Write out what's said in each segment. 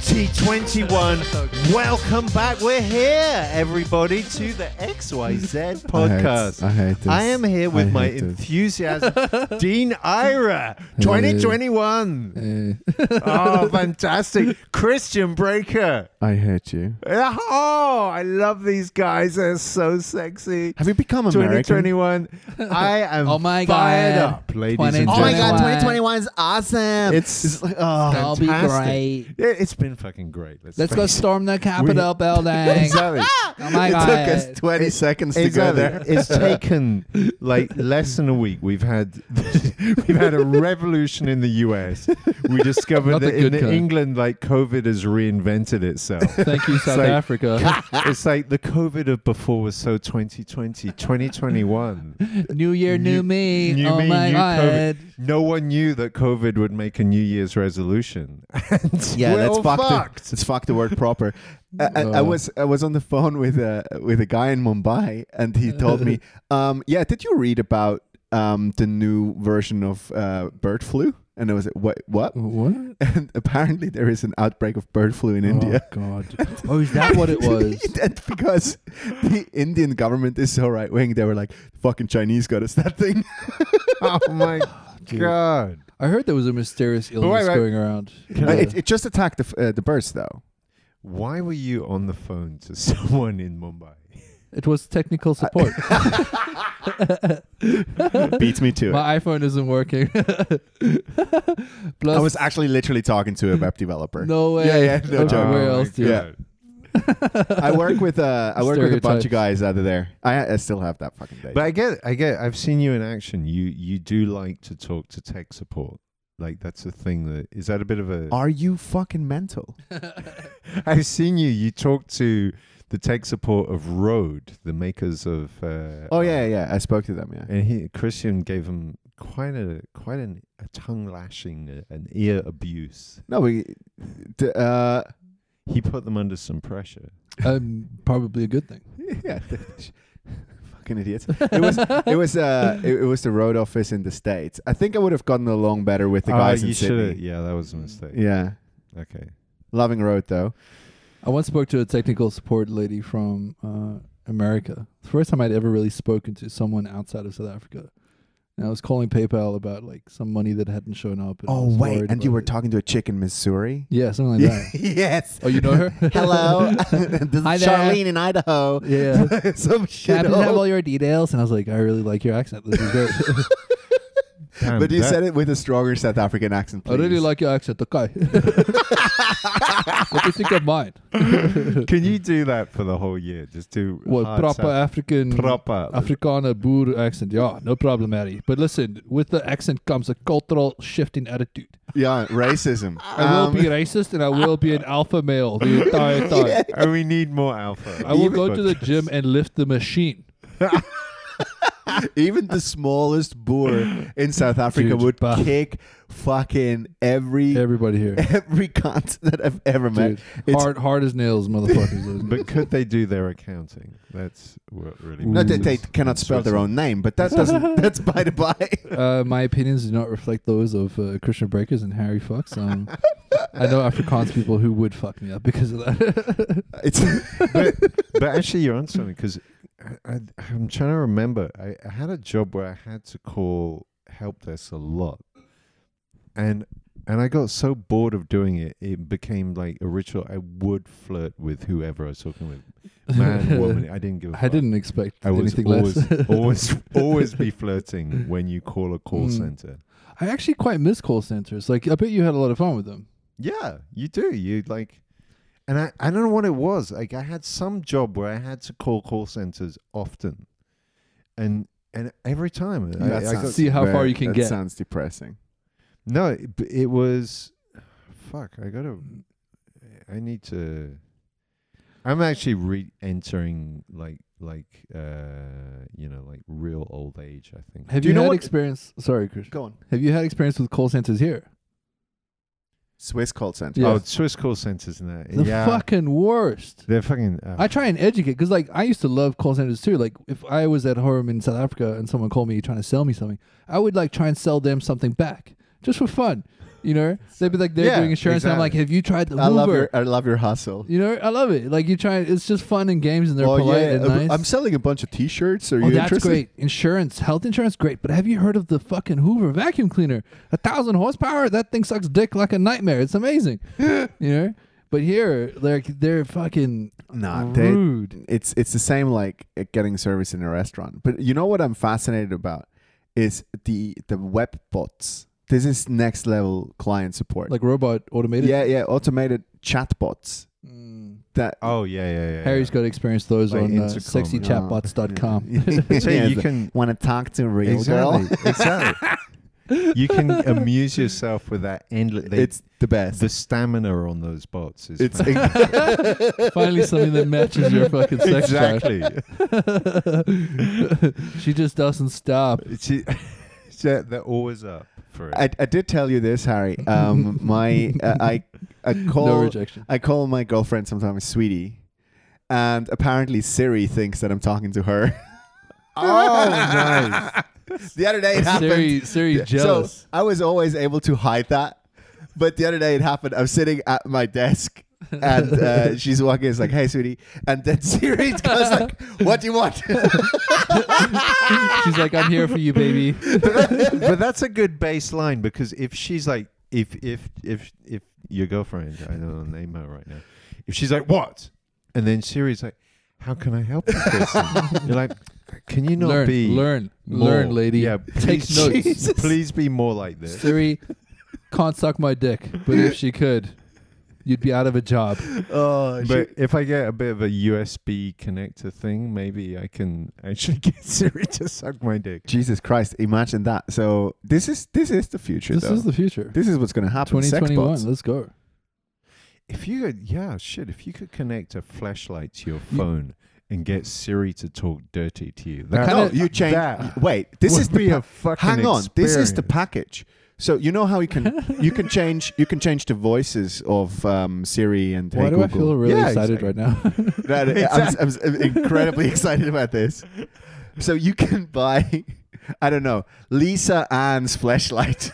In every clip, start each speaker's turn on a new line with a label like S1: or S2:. S1: 2021. Welcome back. We're here, everybody, to the XYZ podcast.
S2: I hate, I hate this.
S1: I am here with
S2: I
S1: my
S2: hate this.
S1: enthusiasm, Dean Ira, 2021.
S2: Eh,
S1: Oh, fantastic. Christian Breaker.
S2: I hate you.
S1: Oh, I love these guys. They're so sexy.
S2: Have you become American?
S1: 2021. I am
S3: Oh my
S1: fired
S3: God.
S1: up, ladies and
S3: Oh my God, 2021.
S1: 2021
S4: is awesome.
S1: It's, like, oh,
S3: That'll be
S1: fantastic.
S3: great.
S1: Yeah, it's been fucking great. Let's,
S3: Let's
S1: face
S3: go
S1: it.
S3: storm the Capitol building.
S1: Exactly.
S3: Oh my
S2: It
S3: god.
S2: took us 20 seconds to go
S1: Exactly.
S2: there.
S1: It's taken like less than a week. We've had we've had a revolution in the US. We discovered
S3: Not
S1: that
S3: the
S1: in
S3: good kind.
S1: England, like COVID has reinvented itself.
S3: Thank you, South
S1: It's like-
S3: Africa.
S1: it's like the COVID of before was so 2020, 2021.
S3: New year, new, me.
S1: New
S3: oh
S1: me,
S3: my
S1: new
S3: god.
S1: COVID. No one knew that COVID would make a New Year's resolution. And
S2: yeah,
S1: we're
S2: let's
S1: all
S2: fuck
S1: fucked.
S2: The, let's fuck the word proper. I, I, I
S3: Uh.
S2: was I was on the phone with a with a guy in Mumbai, and he told me, um, "Yeah, did you read about um, the new version of uh, bird flu?" And I was like, "What? What?"
S3: What?
S2: And apparently, there is an outbreak of bird flu in India.
S3: Oh god. Oh, is that what it was?
S2: That's because the Indian government is so right wing. They were like, "Fucking Chinese got us that thing."
S1: Oh my God.
S3: I heard there was a mysterious
S1: wait,
S3: illness
S1: wait.
S3: going around.
S1: Can
S2: Uh,
S1: I-
S2: it, it just attacked the, f- uh, the birds, though.
S1: Why were you on the phone to someone in Mumbai?
S3: It was technical support.
S2: Beats me to
S3: My iPhone isn't working. Plus,
S2: I was actually literally talking to a web developer.
S3: no way.
S2: Yeah, yeah, no
S3: Okay,
S2: joke.
S3: Where
S1: Oh my
S3: else do you?
S2: Yeah. I work with uh, I work with a bunch
S3: Stereotypes.
S2: of guys out of there. I, I still have that fucking day.
S1: But I get, I get. I've seen you in action. You, you do like to talk to tech support. Like that's a thing that is that a bit of a.
S2: are you fucking mental?
S1: I've seen you. You talk to the tech support of Road, the makers of. Uh,
S2: Oh yeah, yeah. I spoke to them. Yeah.
S1: And he, Christian gave him quite a quite an, a tongue lashing, a- an ear abuse.
S2: No, we. The, uh,
S1: He put them under some pressure.
S3: Um, probably a good thing.
S2: yeah. fucking idiots. It was it was uh it, it was the road office in the states. I think I would have gotten along better with the
S3: Uh,
S1: Ah,
S2: guys in
S1: you shoulda-
S2: Sydney.
S1: Yeah, that was a mistake.
S2: Yeah.
S1: Okay.
S2: Loving road though.
S3: I once spoke to a technical support lady from uh, America. It's the first time I'd ever really spoken to someone outside of South Africa. And I was calling PayPal about like some money that hadn't shown up. Oh, And I was worried
S2: and you
S3: about
S2: were
S3: it.
S2: talking to a chick in Missouri.
S3: Yeah, something like that.
S2: yes.
S3: Oh, you know her?
S2: Hello, this is
S3: Hi there.
S2: Charlene in Idaho.
S3: yeah.
S2: Some
S3: Can I
S2: shit.
S3: please have all your details? And I was like, I really like your accent. This is great.
S1: Damn,
S2: But you
S1: that-
S2: said it with a stronger South African accent.
S3: I really
S2: please.
S3: like your accent. Okay. what do you think of mine?
S1: Can you do that for the whole year? Just do
S3: What
S1: hard
S3: proper
S1: South-
S3: Mm. African
S1: proper
S3: Afrikaner Boer accent. Yeah, no problem, Harry. But listen, with the accent comes a cultural shift in attitude.
S2: Yeah, racism. Um,
S3: I will
S1: Um,
S3: be racist and I will be an alpha male the entire time.
S1: and we need more alpha.
S3: I will go to the gym and lift the machine.
S2: even the smallest boer in South Africa
S3: Dude,
S2: would
S3: bah.
S2: kick fucking every
S3: Everybody here.
S2: every cunt that I've ever met.
S3: Dude, hard, hard as nails, motherfuckers.
S1: But could they do their accounting? That's what really.
S2: Not that they
S1: matters.
S2: cannot spell their own name, but that doesn't. That's by the by.
S3: uh, my opinions do not reflect those of uh, Christian Breakers and Harry Fox. Um, I know Afrikaans people who would fuck me up because of that.
S2: It's
S1: but, but actually, you're on something because I, I, I'm trying to remember. I, I had a job where I had to call help desk a lot, and and I got so bored of doing it, it became like a ritual. I would flirt with whoever I was talking with, man, woman. I didn't give. a
S3: I
S1: fuck.
S3: didn't expect
S1: I was
S3: anything
S1: always,
S3: less.
S1: always, always be flirting when you call a call
S3: Mm.
S1: center.
S3: I actually quite miss call centers. Like, I bet you had a lot of fun with them.
S1: Yeah, you do. You like, and I, I don't know what it was. Like, I had some job where I had to call call centers often, and and every time I, I
S2: That
S1: got,
S2: sounds
S3: See how far
S2: very-
S3: you can
S2: that
S3: get.
S2: Sounds depressing.
S1: no, it, but it was, fuck. I gotta, I need to. I'm actually re-entering like like uh you know like real old age. I think.
S3: Have
S2: Do
S3: you,
S2: you know
S3: had
S2: what-
S3: experience? Sorry, Christian.
S2: Go on.
S3: Have you had experience with call centers here?
S2: Swiss call center.
S3: Yeah.
S1: Oh, Swiss call centers and that.
S3: The
S1: yeah,
S3: fucking worst.
S1: they're fucking. Uh,
S3: I try and educate because, like, I used to love call centers too. Like, if I was at home in South Africa and someone called me trying to sell me something, I would like try and sell them something back just for fun. You know, they'd be like, they're
S1: Yeah,
S3: doing insurance. And I'm like,
S1: exactly.
S3: have you tried the Hoover?
S2: I love your I love your hustle.
S3: You know, I love it. Like you try, it's just fun and games, and they're polite and
S2: Uh,
S3: nice.
S2: I'm selling a bunch of T-shirts. Are
S3: oh,
S2: you
S3: that's
S2: interested?
S3: great. Insurance, health insurance, great. But have you heard of the fucking Hoover vacuum cleaner? A thousand horsepower. That thing sucks dick like a nightmare. It's amazing. you know. But here, like they're fucking
S2: Nah, Ah, they,
S3: rude.
S2: it's it's the same like uh, getting service in a restaurant. But you know what I'm fascinated about is the the web bots. This is next level client support.
S3: like robot automated.
S2: yeah, yeah, automated chat bots
S3: Mm.
S2: that
S1: Oh yeah, yeah, yeah.
S3: Harry's got to experience those
S1: Like
S3: on uh,
S1: Intercom,
S3: sexychatbots.com.
S1: yeah. So
S2: Yeah,
S1: you
S2: the-
S1: can
S2: want to talk to a real
S1: exactly,
S2: girl.
S1: exactly. You can amuse yourself with that endless. They,
S2: it's the best.
S1: the stamina on those bots is
S2: it's
S1: fantastic.
S3: Finally, something that matches your fucking sex drive.
S1: exactly.
S3: she just doesn't stop.
S1: She- e, yeah, they're always up for it.
S2: I, I did tell you this, Harry. Um, my uh, I I call
S3: no rejection.
S2: I call my girlfriend sometimes sweetie, and apparently Siri thinks that I'm talking to her.
S1: oh, nice.
S2: the other day it happened.
S3: Siri, Siri, jealous.
S2: So I was always able to hide that, but the other day it happened. I'm sitting at my desk. and uh, she's walking. It's like, "Hey, sweetie," and then Siri goes like, "What do you want?"
S3: She's like, I'm here for you, baby.
S1: but that's a good baseline because if she's like, if if if if your girlfriend, I don't know, name her right now, if she's like, what? And then Siri's like, how can I help you, Kristen? You're like, can you not
S3: learn,
S1: be
S3: learn,
S1: more-
S3: learn, lady.
S1: Yeah,
S3: Take
S1: please,
S3: notes.
S1: please be more like this.
S3: Siri can't suck my dick, but if she could, you'd be out of a job.
S2: oh,
S1: But if I get a bit of a USB connector thing, maybe I can actually get Siri to suck my dick.
S2: Jesus Christ! Imagine that. So this is this is the future.
S3: This
S2: though.
S3: is the future.
S2: this is what's going to happen. Sex
S3: 2021.
S2: bots.
S3: Let's go.
S1: If you could, yeah, shit. If you could connect a flashlight to your phone and get Siri to talk dirty to you, that
S3: kinda-
S2: no, you change.
S1: that
S2: Wait, this
S1: would
S2: is the
S1: be
S2: pa-
S1: a fucking.
S2: hang on. This is the
S1: experience.
S2: package. So you know how you can you can change you can change the voices of um, Siri and
S3: Why
S2: Hey
S3: do I feel
S2: Google.
S3: really
S1: Yeah,
S3: excited
S1: exactly.
S3: right now?
S2: That- I'm, I'm incredibly excited about this. So you can buy, I don't know, Lisa Ann's flashlight.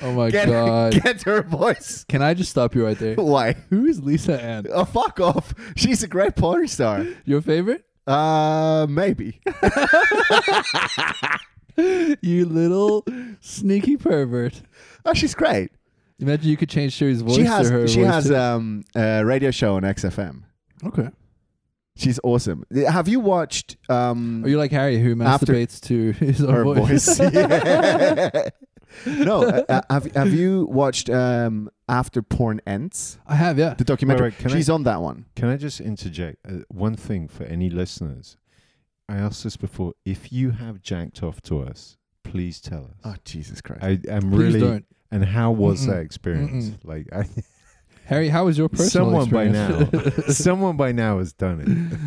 S3: oh my
S2: get,
S3: god!
S2: get her voice.
S3: Can I just stop you right there?
S2: Why?
S3: Who is Lisa Ann?
S2: Oh fuck off! She's a great porn star.
S3: Your favorite?
S2: Uh, maybe.
S3: You little sneaky pervert!
S2: Oh, she's great.
S3: Imagine you could change Sherry's voice
S2: she has
S3: to her
S2: she
S3: voice.
S2: has
S3: to-
S2: um a radio show on XFM.
S3: okay.
S2: She's awesome. Have you watched um
S3: Are Oh, you like Harry who
S2: After-
S3: masturbates to his own
S2: her
S3: voice?
S2: voice? Yeah. no, uh, uh, have have you watched um after porn ends
S3: I have, yeah.
S2: the documentary?
S1: Wait, wait, can
S2: she's on that one.
S1: Can I just interject uh, one thing for any listeners? I asked this before. If you have jacked off to us, please tell us.
S2: Oh Jesus Christ!
S1: I am
S3: Please
S1: really.
S3: don't.
S1: And how was
S3: Mm-mm.
S1: that experience?
S3: Mm-mm.
S1: Like, I,
S3: Harry, how was your personal
S1: someone
S3: experience?
S1: by now, someone by now has done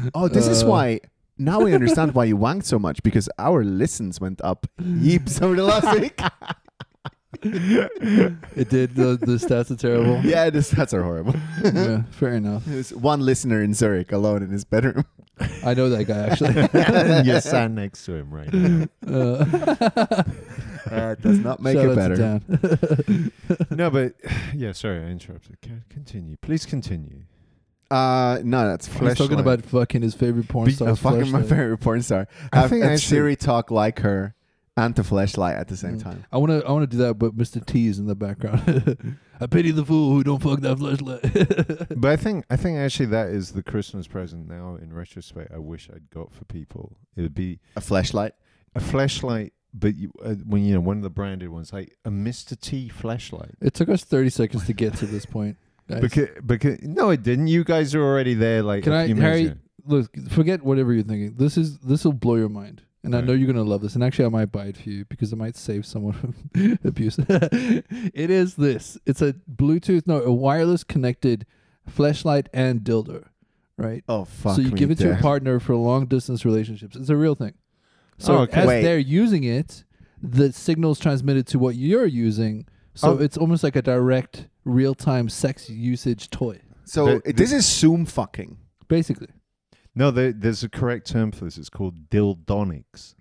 S1: it.
S2: oh, this is
S3: Uh.
S2: why. Now we understand why you wanked so much because our listens went up heaps over the last week.
S3: it did. The, the stats are terrible.
S2: yeah, this, that's our horrible.
S3: yeah, fair enough.
S2: There's one listener in Zurich alone in his bedroom.
S3: I know that guy actually.
S1: You're sat next to him right now.
S3: Uh,
S2: Uh, it does not make
S3: shout out
S2: it
S3: to
S2: better.
S3: Dan.
S1: No, but yeah, sorry, I interrupted. Can continue? Please continue.
S2: Uh, no, that's
S3: He's talking
S2: fleshlight.
S3: about fucking his favorite porn
S2: Be-
S3: star.
S2: uh, fucking my favorite porn star.
S1: I
S2: Have,
S1: think
S2: and
S1: I should-
S2: Siri talk like her and the flashlight at the same
S3: Mm.
S2: time.
S3: I want to. I want to do that, but Mr. T is in the background. I pity the fool who don't fuck that flashlight.
S1: But I think I think actually that is the Christmas present now. In retrospect, I wish I'd got for people. It would be
S2: A flashlight.
S1: a flashlight, but you, uh, when you know one of the branded ones, like a Mister T flashlight.
S3: it took us thirty seconds to get to this point. guys.
S1: Because, because no, it didn't. You guys are already there. Like,
S3: Can
S1: a
S3: I-
S1: few minutes
S3: Harry-
S1: ago.
S3: Look, forget whatever you're thinking. This is this will blow your mind, and I
S1: Right.
S3: know you're gonna love this. And actually, I might buy it for you because it might save someone from abuse. it is this. It's a Bluetooth, no, a wireless connected flashlight and dildo, right?
S2: Oh fuck.
S3: so you
S2: me
S3: give it to your
S2: Dan.
S3: partner for long distance relationships. It's a real thing. So
S1: Oh, okay.
S3: as
S2: Wait.
S3: they're using it, the signal's transmitted to what you're using. So
S1: Oh.
S3: it's almost like a direct real time sex usage toy.
S2: So
S1: The-
S2: it- this is Zoom fucking.
S3: Basically.
S1: No, there, there's a correct term for this. It's called dildonics.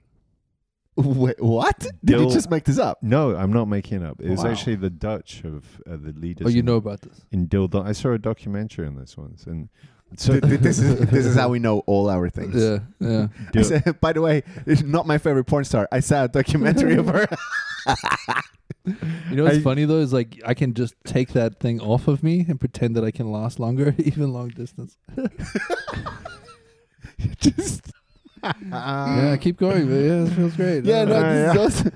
S2: Wait, what? Did you
S1: Bill-
S2: just make this up?
S1: No, I'm not making it up. It's
S2: Wow.
S1: actually the Dutch of uh, the leaders.
S3: Oh, you
S1: in-
S3: know about this.
S1: in dildo. I saw a documentary on this once, and so
S2: Th- th- this is this is how we know all our things.
S3: Yeah, yeah.
S2: I
S1: Dil-
S2: said- by the way, it's not my favorite porn star. I saw a documentary of her.
S3: You know what's
S1: I-
S3: funny though is like I can just take that thing off of me and pretend that I can last longer, even long distance.
S2: just
S3: yeah, keep going. But yeah, it feels great.
S2: yeah,
S3: Uh,
S2: no,
S1: Yeah,
S2: this is awesome.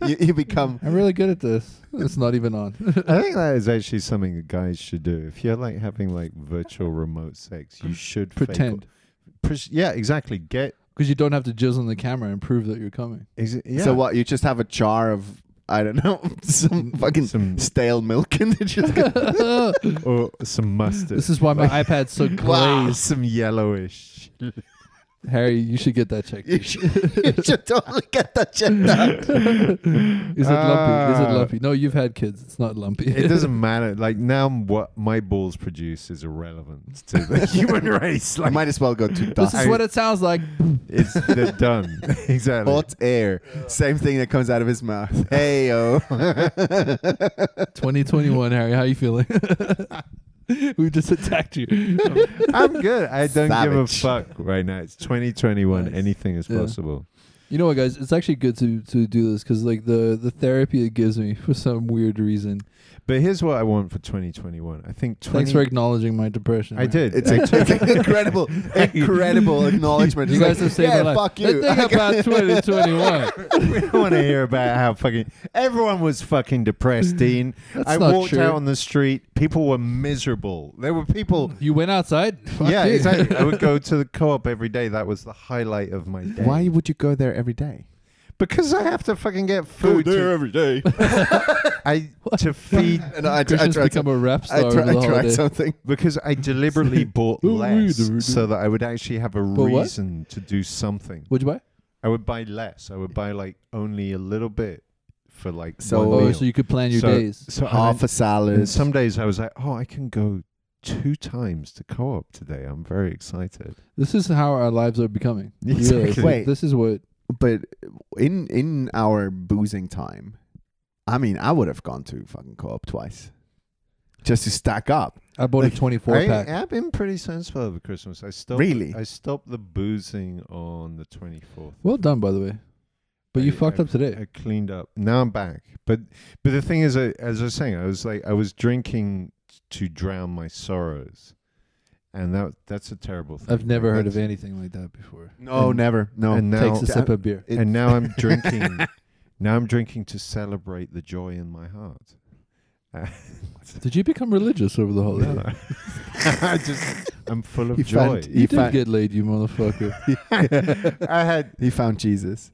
S2: you, you become
S3: I'm really good at this. It's not even on.
S1: I think that is actually something that guys should do. If you're like having like virtual remote sex, you should fake-
S3: Pretend
S1: Pres- yeah, exactly. Get
S3: because you don't have to jizz on the camera and prove that you're coming.
S1: exa- yeah.
S2: so what? You just have a jar of I don't know some
S3: Mm,
S2: fucking
S1: Some
S2: stale milk and it just goes,
S1: or some mustard.
S3: This is why my iPad's so
S1: Wow,
S3: glazed.
S1: some yellowish.
S3: Harry, you should get that checked.
S2: you, should, you should totally get that shit done.
S3: Is it lumpy? Is it
S1: Ah.
S3: lumpy? No, you've had kids. It's not lumpy.
S1: It doesn't matter. Like now, what my balls produce is irrelevant to the human race.
S2: I
S1: Like
S2: might as well go to
S3: this
S2: dust.
S3: is what it sounds like.
S1: it's they're done. exactly.
S2: Hot air. Same thing that comes out of his mouth. Hey yo.
S3: 2021, Harry. How you feeling? we just attacked you.
S1: I'm good. I don't give a
S2: Savage.
S1: fuck right now. It's 2021.
S3: Nice.
S1: Anything is
S3: Yeah.
S1: possible.
S3: You know what, guys? It's actually good to to do this because like the the therapy it gives me for some weird reason.
S1: But here's what I want for 2021. I think 20.
S3: Thanks for acknowledging my depression.
S1: I
S3: man.
S1: did.
S2: It's,
S1: I
S2: a,
S1: took-
S2: it's an incredible, incredible acknowledgement.
S3: You
S2: It's
S3: guys
S2: like,
S3: have saved
S2: yeah,
S3: my life.
S2: fuck you.
S3: The thing about 2021.
S1: we don't want to hear about how fucking everyone was fucking depressed, Dean.
S3: That's
S1: I
S3: not
S1: walked
S3: true.
S1: out on the street. People were miserable. There were people.
S3: You went outside. Mm. Fuck
S1: yeah,
S3: you.
S1: exactly. I would go to the co-op every day. That was the highlight of my day.
S2: would you go there every day?
S1: Because I have to fucking get food to,
S2: every day.
S1: I, to feed.
S2: and I, I
S3: Christian's
S2: tried,
S3: become
S2: some,
S3: a rap
S2: I
S3: star
S2: tried,
S3: over the
S2: I tried
S3: holiday.
S2: something.
S1: Because I deliberately bought
S3: Oh, we
S1: less
S3: do-
S1: so that I would actually have a
S3: But what?
S1: reason to do something.
S3: What'd you buy?
S1: I would buy less. I would buy like only a little bit for like
S2: So-
S1: one
S3: Oh,
S1: meal.
S3: so you could plan your
S1: So-
S3: days.
S1: so
S2: Half a
S1: And
S2: salad.
S1: some days I was like, oh, I can go two times to co-op today. I'm very excited.
S3: This is how our lives are becoming. Really.
S1: Exactly.
S2: Wait.
S3: This is what.
S2: but in in our boozing time, I mean, I would have gone to fucking co-op twice, just to stack up.
S3: I bought a 24
S1: I,
S3: pack.
S1: have been pretty sensible over Christmas. I stopped.
S2: Really?
S1: I stopped the boozing on the 24th.
S3: Well done, by the way. But you
S1: I-
S3: fucked
S1: I-
S3: up today.
S1: I cleaned up. Now I'm back. But but the thing is, I, as I was saying, I was like, I was drinking to drown my sorrows, and that that's a terrible thing.
S3: I've never
S1: Like,
S3: heard of
S1: that's-
S3: anything like that before.
S2: No,
S1: And-
S2: never. No.
S1: And now,
S3: Takes a sip of beer.
S2: It-
S1: and now I'm drinking. now I'm drinking to celebrate the joy in my heart.
S3: Did you become religious over the holiday?
S1: No. I just I'm full of
S2: He
S1: joy.
S2: found-
S3: Oh, You
S2: He
S3: did
S2: fa-
S3: get laid, you motherfucker.
S1: I had
S2: he found Jesus.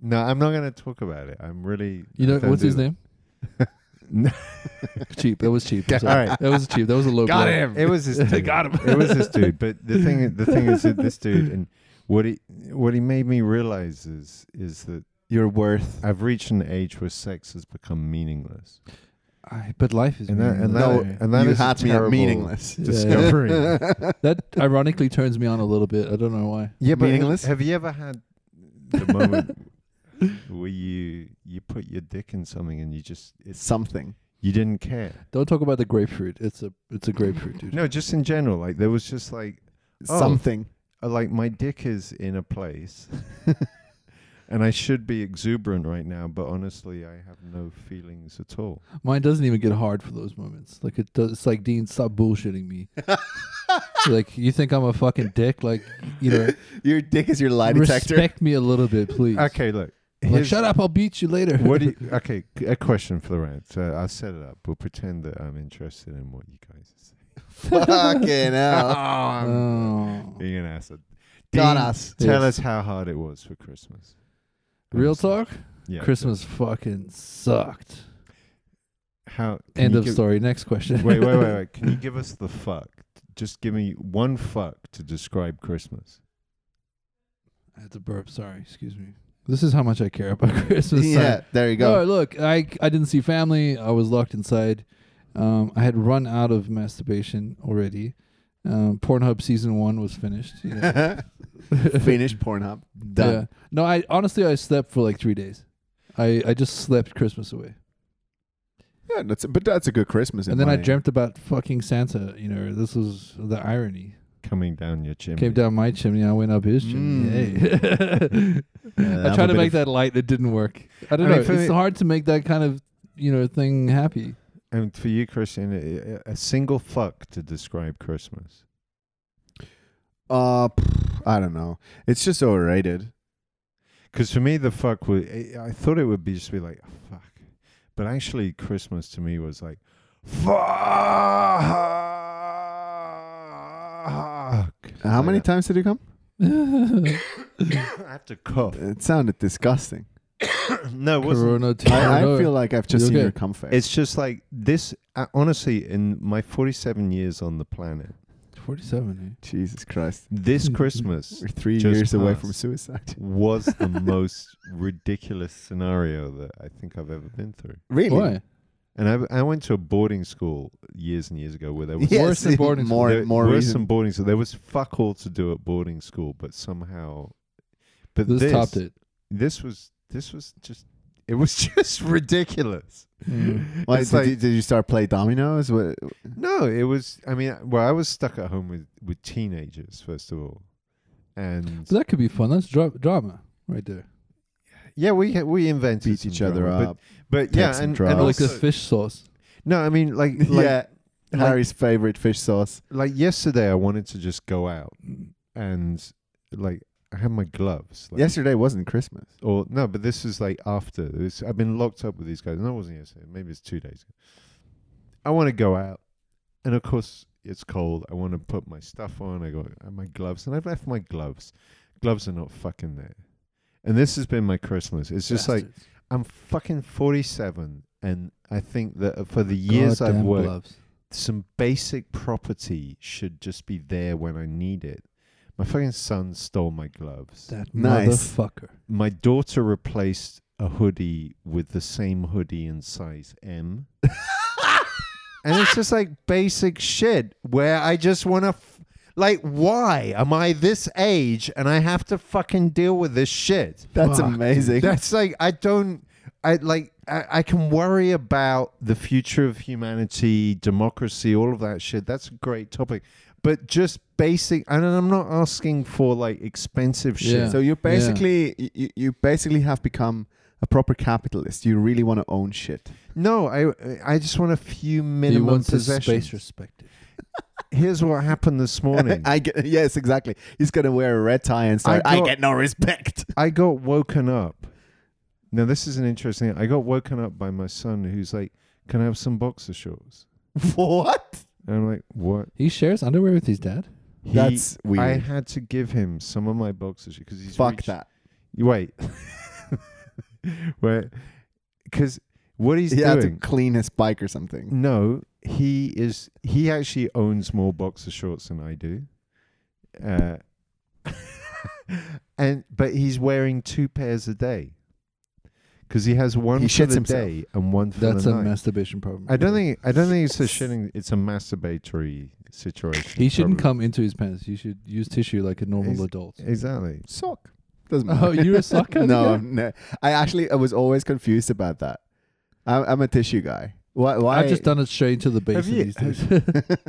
S1: no. I'm not going to talk about it. I'm really.
S3: You know
S1: don't
S3: what's
S1: do
S3: his
S1: that.
S3: name?
S1: No.
S3: cheap. That was cheap. I'm
S1: All
S3: sorry.
S1: right.
S3: That was cheap. That was a low blow.
S1: It was this dude.
S3: Got him.
S1: it was this dude. But the thing, the thing is that this dude, and what he, what he made me realize is, is that
S2: Your worth.
S1: I've reached an age where sex has become meaningless,
S3: Aye, but life is
S1: and that, and
S3: meaningless.
S1: that,
S3: Harry.
S1: and that
S2: you
S1: is a
S2: had me at
S1: terrible
S2: meaningless.
S3: Yeah.
S1: Discovery. Yeah,
S3: that ironically turns me on a little bit. I don't know why.
S1: but
S2: Meaningless?
S1: Have you ever had the moment where you you put your dick in something and you just it's,
S2: Something.
S1: you didn't care?
S3: Don't talk about the grapefruit. It's a it's a grapefruit, dude.
S1: No, just in general. Like there was just like Oh.
S2: Something.
S1: uh, like my dick is in a place, and I should be exuberant right now, but honestly, I have no feelings at all.
S3: Mine doesn't even get hard for those moments. Like it does. It's like Dean, stop bullshitting me. like you think I'm a fucking dick? Like you know,
S2: Your dick is your lie detector.
S3: respect me a little bit, please.
S1: Okay, look.
S3: Like,
S1: here's-
S3: shut up. I'll beat you later.
S1: What do you, okay, c- a question for the round. So I'll set it up. We'll pretend that I'm interested in what you guys are saying.
S2: Fucking hell.
S1: Oh,
S3: Oh.
S1: I'm being an asshole.
S2: Got
S1: Dean,
S2: us.
S1: Tell us
S3: Yes.
S1: how hard it was for Christmas.
S3: Real
S1: Honestly.
S3: talk.
S1: Yeah.
S3: Christmas fucking sucked.
S1: How? can
S3: End
S1: you
S3: of
S1: give-
S3: story. Next question.
S1: Wait, wait, wait, wait. Can you give us the fuck? Just give me one fuck to describe Christmas.
S3: I had to burp. Sorry, excuse me. This is how much I care about Christmas.
S2: Yeah,
S3: time.
S2: there you go.
S3: No, look, I I didn't see family. I was locked inside. Um, I had run out of masturbation already. Um, Pornhub season one was finished. you know.
S2: Finished Pornhub. Done.
S3: Yeah. No, I honestly I slept for like three days. I, I just slept Christmas away,
S2: Yeah, that's but that's a good Christmas. in
S3: and then I
S2: my-
S3: dreamt about fucking Santa. You know, this was the irony.
S1: coming down your chimney.
S3: Came down my chimney, I went up his
S1: Hmm.
S3: chimney. Hey.
S2: Yeah,
S3: I
S2: I'm
S3: tried
S2: a
S3: to
S2: bit
S3: make
S2: of-
S3: that light. It didn't work. I don't
S1: I
S3: know.
S1: mean,
S3: it's
S1: for me-
S3: hard to make that kind of you know thing happy.
S1: And for you, Christian, a- a, a single fuck to describe Christmas.
S2: Uh, pff, I don't know. It's just overrated.
S1: Because for me, the fuck was. I I thought it would be just be like, "Oh, fuck. But actually, Christmas to me was like, fuck.
S2: How
S1: Like
S2: many
S1: that.
S2: times did you come?
S1: I have to cough.
S2: It sounded disgusting.
S1: no, it wasn't.
S3: Corona.
S2: I, I
S3: Corona.
S2: feel like I've just
S3: You
S2: seen
S3: okay?
S2: your cum face.
S1: It's just like this. I, honestly, in my 47 years on the planet,
S3: forty-seven.
S2: Jesus Christ.
S1: this Christmas
S2: We're three
S1: Just
S2: years away
S1: passed.
S2: from suicide.
S1: was the most ridiculous scenario that I think I've ever been through.
S3: Eh?
S2: Really?
S3: Why?
S1: And I, I went to a boarding school years and years ago where there was
S3: Yeah, Worse than boarding school.
S2: more
S1: there,
S2: more
S1: worse
S2: reason.
S1: than boarding school. There was fuck all to do at boarding school, but somehow, but
S3: This,
S1: this
S3: topped it.
S1: This was this was just it was just ridiculous. Hmm.
S2: Why,
S1: It's
S2: did,
S1: like-
S2: you, did you start play dominoes? What,
S1: No, it was. I mean, well, I was stuck at home with with teenagers first of all, and
S3: But that could be fun. That's dra- drama right there.
S1: yeah, we ha- we invented
S2: beat
S1: some
S2: each other
S1: drama,
S2: up.
S1: but, but
S2: take
S1: yeah,
S2: some
S1: and, and
S2: drugs.
S3: Or like
S1: also,
S3: this fish sauce.
S1: no, I mean like like,
S2: yeah.
S1: like-
S2: Harry's favorite fish sauce.
S1: like yesterday, I wanted to just go out and like I had my gloves. Like,
S2: Yesterday wasn't Christmas.
S1: or no, but this is like after. This, I've been locked up with these guys. No, it wasn't yesterday. Maybe it's two days ago. I want to go out, and of course it's cold. I want to put my stuff on. I got uh, my gloves, and I've left my gloves. Gloves are not fucking there. And this has been my Christmas. It's just like
S3: Bastards.
S1: I'm fucking 47, and I think that for the years I've
S3: Oh, Goddamn
S1: worked,
S3: gloves.
S1: some basic property should just be there when I need it. My fucking son stole my gloves
S3: That
S2: Nice.
S3: motherfucker.
S1: my daughter replaced a hoodie with the same hoodie in size M. and it's just like basic shit where I just want to. F- like, why am I this age and I have to fucking deal with this shit?
S2: That's
S3: Fuck,
S2: amazing.
S1: That's like, I don't. I like I, I can worry about the future of humanity, democracy, all of that shit. That's a great topic, but just basic. And I'm not asking for like expensive shit.
S3: Yeah.
S2: So you basically you, you basically have become a proper capitalist. You really want to own shit.
S1: No, I I just want a few
S3: You
S1: minimum
S3: want his
S1: possessions.
S3: space respected.
S1: Here's what happened this morning. I,
S2: I get, yes, exactly. He's gonna wear a red tie and start.
S1: I
S2: I,
S1: got-
S2: get no respect.
S1: got woken up. Now this is an interesting. I got woken up by my son who's like, "Can I have some boxer shorts?"
S2: what?
S1: And I'm like, "What?"
S3: He shares underwear with his dad.
S1: He-
S2: That's weird.
S1: I had to give him some of my boxer shorts because he's
S2: Fuck
S1: reached-
S2: that.
S1: Wait, wait, because what he's
S2: he had to
S1: doing?
S2: clean his bike or something.
S1: No, he is. He actually owns more boxer shorts than I do. Uh, and but he's wearing two pairs a day because he has one
S2: He
S1: for
S2: shits
S1: the
S2: himself.
S1: day and one for
S3: That's
S1: the
S3: a
S1: night.
S3: masturbation problem.
S1: I don't think. I don't think it's a shitting. It's a masturbatory situation.
S3: he shouldn't
S1: probably.
S3: come into his pants. You should use tissue like a normal
S1: He's-
S3: adult.
S1: Exactly.
S2: Sock doesn't matter.
S3: Oh, you're a sock kind of
S2: no,
S3: guy?
S2: no, I actually I was always confused about that. I'm, I'm a tissue guy. Why? why
S3: I've just done it straight into the basin
S1: you-
S3: these days.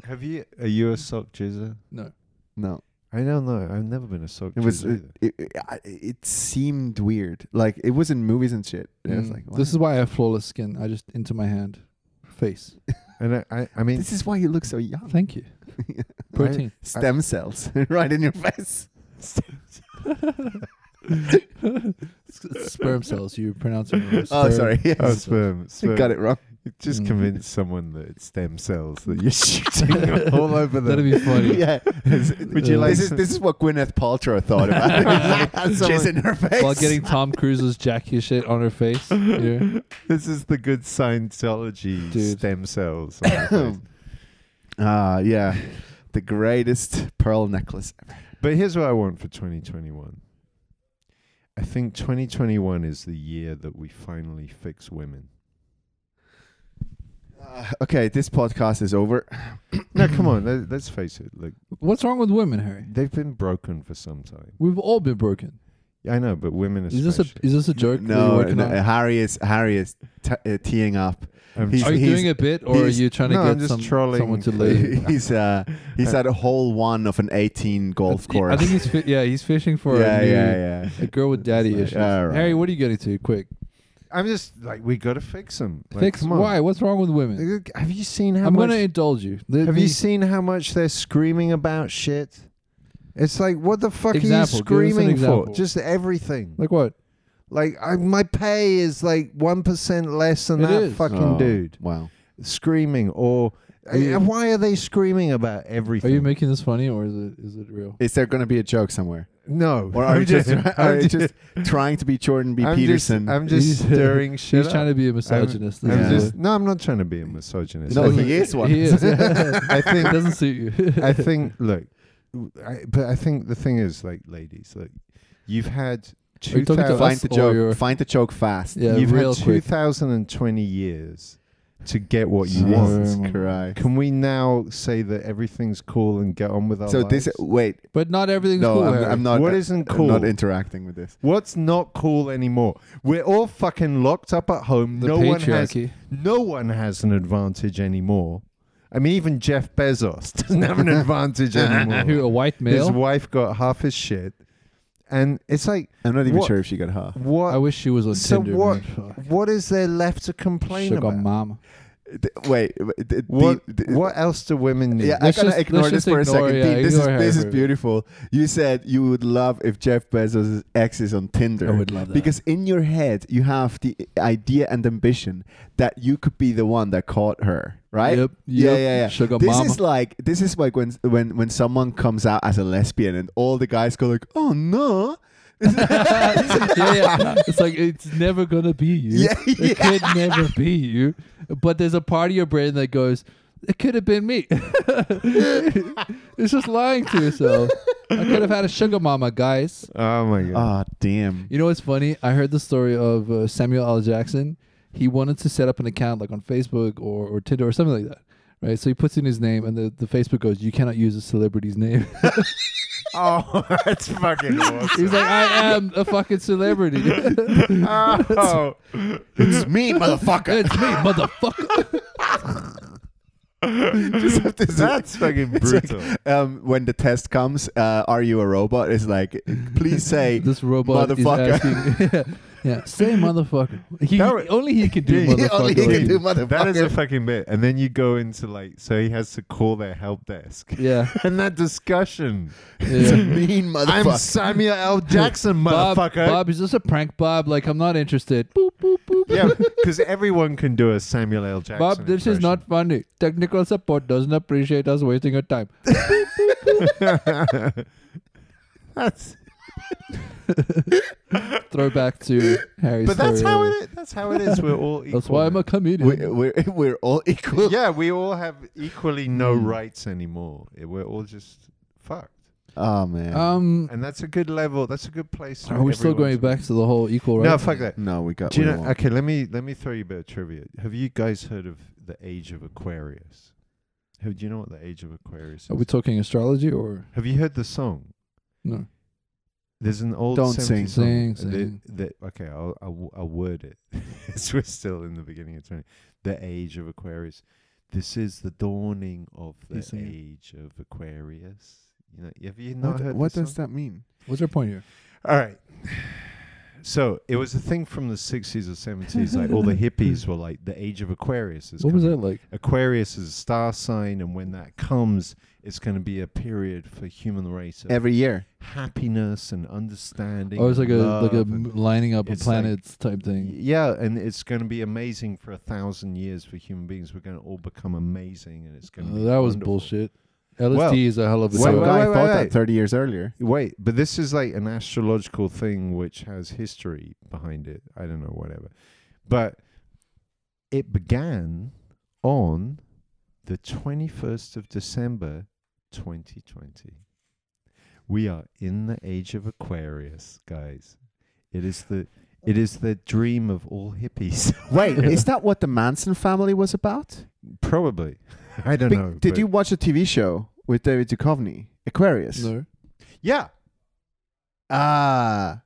S1: Have you? Are you a sock jizzer?
S3: no,
S2: no.
S1: I don't know. I've never been a sock
S2: It was
S1: jizzer.
S2: it,
S1: either.
S2: it, I- it seemed weird. Like it was in movies and shit. And I was
S3: Mm.
S2: like,
S3: this
S2: why?
S3: is why I have flawless skin. I just into my hand, face.
S1: And I. I, I mean,
S2: This is why you look so young.
S3: Thank you. Protein.
S2: Stem cells right in your face.
S3: S- sperm cells. You pronounce it. wrong.
S2: Oh,
S3: Sperm.
S2: sorry. Yes.
S1: oh, sperm.
S2: I
S1: sperm.
S2: got it wrong.
S1: Just
S3: Mm.
S1: convince someone that it's stem cells that you're shooting all over them.
S3: That'd be funny.
S2: yeah.
S1: Would you
S3: Uh,
S1: like
S2: this is
S1: some-
S2: this is what Gwyneth Paltrow thought about. She's
S1: Someone-
S2: in her face.
S3: While getting Tom Cruise's jacket shit on her face. Yeah.
S1: This is the good Scientology
S3: Dude.
S1: stem cells. on the face.
S2: Ah, yeah. The greatest pearl necklace ever.
S1: but here's what I want for 2021. I think 2021 is the year that we finally fix women.
S2: Uh, okay, this podcast is over.
S1: No, come on. Let, let's face it. Like
S3: What's wrong with women, Harry?
S1: they've been broken for some time.
S3: We've all been broken.
S1: Yeah, I know, but women
S3: Is this a
S1: especially.
S3: is this a joke? that you're
S2: No,
S3: working
S2: no,
S3: on?
S2: Harry is Harry is t- uh, teeing up.
S1: I'm
S2: he's-
S3: Are you doing a bit, or are
S2: he's-
S3: you trying to
S1: no, I'm
S3: get
S1: just
S3: some,
S1: trolling.
S3: someone to leave?
S2: he's uh, he's at a hole one of an 18 golf course.
S3: I think he's fi- yeah, he's fishing for
S2: yeah,
S3: a, new,
S2: yeah, yeah.
S3: a girl with daddy
S2: like,
S3: issues.
S2: all right.
S3: Harry, what are you getting to? Quick,
S1: I'm just like we got to fix them. Like,
S3: fix.
S1: Come on.
S3: Why? What's wrong with women?
S1: Like, Have you seen how
S3: I'm
S1: much?
S3: gonna indulge you. The-
S1: have you
S3: the-
S1: seen how much they're screaming about shit? It's like what the fuck are you
S3: Example. Give us an
S1: screaming for?
S3: example.
S1: Just everything.
S3: like what?
S1: Like I, my pay is like one percent less than
S3: It
S1: that
S3: is.
S1: fucking
S2: Oh,
S1: dude
S2: Wow.
S1: screaming. Or
S3: Are you-
S1: Uh, why are they screaming about
S3: Are
S1: everything?
S3: you making this funny, or is it is it real?
S2: Is there going to be a joke somewhere?
S1: no?
S2: Or are
S1: I'm
S2: you just,
S1: I'm
S2: are you
S1: just-
S2: just trying to be Jordan B.
S1: I'm
S2: Peterson?
S1: Just, I'm just
S3: He's-
S1: stirring shit.
S3: He's trying to
S1: up.
S3: be a misogynist.
S1: I'm
S2: Yeah.
S3: This is
S1: just, no, I'm not trying to be a misogynist.
S2: No,
S1: I
S2: he
S1: think-
S2: is one.
S3: He is. yeah.
S1: I think-
S3: it doesn't suit you.
S1: I think. Look, I, but I think the thing is, like, ladies, like, you've had
S3: you
S1: two
S3: talking to
S1: thousand.
S2: find
S3: us
S2: the
S3: or
S2: joke.
S3: your-
S2: Find the joke fast.
S3: yeah,
S1: you've
S3: real
S1: had two
S3: quick.
S1: thousand and twenty years to get what you
S3: Jesus.
S1: want.
S2: Jesus Christ.
S1: Can we now say that everything's cool and get on with our
S2: So
S1: lives?
S2: this wait
S3: But not everything's
S2: no
S3: cool.
S2: I'm,
S3: Harry.
S2: I'm not
S1: What isn't
S2: I'm
S1: cool?
S2: not interacting with this.
S1: What's not cool anymore? We're all fucking locked up at home.
S3: the
S1: no one has
S3: patriarchy.
S1: no one has an advantage anymore. I mean, even Jeff Bezos doesn't have an advantage
S3: Who
S1: anymore.
S3: a white
S1: His
S3: male?
S1: wife got half his shit, and it's like,
S2: I'm not even
S1: What?
S2: sure if she got half.
S3: I
S1: what?
S3: wish she was on
S1: So
S3: Tinder.
S1: what-
S3: man. Fuck.
S1: What is there left to complain
S3: Sugar
S1: about?
S3: mama.
S2: D- Wait, w- d-
S1: What?
S2: d- d-
S1: what else do women need?
S2: Yeah,
S3: Let's
S2: I gotta
S3: just-
S2: ignore
S3: let's
S2: this
S3: just
S2: for a
S3: ignore-
S2: second.
S3: yeah,
S2: Dean, this is
S3: ignore
S2: this is
S3: Harry.
S2: beautiful. You said you would love if Jeff Bezos' ex is on Tinder.
S3: I would love that.
S2: Because in your head, you have the idea and ambition that you could be the one that caught her, right?
S3: Yep,
S2: Yeah,
S3: yep.
S2: yeah, yeah.
S3: Sugar
S2: this
S3: mama.
S2: is like this is like when when when someone comes out as a lesbian and all the guys go like, "Oh no."
S3: yeah, yeah. It's like it's never gonna be you.
S2: Yeah, yeah.
S3: It could never be you. But there's a part of your brain that goes, "It could have been me." it's just lying to yourself. I could have had a sugar mama, guys.
S1: Oh my god!
S2: Ah, damn.
S3: You know what's funny? I heard the story of uh, Samuel L. Jackson. He wanted to set up an account like on Facebook or, or Tinder or something like that. Right, so he puts in his name, and the, the Facebook goes, "You cannot use a celebrity's name."
S1: Oh, that's fucking awesome.
S3: He's like, "I am a fucking celebrity."
S1: oh,
S2: It's me, motherfucker.
S3: it's me, motherfucker.
S2: Just have to say-
S1: that's fucking brutal.
S2: um, when the test comes, uh, are you a robot? It's like, please say
S3: This robot is
S2: Motherfucker.
S3: asking. yeah, yeah, say motherfucker. He,
S1: That was-
S3: only he can do
S1: Yeah,
S3: motherfucker.
S2: only he can
S3: right?
S2: do
S1: That is a
S2: motherfucker.
S1: fucking bit. And then you go into like, so he has to call their help desk.
S3: yeah,
S1: And that discussion.
S2: It's a
S3: yeah.
S2: mean
S1: I'm
S2: motherfucker.
S1: Samuel L. Jackson,
S3: Bob,
S1: motherfucker.
S3: Bob, is this a prank, Bob? Like, I'm not interested. Boop, boop, boop.
S1: Yeah, because everyone can do a Samuel L. Jackson.
S3: Bob, this is not funny. Technical support doesn't appreciate us wasting your time.
S1: not. that's,
S3: Throwback to Harry's
S1: but that's
S3: story
S1: how
S3: earlier.
S1: it. Is. That's how it is. We're all equal.
S3: That's why I'm a comedian.
S2: we, we're, we're all equal.
S1: yeah, we all have equally no
S2: Hmm.
S1: rights anymore. It- We're all just fucked,
S2: Oh, man.
S3: um,
S1: and that's a good level. That's a good place. for
S3: are we still
S1: everyone
S3: going
S1: to-
S3: back to the whole equal rights?
S1: No, fuck that.
S2: no, we got
S1: Do you
S2: we
S1: know?
S2: won't.
S1: Okay, let me let me throw you a bit of trivia. Have you guys heard of the Age of Aquarius? Have, do you know what the Age of Aquarius is?
S3: Are we talking astrology or
S1: have you heard the song?
S3: no?
S1: There's an old
S2: Don't
S1: 70
S2: sing.
S1: song.
S3: Sing,
S1: uh,
S3: sing.
S1: The, the, okay, I'll, I'll I'll word it. so we're still in the beginning of 20. The Age of Aquarius. This is the dawning of the
S3: Please sing it.
S1: Age of Aquarius. You know, have you not
S2: What,
S1: heard
S2: what
S1: this
S2: does
S1: song?
S2: that mean?
S3: What's your point here?
S1: All right. So it was a thing from the 60s or 70s. Like all the hippies were like, the Age of Aquarius is
S3: What was
S1: coming.
S3: that like?
S1: Aquarius is a star sign, and when that comes, it's going to be a period for human race of
S2: Every year.
S1: happiness and understanding.
S3: Oh, it's like
S1: and
S3: a
S1: love
S3: like a
S1: and-
S3: m- lining up of
S1: it's like-
S3: planets type thing.
S1: yeah, and it's going to be amazing for a thousand years for human beings. We're going to all become amazing, and it's going to.
S3: Uh,
S1: be
S3: that was
S1: wonderful.
S3: bullshit. LSD
S1: Well,
S3: is a hell of a
S1: Wait,
S2: Some
S1: wait,
S3: drug.
S2: guy
S1: wait,
S2: thought
S1: wait,
S2: that
S1: wait.
S2: 30 years earlier.
S1: Wait, but this is like an astrological thing which has history behind it. I don't know, whatever. But it began on the 21st of December 2020. We are in the age of Aquarius, guys. It is the It is the dream of all hippies.
S2: Wait, is that what the Manson family was about?
S1: Probably. I don't
S2: Be-
S1: know.
S2: did
S1: but-
S2: you watch a TV show with David Duchovny, Aquarius?
S3: No.
S1: Yeah.
S2: Ah.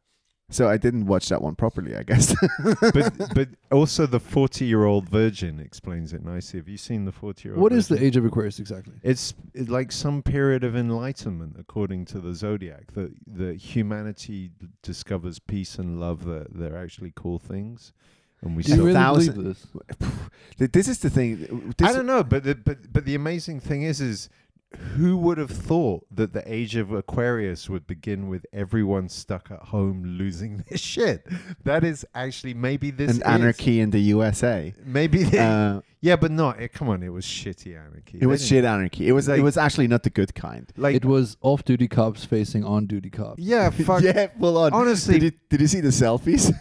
S2: So I didn't watch that one properly, I guess.
S1: But but also the forty year old virgin explains it nicely. Have you seen the forty year old?
S3: What is the age of Aquarius exactly?
S1: It's it's like some period of enlightenment, according to the zodiac, that that humanity discovers peace and love. That they're actually cool things, and we.
S3: Do you
S1: still-
S3: really
S2: thousand-
S3: believe this?
S2: Th- this is the thing. This
S1: I don't know, but the, but but the amazing thing is, is who would have thought that the age of Aquarius would begin with everyone stuck at home losing their shit? That is actually maybe this
S2: an
S1: is-
S2: anarchy in the USA.
S1: Maybe
S2: Uh,
S1: yeah, but not. It, come on, it was shitty anarchy.
S2: it was
S1: They
S2: shit
S1: didn't-
S2: anarchy. It was
S1: Like-
S2: it was actually not the good kind.
S1: Like
S3: It was off-duty cops facing on-duty cops.
S1: yeah, fuck.
S2: Yeah, well on.
S1: Honestly-
S2: did you, did you see the selfies?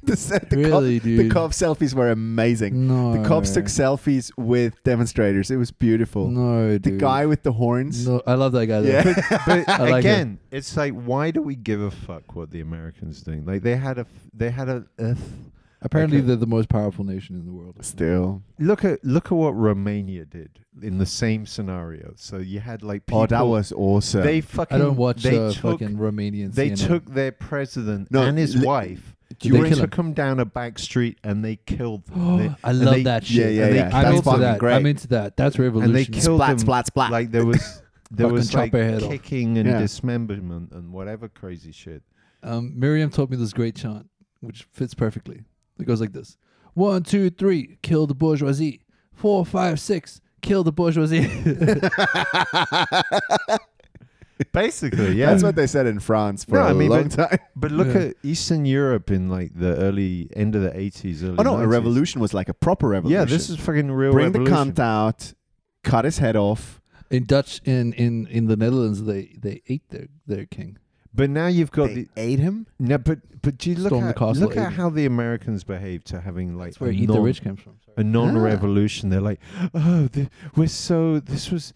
S2: the, se- the
S3: Really,
S2: cop, the
S3: dude?
S2: cop selfies were amazing.
S3: No.
S2: The cops took selfies with demonstrators. It was beautiful.
S3: No,
S2: the
S3: dude.
S2: guy with the horns.
S3: No, I love that guy. though.
S2: Yeah.
S1: But
S3: I like it.
S1: again, it's like why do we give a fuck what the Americans doing? Like they had a f- they had a earth.
S3: Apparently,
S1: Okay.
S3: they're the most powerful nation in the world.
S2: Still.
S1: Look at look at what Romania did in the same scenario. So you had like people
S2: oh, that was awesome.
S1: they fucking
S3: uh, I don't watch
S1: they
S3: uh,
S1: took,
S3: fucking Romanian.
S1: they
S3: CNN.
S1: took their president
S2: No,
S1: and his
S2: li-
S1: wife.
S3: Did they
S1: They
S3: kill
S1: took them down a back street and they killed them. They-
S3: him? I
S1: and
S3: love
S1: they-
S3: that shit.
S2: yeah,
S1: and
S2: yeah.
S1: They
S3: I'm
S2: That's
S1: killed
S3: into
S2: fucking
S1: them.
S3: that.
S2: great.
S3: I'm into that. That's revolution.
S1: killed
S2: splat,
S1: them
S2: splat, splat.
S1: Like there was there
S3: Fucking
S1: was like
S3: chop their head off.
S1: kicking and
S2: Yeah.
S1: dismemberment and whatever crazy shit.
S3: um, Miriam taught me this great chant, which fits perfectly. It goes like this: one, two, three, kill the bourgeoisie. Four, five, six, kill the bourgeoisie.
S1: Basically, yeah.
S2: That's what they said in France for
S1: No,
S2: a
S1: I mean,
S2: long
S1: but-
S2: time.
S1: But look
S3: Yeah.
S1: at Eastern Europe in like the early end of the eighties.
S2: Oh no, a revolution was like a proper revolution.
S1: Yeah, this is fucking real.
S2: bring the
S1: revolution.
S2: cunt out, cut his head off.
S3: in Dutch, in in in the Netherlands, they they ate their their king.
S1: But now you've got the
S2: ate him.
S1: no, but but do you look
S3: Storm the
S1: at
S3: castle
S1: look at
S3: ate it.
S1: how the Americans behave to having like
S3: That's where
S1: a
S3: eat the
S1: non-
S3: rich comes from.
S1: a non-revolution. They're like, oh, th- we're so. This was,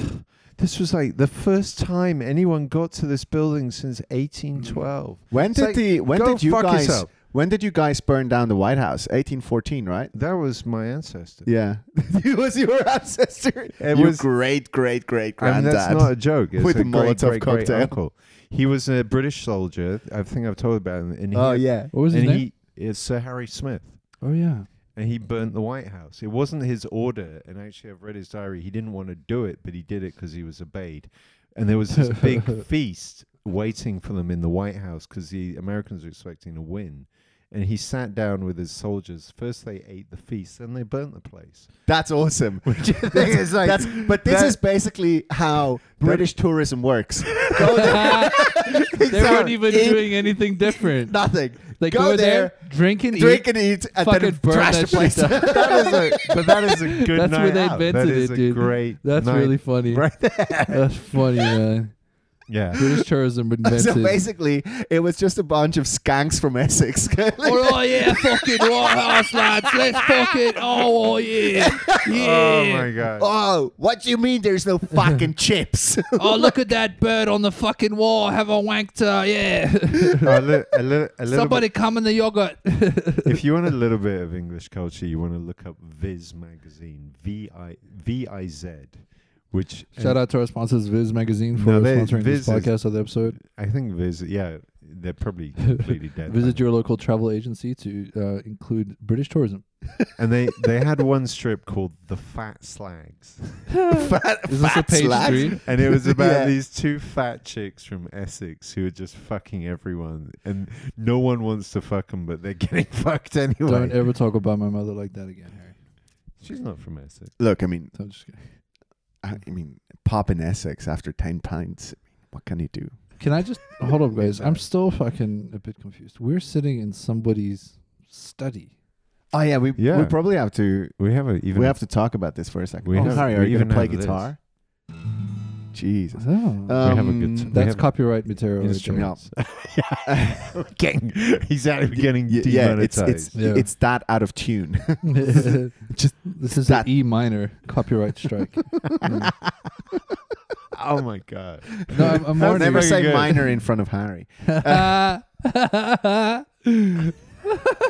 S1: this was like the first time anyone got to this building since 1812.
S2: When
S1: It's
S2: did
S1: like,
S2: the when
S1: go
S2: did you
S1: fuck
S2: guys
S1: yourself.
S2: when did you guys burn down the White House? 1814, right?
S1: That was my ancestor.
S2: Yeah, it was your ancestor.
S1: It
S2: your
S1: was-
S2: great great great
S1: I mean,
S2: granddad.
S1: that's not a joke. It's
S2: With
S1: a
S2: the
S1: great,
S2: Molotov
S1: great, great
S2: cocktail.
S1: uncle. He was a British soldier. I think I've told about him. And he,
S2: oh yeah,
S3: What was his
S1: and
S3: name?
S1: he is Sir Harry Smith.
S3: oh yeah.
S1: And he burnt the White House. It wasn't his order. And actually, I've read his diary. He didn't want to do it, but he did it because he was obeyed. And there was this big feast waiting for them in the White House because the Americans were expecting to win. And he sat down with his soldiers. First, they ate the feast, then they burnt the place.
S2: that's awesome.
S1: I think it's like-
S2: that's, but this
S1: that-
S2: is basically how British tourism works. Go there,
S3: They weren't even
S2: Eat
S3: doing anything different.
S2: nothing.
S3: They
S2: go
S3: go there, drink and
S2: drink
S3: eat.
S2: and eat, and
S3: fucking
S2: then
S3: burn
S2: trash
S3: that
S2: the place.
S3: shit down.
S1: that is a, but that is a good
S3: That's
S1: night
S3: where they
S1: out.
S3: invented
S1: that is
S3: it,
S1: a
S3: dude.
S1: great
S3: That's
S1: night.
S3: really funny.
S1: Right
S3: That's funny, man.
S1: Yeah.
S3: British tourism invented.
S2: So basically, it was just a bunch of skanks from Essex.
S3: Oh, oh, yeah, fucking White House lads. Let's fucking. Oh, oh yeah,
S1: Oh
S3: yeah.
S1: my god.
S2: oh, what do you mean there's no fucking chips?
S3: Oh, look at that bird on the fucking wall. Have a wanked. Uh, yeah.
S1: a little, a little, a little
S3: Somebody come in the yogurt.
S1: Bit, if you want a little bit of English culture, you want to look up Viz magazine, V I V I Z, which
S3: Shout out to our sponsors, Viz Magazine, for
S1: No, they-
S3: sponsoring
S1: Viz
S3: this
S1: is-
S3: podcast or the episode.
S1: I think Viz. Yeah, they're probably completely dead. by
S3: Visit
S1: now.
S3: your local travel agency to uh, include British tourism.
S1: and they they had one strip called the Fat Slags,
S2: fat,
S3: Is this a
S2: fat
S3: page
S2: slats.
S3: three?
S1: and it was about
S2: Yeah.
S1: these two fat chicks from Essex who are just fucking everyone, and no one wants to fuck them, but they're getting fucked anyway.
S3: Don't ever talk about my mother like that again, Harry.
S1: She's not from Essex.
S2: Look, I mean,
S3: So I'm just kidding.
S2: I I mean, pop in Essex after ten pints. What can you do?
S3: Can I just hold up, guys? I'm still fucking a bit confused. We're sitting in somebody's study.
S2: Oh yeah, we
S1: Yeah.
S2: we probably have to
S1: We have a even
S2: we have to talk about this for a second.
S1: We
S2: oh,
S1: have-
S2: sorry,
S1: we
S2: are you
S1: even
S2: gonna play
S1: have this.
S2: guitar? Jesus.
S3: Oh,
S1: we have a
S2: Um,
S1: good t- we
S3: that's
S1: Uh, have-
S3: copyright material. Right there.
S1: instruments. yeah. getting, exactly getting
S2: Y- yeah, it's it's
S3: Yeah.
S2: it's that out of tune.
S3: just this is
S2: that-
S3: an E minor copyright strike. Mm.
S1: oh my god.
S3: no, I'm, I'm
S1: How That's
S3: more
S1: did
S2: Never
S1: very
S2: say
S1: good.
S2: minor in front of Harry.
S3: uh,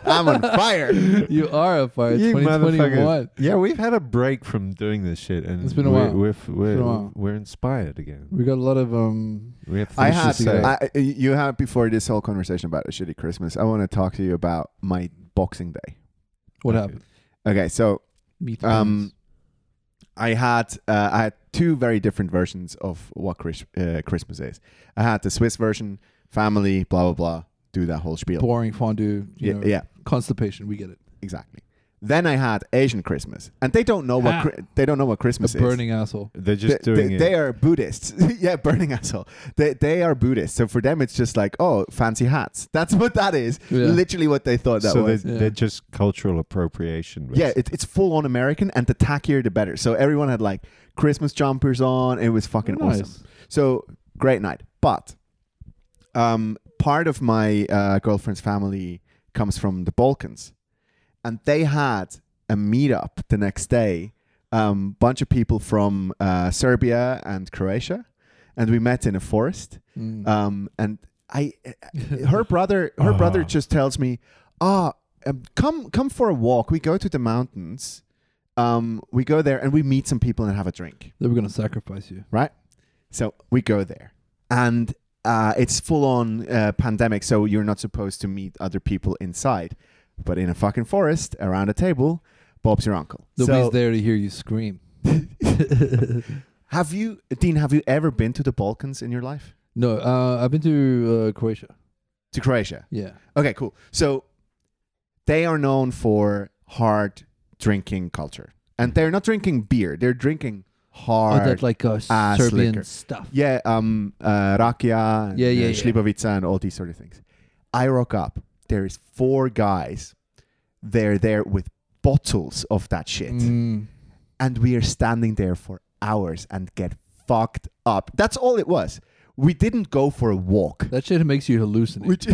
S2: I'm on fire.
S3: you are a fire.
S1: You
S3: 2021.
S1: motherfuckers. Yeah, we've had a break from doing this shit, and
S3: It's been a
S1: we're,
S3: while.
S1: We're,
S3: been a
S1: we're,
S3: while.
S1: we're inspired again.
S3: We got a lot of um.
S1: We have things
S2: I
S1: to
S2: had
S1: say.
S2: I, you had before this whole conversation about a shitty Christmas. I want to talk to you about my Boxing Day.
S3: What
S1: Okay.
S3: happened?
S2: Okay, so
S3: Meat
S2: Um, I had uh, I had two very different versions of what Chris, uh, Christmas is. I had the Swiss version, family, blah blah blah, do that whole
S3: pies.
S2: spiel.
S3: boring fondue. You
S2: yeah,
S3: know,
S2: yeah,
S3: Constipation. We get it.
S2: exactly. Then I had Asian Christmas, and they don't know
S3: Ah.
S2: what Chri- they don't know what
S3: A
S2: Christmas is.
S3: burning asshole.
S1: They're just
S2: they,
S1: doing
S2: they,
S1: it.
S2: they are Buddhists. yeah, burning asshole. They they are Buddhists. So for them, it's just like oh, fancy hats. That's what that is.
S3: Yeah.
S2: Literally what they thought that
S1: so
S2: was.
S1: they're,
S3: Yeah.
S1: they're just cultural appropriation.
S2: Yeah, it, it's full on American, and the tackier the better. So everyone had like Christmas jumpers on. It was fucking
S3: Nice.
S2: awesome. So great night. But um, part of my uh, girlfriend's family comes from the Balkans, and they had a meetup the next day. Um, bunch of people from uh, Serbia and Croatia, and we met in a forest.
S3: Mm.
S2: Um, and I, her brother, her brother
S1: Ah.
S2: just tells me, ah, um, come come for a walk. We go to the mountains. Um, we go there and we meet some people and have a drink
S3: they were gonna sacrifice you.
S2: right? So we go there, and uh, it's full on uh, pandemic, so you're not supposed to meet other people inside, but in a fucking forest around a table, Bob's your uncle.
S3: Nobody's
S2: so
S3: there to hear you scream.
S2: have you, Dean? Have you ever been to the Balkans in your life?
S3: No, uh, I've been to uh, Croatia.
S2: To Croatia?
S3: Yeah,
S2: Okay, cool. So they are known for hard drinking culture, and they're not drinking beer; they're drinking
S3: oh,
S2: hard.
S3: that like uh,
S2: ass
S3: Serbian
S2: liquor.
S3: stuff.
S2: Yeah, um, uh, Rakia, and,
S3: Yeah, yeah,
S2: uh,
S3: yeah.
S2: Šljibovica and all these sort of things. I rock up. There is four guys. They're there with bottles of that shit,
S3: Mm.
S2: and we are standing there for hours and get fucked up. That's all it was. We didn't go for a walk.
S3: That shit makes you hallucinate.
S2: Which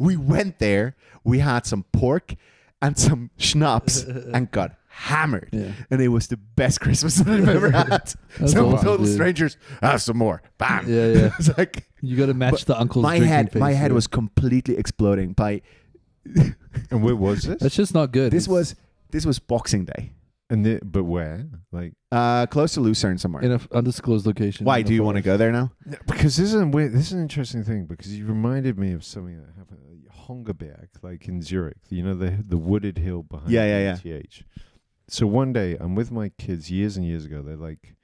S2: we went there. We had some pork and some schnapps and got hammered.
S3: Yeah.
S2: And it was the best Christmas that I've ever had. some
S3: awesome,
S2: total
S3: dude.
S2: strangers have some more. Bam.
S3: Yeah, yeah.
S2: it's like
S3: you got to match the uncle's
S2: my
S3: drinking
S2: head.
S3: Pace,
S2: my head
S3: yeah.
S2: was completely exploding. By
S1: and where was this?
S3: That's just not good.
S2: this
S3: It's-
S2: was this was Boxing Day.
S1: and the, but where? Like
S2: Uh, close to Lucerne somewhere.
S3: in an undisclosed location.
S2: Why do you want to go there now?
S1: No, because this is a weird, this is an interesting thing because you reminded me of something that happened at Hongerberg, like in Zurich. You know the the wooded hill behind
S2: Yeah, yeah, yeah.
S1: ETH. So one day I'm with my kids years and years ago. They're like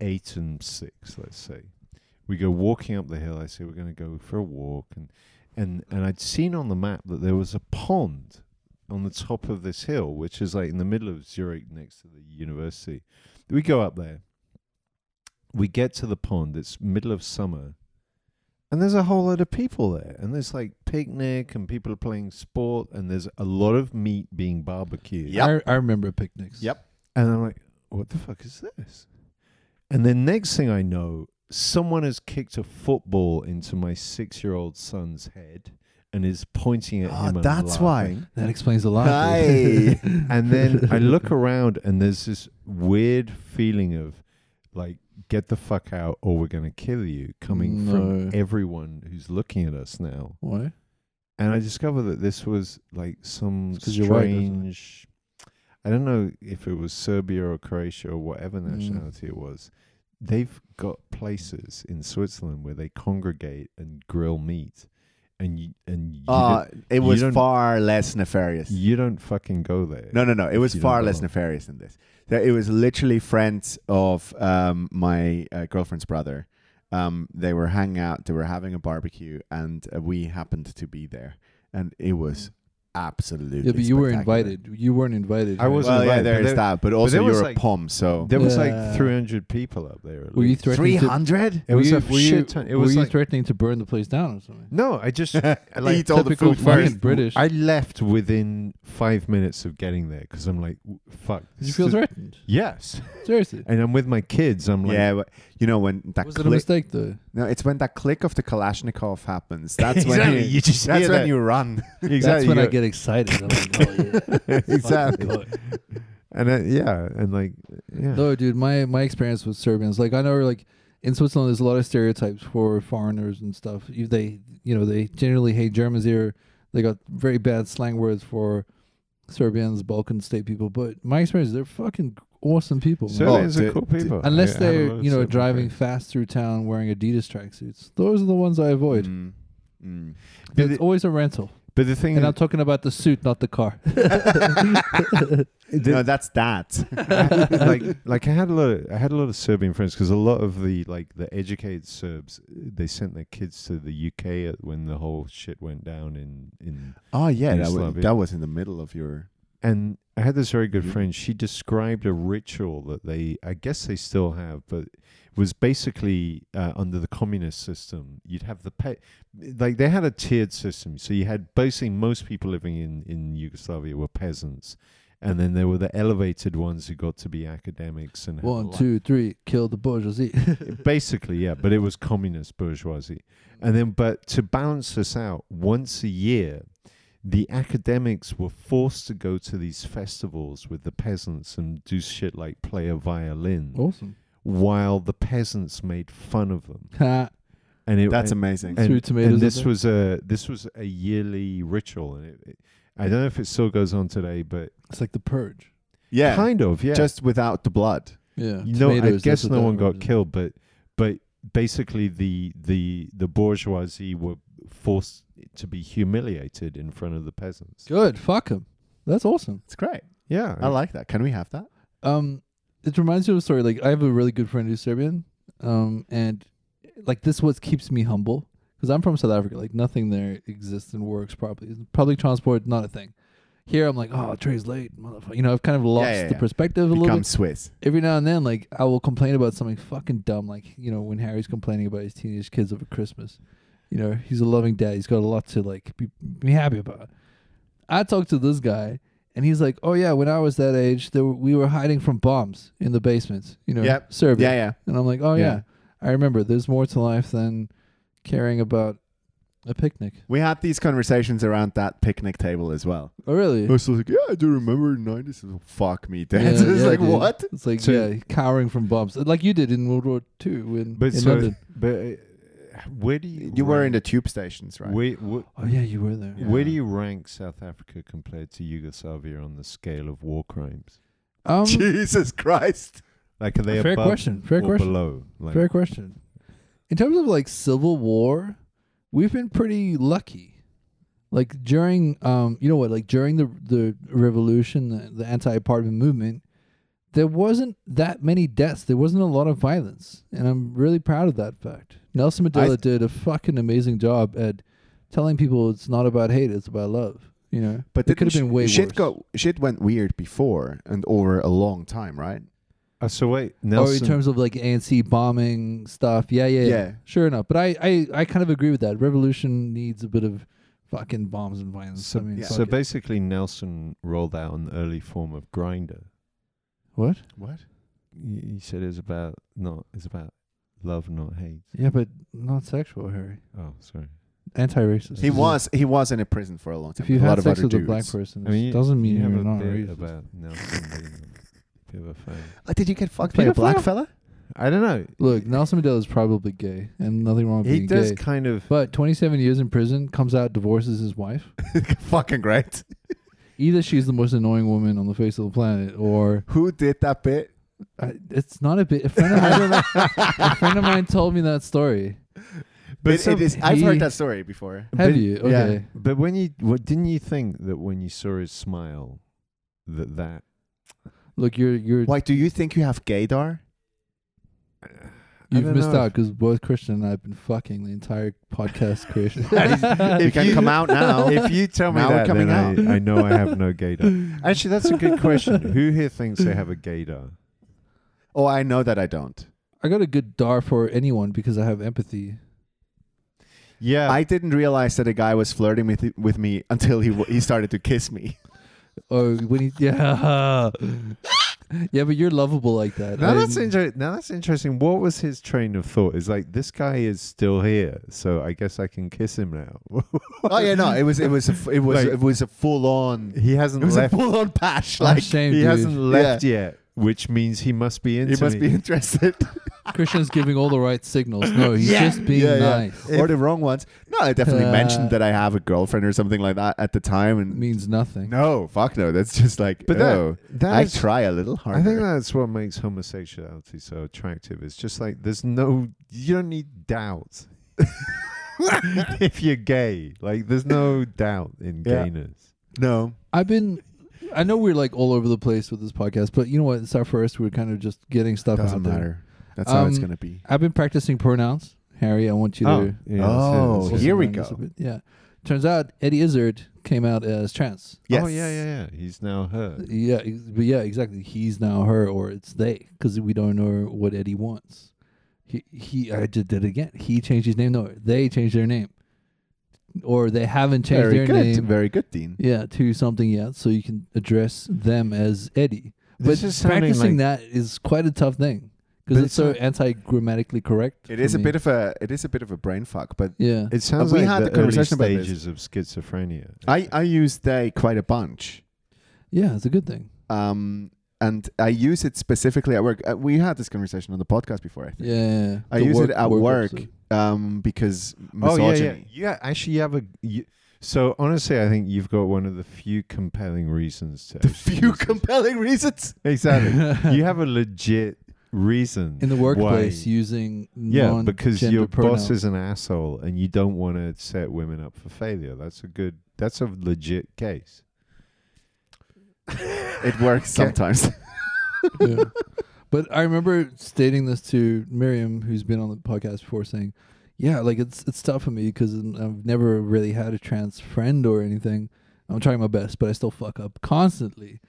S1: eight and six, let's say. We go walking up the hill. I say we're going to go for a walk, and and and I'd seen on the map that there was a pond on the top of this hill, which is like in the middle of Zurich, next to the university. We go up there we get to the pond. It's middle of summer, and there's a whole lot of people there, and there's like picnic, and people are playing sport, and there's a lot of meat being barbecued.
S2: Yep.
S3: I, I remember picnics.
S2: Yep.
S1: And I'm like, what the fuck is this? And then next thing I know, someone has kicked a football into my six-year-old son's head and is pointing at
S2: Ah,
S1: him. and
S2: that's
S1: laughing.
S2: why.
S3: That explains a lot.
S2: Hi.
S1: And then I look around, and there's this weird feeling of like, get the fuck out, or we're going to kill you, coming
S3: No.
S1: from everyone who's looking at us now.
S3: Why?
S1: And I discovered that this was like some
S3: It's 'cause you're white, isn't it?
S1: strange. I don't know if it was Serbia or Croatia or whatever
S3: Mm.
S1: nationality it was. They've got places in Switzerland where they congregate and grill meat, and you and you,
S2: Uh,
S3: Ah,
S1: don't, you
S2: it was
S1: don't-
S2: far less nefarious.
S1: you don't fucking go there.
S2: No, no, no. It was
S1: you
S2: far
S1: don't
S2: less
S1: belong.
S2: nefarious than this. There- It was literally friends of um, my uh, girlfriend's brother. Um, they were hanging out. They were having a barbecue, and uh, we happened to be there, and it was absolutely.
S3: Yeah, but you were
S2: spectacular.
S3: invited. You weren't invited.
S1: I
S3: right?
S1: Hmm. wasn't
S2: Well, yeah,
S1: invited, but
S2: there's
S1: there-
S2: that. But also,
S1: there was,
S2: you're a
S1: like-
S2: pom, so
S1: There was
S3: Yeah.
S1: like 300 people up there. at
S3: Were you
S1: least.
S3: threatening to?
S2: hundred.
S1: It was
S3: were
S1: a
S3: you, were you-
S1: shit ton. It
S3: were
S1: was
S3: you
S1: like-
S3: threatening to burn the place down or something?
S1: No, I just like
S2: Eat all the
S3: Typical
S2: food
S3: fucking
S2: first.
S3: British.
S1: I left within five minutes of getting there because I'm like, w- fuck.
S3: Did you
S1: this
S3: feel
S1: is-
S3: threatened?
S1: Yes,
S3: Seriously.
S1: and I'm with my kids. I'm like,
S2: Yeah, but you know when that
S3: Was it a
S2: click?
S3: mistake though?
S2: No, it's when that click of the Kalashnikov happens. That's when
S1: Exactly,
S2: you,
S1: you just
S2: that's
S1: hear
S2: when
S1: that.
S2: you run.
S1: exactly.
S3: That's when I
S1: you
S3: get excited. I'm like, oh, yeah.
S1: go-
S3: Fucking
S1: exactly.
S3: look.
S1: And uh, yeah, and like, yeah,
S3: No, dude, my my experience with Serbians, like I know, like in Switzerland, there's a lot of stereotypes for foreigners and stuff. You, they, you know, they generally hate Germans here. They got very bad slang words for Serbians, Balkan state people. But my experience, they're fucking awesome people. man.
S1: Serbians
S2: Oh,
S1: are
S2: d-
S1: cool
S2: d-
S1: people.
S3: Unless
S1: I- I had a lot
S3: they're
S1: of
S3: you know
S1: Serbian
S3: driving
S1: friends.
S3: fast through town wearing Adidas tracksuits. Those are the ones I avoid.
S2: Mm. Mm.
S1: But
S3: It's
S1: the-
S3: always a rental,
S1: But the thing
S3: and I'm
S1: is,
S3: talking about the suit, not the car.
S2: Mm. no, that's that.
S1: like, like I had a lot, of, I had a lot of Serbian friends because a lot of the like the educated Serbs, they sent their kids to the UK at- when the whole shit went down in in
S2: Oh yeah, that was,
S1: Yugoslavia.
S2: that was in the middle of your.
S1: and I had this very good
S2: Mhm.
S1: friend. She described a ritual that they, I guess they still have, but it was basically uh, under the communist system. You'd have the pay, like they had a tiered system. So you had basically most people living in in Yugoslavia were peasants, and then there were the elevated ones who got to be academics and had
S3: One,
S1: li-
S3: two, three, kill the bourgeoisie.
S1: basically yeah. But it was communist bourgeoisie, and then but to balance this out, once a year the academics were forced to go to these festivals with the peasants and do shit like play a violin
S2: Oh.
S3: awesome.
S1: while the peasants made fun of them.
S3: Ha,
S1: And it,
S2: That's
S1: and,
S2: amazing.
S1: and,
S3: Threw tomatoes
S1: and
S3: at
S1: this
S3: them.
S1: was a this was a yearly ritual, and it, it- I don't know if it still goes on today, but
S3: it's like the purge.
S2: yeah,
S1: kind of, yeah.
S2: just without the blood.
S3: Yeah.
S1: you know, I
S3: Uh, Tomatoes,
S1: guess
S3: that's what
S1: no
S3: that
S1: one got
S3: represents.
S1: killed, but but basically the the the bourgeoisie were forced to be humiliated in front of the peasants.
S3: Good. Fuck him. That's awesome.
S2: It's great.
S1: Yeah,
S2: I like that. Can we have that?
S3: Um, it reminds me of a story. Like I have a really good friend who's Serbian, um, and like this what keeps me humble because I'm from South Africa. Like nothing there exists and works properly. Public transport not a thing. Here I'm like, oh, train's late, motherfucker. You know, I've kind of lost
S2: yeah,
S3: the
S2: yeah.
S3: perspective a little
S2: Become
S3: bit.
S2: Swiss.
S3: Every now and then, like I will complain about something fucking dumb, like you know when Harry's complaining about his teenage kids over Christmas. You know, he's a loving dad. He's got a lot to like be, be happy about. I talked to this guy, and he's like, "Oh yeah, when I was that age, there were, we were hiding from bombs in the basements, you know,
S2: Yep.
S3: Serbia."
S2: Yeah, yeah.
S3: And I'm like, "Oh yeah.
S2: Yeah.
S3: I remember. There's more to life than caring about a picnic."
S2: We had these conversations around that picnic table as well.
S3: Oh really?
S2: I was like, yeah, I do remember nineties. Fuck me,
S3: Yeah,
S2: dad. it's
S3: yeah,
S2: like
S3: dude.
S2: what?
S3: It's like
S1: So-
S3: yeah, cowering from bombs, like you did in World War II in,
S1: But
S3: in
S1: so,
S3: London.
S1: but uh, where do you
S2: You were
S1: rank-
S2: in the tube stations, right?
S1: where, where,
S3: Oh yeah, you were there.
S1: where do
S2: Yeah.
S1: you rank South Africa compared to Yugoslavia on the scale of war crimes?
S3: Um,
S2: Jesus Christ.
S1: Like are they
S3: fair
S1: above
S3: question. Fair
S1: or
S3: question.
S1: below? Like,
S3: Fair question. In terms of like civil war, we've been pretty lucky. Like during, um, you know what? Like during the the revolution, the, the anti-apartment movement, there wasn't that many deaths. There wasn't a lot of violence, and I'm really proud of that fact. Nelson Mandela did a fucking amazing job at telling people it's not about hate, it's about love. You know,
S2: But
S3: it could
S2: didn't
S3: have been
S2: sh-
S3: way
S2: shit
S3: worse.
S2: got shit went weird before and over a long time, right?
S1: Uh, so wait,
S3: or
S1: Nelson.
S3: in terms of like ANC bombing stuff. Yeah, yeah, yeah.
S2: Yeah.
S3: Sure enough. But I, I, I kind of agree with that. Revolution needs a bit of fucking bombs and violence.
S1: so,
S3: I mean,
S2: yeah.
S1: so
S3: fuck it.
S1: basically, Nelson rolled out an early form of grinder.
S3: what?
S2: What?
S1: He said it's about not it's about love, not hate.
S3: Yeah, but not sexual, Harry.
S1: Oh, sorry.
S3: Anti-racist.
S2: He was he was in a prison for a long time.
S3: If you
S2: a
S3: had
S2: lot of
S3: sex
S2: other
S3: with a
S2: dudes.
S3: black person,
S1: I mean,
S3: it doesn't
S1: you
S3: mean
S1: have
S3: you're
S1: a
S3: not
S1: bit
S3: racist.
S1: about Nelson being a bit of a fan.
S2: Oh, did you get fucked by a
S3: Pedophile?
S2: black fella?
S1: I don't know.
S3: Look, Nelson Mandela is probably gay, and nothing wrong with
S1: He
S3: being
S1: does
S3: gay.
S1: kind of.
S3: But 27 years in prison, comes out, divorces his wife.
S2: Fucking great.
S3: Either she's the most annoying woman on the face of the planet, or
S2: Who did that bit?
S3: I, it's not a bit. A friend of mine, a friend of mine told me that story.
S1: But
S2: It-
S1: some-
S2: it is, I've
S3: he-
S2: heard that story before.
S3: Have
S1: But-
S3: you?
S2: yeah.
S3: Okay.
S1: But when you, what didn't you think that when you saw his smile, that that
S3: Look, you're you're
S2: Why do you think you have gaydar?
S1: I
S3: you've
S1: don't
S3: missed
S1: know
S3: out because both Christian and I have been fucking the entire podcast creation.
S2: you can come out now.
S1: if you tell me
S2: Now we're
S1: that,
S2: coming
S1: then I, I know I have no gaydar. Actually, that's a good question. Who here thinks they have a gaydar?
S2: oh, I know that I don't.
S3: I got a good dar for anyone because I have empathy.
S1: Yeah,
S2: I didn't realize that a guy was flirting with with me until he w- he started to kiss me.
S3: Oh, when he yeah yeah, but you're lovable like that.
S1: Now
S3: I
S1: that's
S3: didn't-
S1: inter- now that's interesting. What was his train of thought? Is like this guy is still here, so I guess I can kiss him now.
S2: oh yeah, no, it was it was a f- it was
S1: Like-
S2: it was a full on
S1: he
S2: it
S1: hasn't
S2: was
S1: left.
S2: a full on patch.
S3: I'm
S2: Like
S3: ashamed,
S1: He
S3: dude.
S1: hasn't left yet, which means he must be into
S2: he must
S1: me.
S2: be interested.
S3: Christian's giving all the right signals. No, he's
S2: Yeah.
S3: just being
S2: Yeah, yeah.
S3: nice.
S2: or the wrong ones. No, I definitely
S3: Uh,
S2: mentioned that I have a girlfriend or something like that at the time,
S3: It
S2: and
S3: means nothing.
S2: no, fuck no. That's just like,
S1: But that-
S2: oh,
S1: that
S2: I
S1: is-
S2: try a little harder.
S1: I think that's what makes homosexuality so attractive. It's just like there's no, you don't need doubt if you're gay. Like there's no doubt in
S2: Yeah.
S1: gayness.
S2: no,
S3: I've been. I know we're like all over the place with this podcast, but you know what? It's our first. We're kind of just getting stuff
S2: doesn't
S3: out there.
S2: matter. That's how it's
S3: Um,
S2: gonna be.
S3: I've been practicing pronouns, Harry. I want you to.
S1: yeah, that's it,
S2: Oh,
S1: that's it.
S3: listen
S2: here we
S3: around this
S2: go.
S3: a bit. Yeah. Turns out Eddie Izzard came out as trans.
S2: Yes.
S1: Oh yeah, yeah, yeah. He's now her.
S3: Yeah, ex- but yeah, exactly. He's now her, or it's they, because we don't know what Eddie wants. He, he. I just did it again. He changed his name. No, they changed their name, or they haven't changed
S2: Very
S3: their
S2: good.
S3: name.
S2: Very good, Dean.
S3: yeah, to something yet, so you can address them as Eddie. But
S1: This is sounding
S3: practicing
S1: like
S3: that is quite a tough thing
S1: But
S3: because it's
S1: it's
S3: so
S1: not-
S3: anti-grammatically correct.
S2: It
S3: for
S2: is a
S3: me.
S2: bit of a it is a bit of a brain fuck, but
S3: yeah.
S1: It sounds
S2: we
S1: like the
S2: had the conversation about
S1: early
S2: this.
S1: stages of schizophrenia.
S2: I I use they quite a bunch,
S3: Yeah, it's a good thing.
S2: um, and I use it specifically at work. Uh, we had this conversation on the podcast before, I think.
S3: Yeah,
S2: I
S3: the
S2: use it at work,
S3: episode.
S2: um, because
S1: oh
S2: misogyny.
S1: yeah, yeah, yeah. Actually, you have a. You, so honestly, I think you've got one of the few compelling reasons to.
S2: The
S1: actually
S2: few
S1: use this.
S2: compelling reasons.
S1: exactly. you have a legit reason
S3: in the workplace
S1: Why?
S3: using
S1: Yeah, because
S3: non-gender
S1: your
S3: pronouns.
S1: boss is an asshole, and you don't want to set women up for failure. That's a good. That's a legit case.
S2: It works sometimes.
S3: Yeah. But I remember stating this to Miriam, who's been on the podcast before, saying, "Yeah, like it's it's tough for me because I've never really had a trans friend or anything. I'm trying my best, but I still fuck up constantly."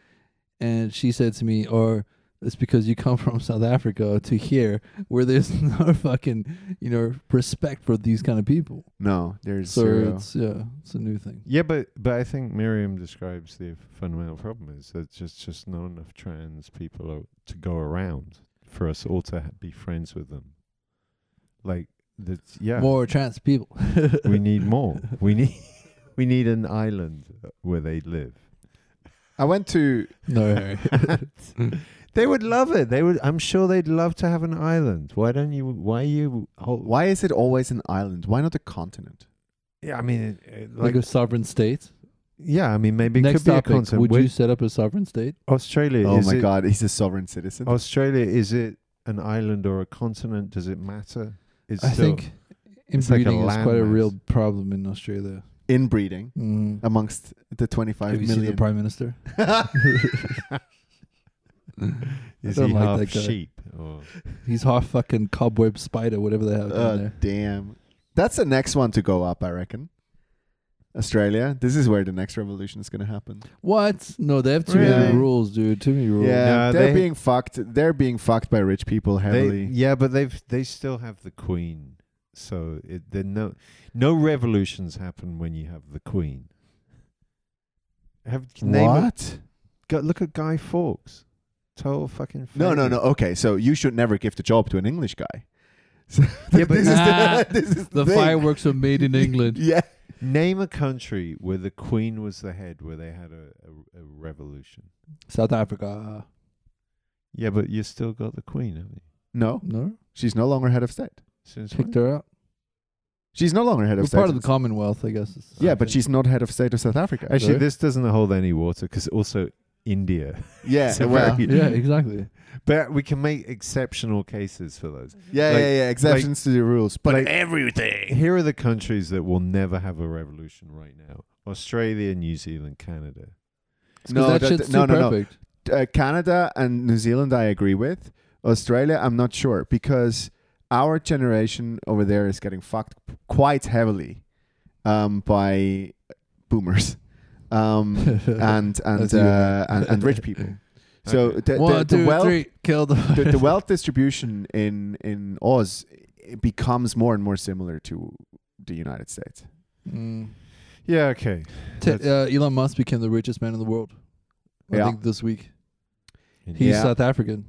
S3: And she said to me, "Or it's because you come from South Africa to here, where there's no fucking you know respect for these kind of people.
S2: No, there's
S3: so
S2: zero.
S3: it's yeah, it's a new thing.
S1: Yeah, but but I think Miriam describes the fundamental problem is that just just not enough trans people are, to go around for us all to ha- be friends with them. Like that's yeah.
S3: More trans people.
S1: We need more. we need we need an island where they live.
S2: I went to
S3: no, Harry.
S1: They would love it. They would. I'm sure they'd love to have an island. Why don't you? Why are you? Whole,
S2: why is it always an island? Why not a continent?
S1: yeah, I mean, it, it-
S3: like
S1: like,
S3: a sovereign state."
S1: yeah, I mean, maybe it
S3: Next
S1: could be
S3: topic,
S1: a concept.
S3: would
S1: Would
S3: you set up a sovereign state?
S1: Australia?
S2: oh
S1: is
S2: my
S1: it-
S2: god, he's a sovereign citizen.
S3: Oh.
S1: Australia is it an island or a continent? Does it matter? It's
S3: I
S1: still-
S3: think
S1: it's like a
S3: inbreeding is quite a
S1: landmass.
S3: real problem in Australia.
S2: Inbreeding
S3: Mm.
S2: amongst the 25
S3: Have you seen the
S2: million.
S3: prime minister?
S1: is
S3: don't
S1: he
S3: like
S1: half
S3: that guy.
S1: sheep? Or
S3: He's half fucking cobweb spider, whatever they have
S2: Oh,
S3: down there.
S2: damn. That's the next one to go up, I reckon. Australia. This is where the next revolution is going to happen.
S3: What? No, they have too many
S2: Really?
S3: rules, dude. Too many rules.
S1: No,
S2: Yeah, they're
S1: they-
S2: being fucked. They're being fucked by rich people
S1: they,
S2: heavily.
S1: yeah, but they've they still have the queen, so it, there no no revolutions happen when you have the queen. Have name a-
S2: what?
S1: Go, look at Guy Fawkes. Total fucking.
S2: No, no,
S1: failure.
S2: no. Okay, so you should never give the job to an English guy.
S1: Yeah, but
S2: this is the, this is
S3: The
S2: thing.
S3: fireworks are made in England.
S2: Yeah.
S1: name a country where the queen was the head, where they had a, a, a revolution.
S3: South Africa.
S1: Yeah, but you still got the queen, haven't you?
S2: No,
S3: No?
S2: she's no longer head of state.
S1: Since when?
S3: Kicked her out.
S2: She's no longer head
S3: We're
S2: of state.
S3: part of the Commonwealth, I guess. is-
S2: yeah, but she's not head of state of South Africa.
S1: Actually,
S3: Sorry?
S1: this doesn't hold any water because also India.
S2: yeah,
S1: So
S2: well,
S1: very-
S3: Yeah, exactly.
S1: But we can make exceptional cases for those.
S2: yeah,
S1: like-
S2: yeah, yeah. Exceptions to the rules, but
S1: like-
S2: everything.
S1: Here are the countries that will never have a revolution right now: Australia, New Zealand, Canada.
S2: No,
S3: that,
S2: that-
S3: shit's
S2: no,
S3: too
S2: no, no.
S3: perfect.
S2: uh, Canada and New Zealand, I agree with. Australia, I'm not sure because our generation over there is getting fucked quite heavily um, by boomers um, and
S3: That's
S2: and,
S3: you.
S2: uh, and and rich people. So
S1: Okay.
S2: the,
S3: One,
S2: the,
S3: two,
S2: the wealth
S3: three, Kill the.
S2: the, the wealth distribution in in Oz it becomes more and more similar to the United States.
S3: Mm.
S1: Yeah. Okay.
S3: Te-
S1: That's-
S3: uh, Elon Musk became the richest man in the world. I
S2: Yeah.
S3: think this week. He's
S1: Yeah.
S2: Yeah.
S3: South African.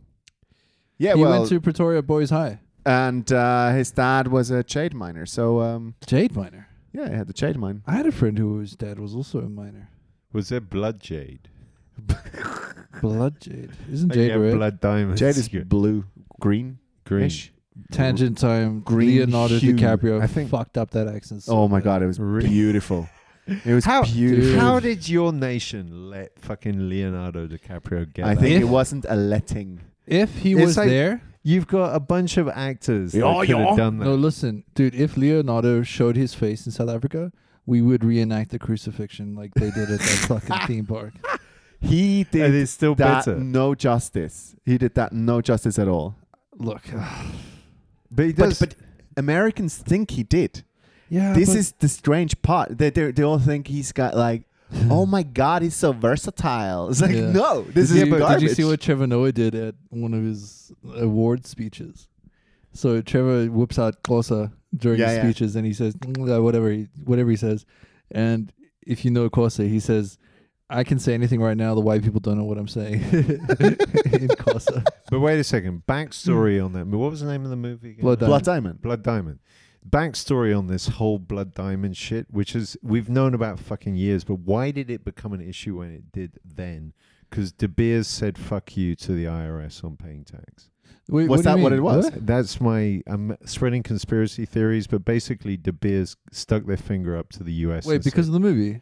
S2: Yeah,
S3: he
S2: well,
S3: went to Pretoria Boys High.
S2: and uh, his dad was a jade miner, so um,
S3: Jade miner.
S2: yeah, he had the jade mine.
S3: I had a friend who whose dad was also a miner.
S1: Was there blood jade?
S3: Blood jade. Isn't
S1: Like,
S3: jade
S1: yeah,
S3: red?
S1: blood diamonds.
S2: Jade is
S1: Yeah.
S2: blue, green,
S1: green.
S3: Tangent time.
S1: green
S3: Leonardo
S1: hue.
S3: DiCaprio
S1: I think-
S3: fucked up that accent. so
S2: Oh my
S3: bad.
S2: god, it was
S1: Really?
S2: beautiful. It was
S1: How-
S2: beautiful.
S1: How did your nation let fucking Leonardo DiCaprio get?
S2: I
S1: that?
S2: think
S3: If-
S2: it wasn't a letting.
S3: If he
S1: It's
S3: was
S1: like-
S3: there,
S1: you've got a bunch of actors that
S2: Yeah,
S1: could have
S2: Oh, yeah.
S1: done that.
S3: no, listen, dude. If Leonardo showed his face in South Africa, we would reenact the crucifixion like they did at that fucking theme park.
S2: He did
S1: and it's still
S2: that
S1: better.
S2: no justice. He did that no justice at all.
S3: Look,
S1: But he
S2: But,
S1: does.
S2: but Americans think he did.
S3: yeah,
S2: This
S3: but-
S2: is the strange part. They, they, they all think he's got like, oh my god, he's so versatile. It's like
S3: Yeah.
S2: no, this
S3: did
S2: is
S3: you,
S2: garbage.
S3: Did you see what Trevor Noah did at one of his award speeches? So Trevor whips out Kosa during
S2: Yeah,
S3: his
S2: yeah.
S3: speeches, and he says "Mm, uh, whatever he, whatever he says. And if you know Kosa, he says, "I can say anything right now. The white people don't know what I'm saying." in Kosa,
S1: but wait a second. Backstory on that. What was the name of the movie? again?
S3: Blood
S2: Hmm. Blood Diamond.
S1: Blood Diamond. Backstory on this whole Blood Diamond shit, which is we've known about fucking years, but why did it become an issue when it did then? Because De Beers said "fuck you" to the IRS on paying tax.
S3: Wait,
S2: Was
S3: do you
S2: that what
S3: mean?
S2: it was?
S1: That's my I'm spreading conspiracy theories, but basically De Beers stuck their finger up to the US.
S3: Wait,
S1: and said,
S3: because of the movie.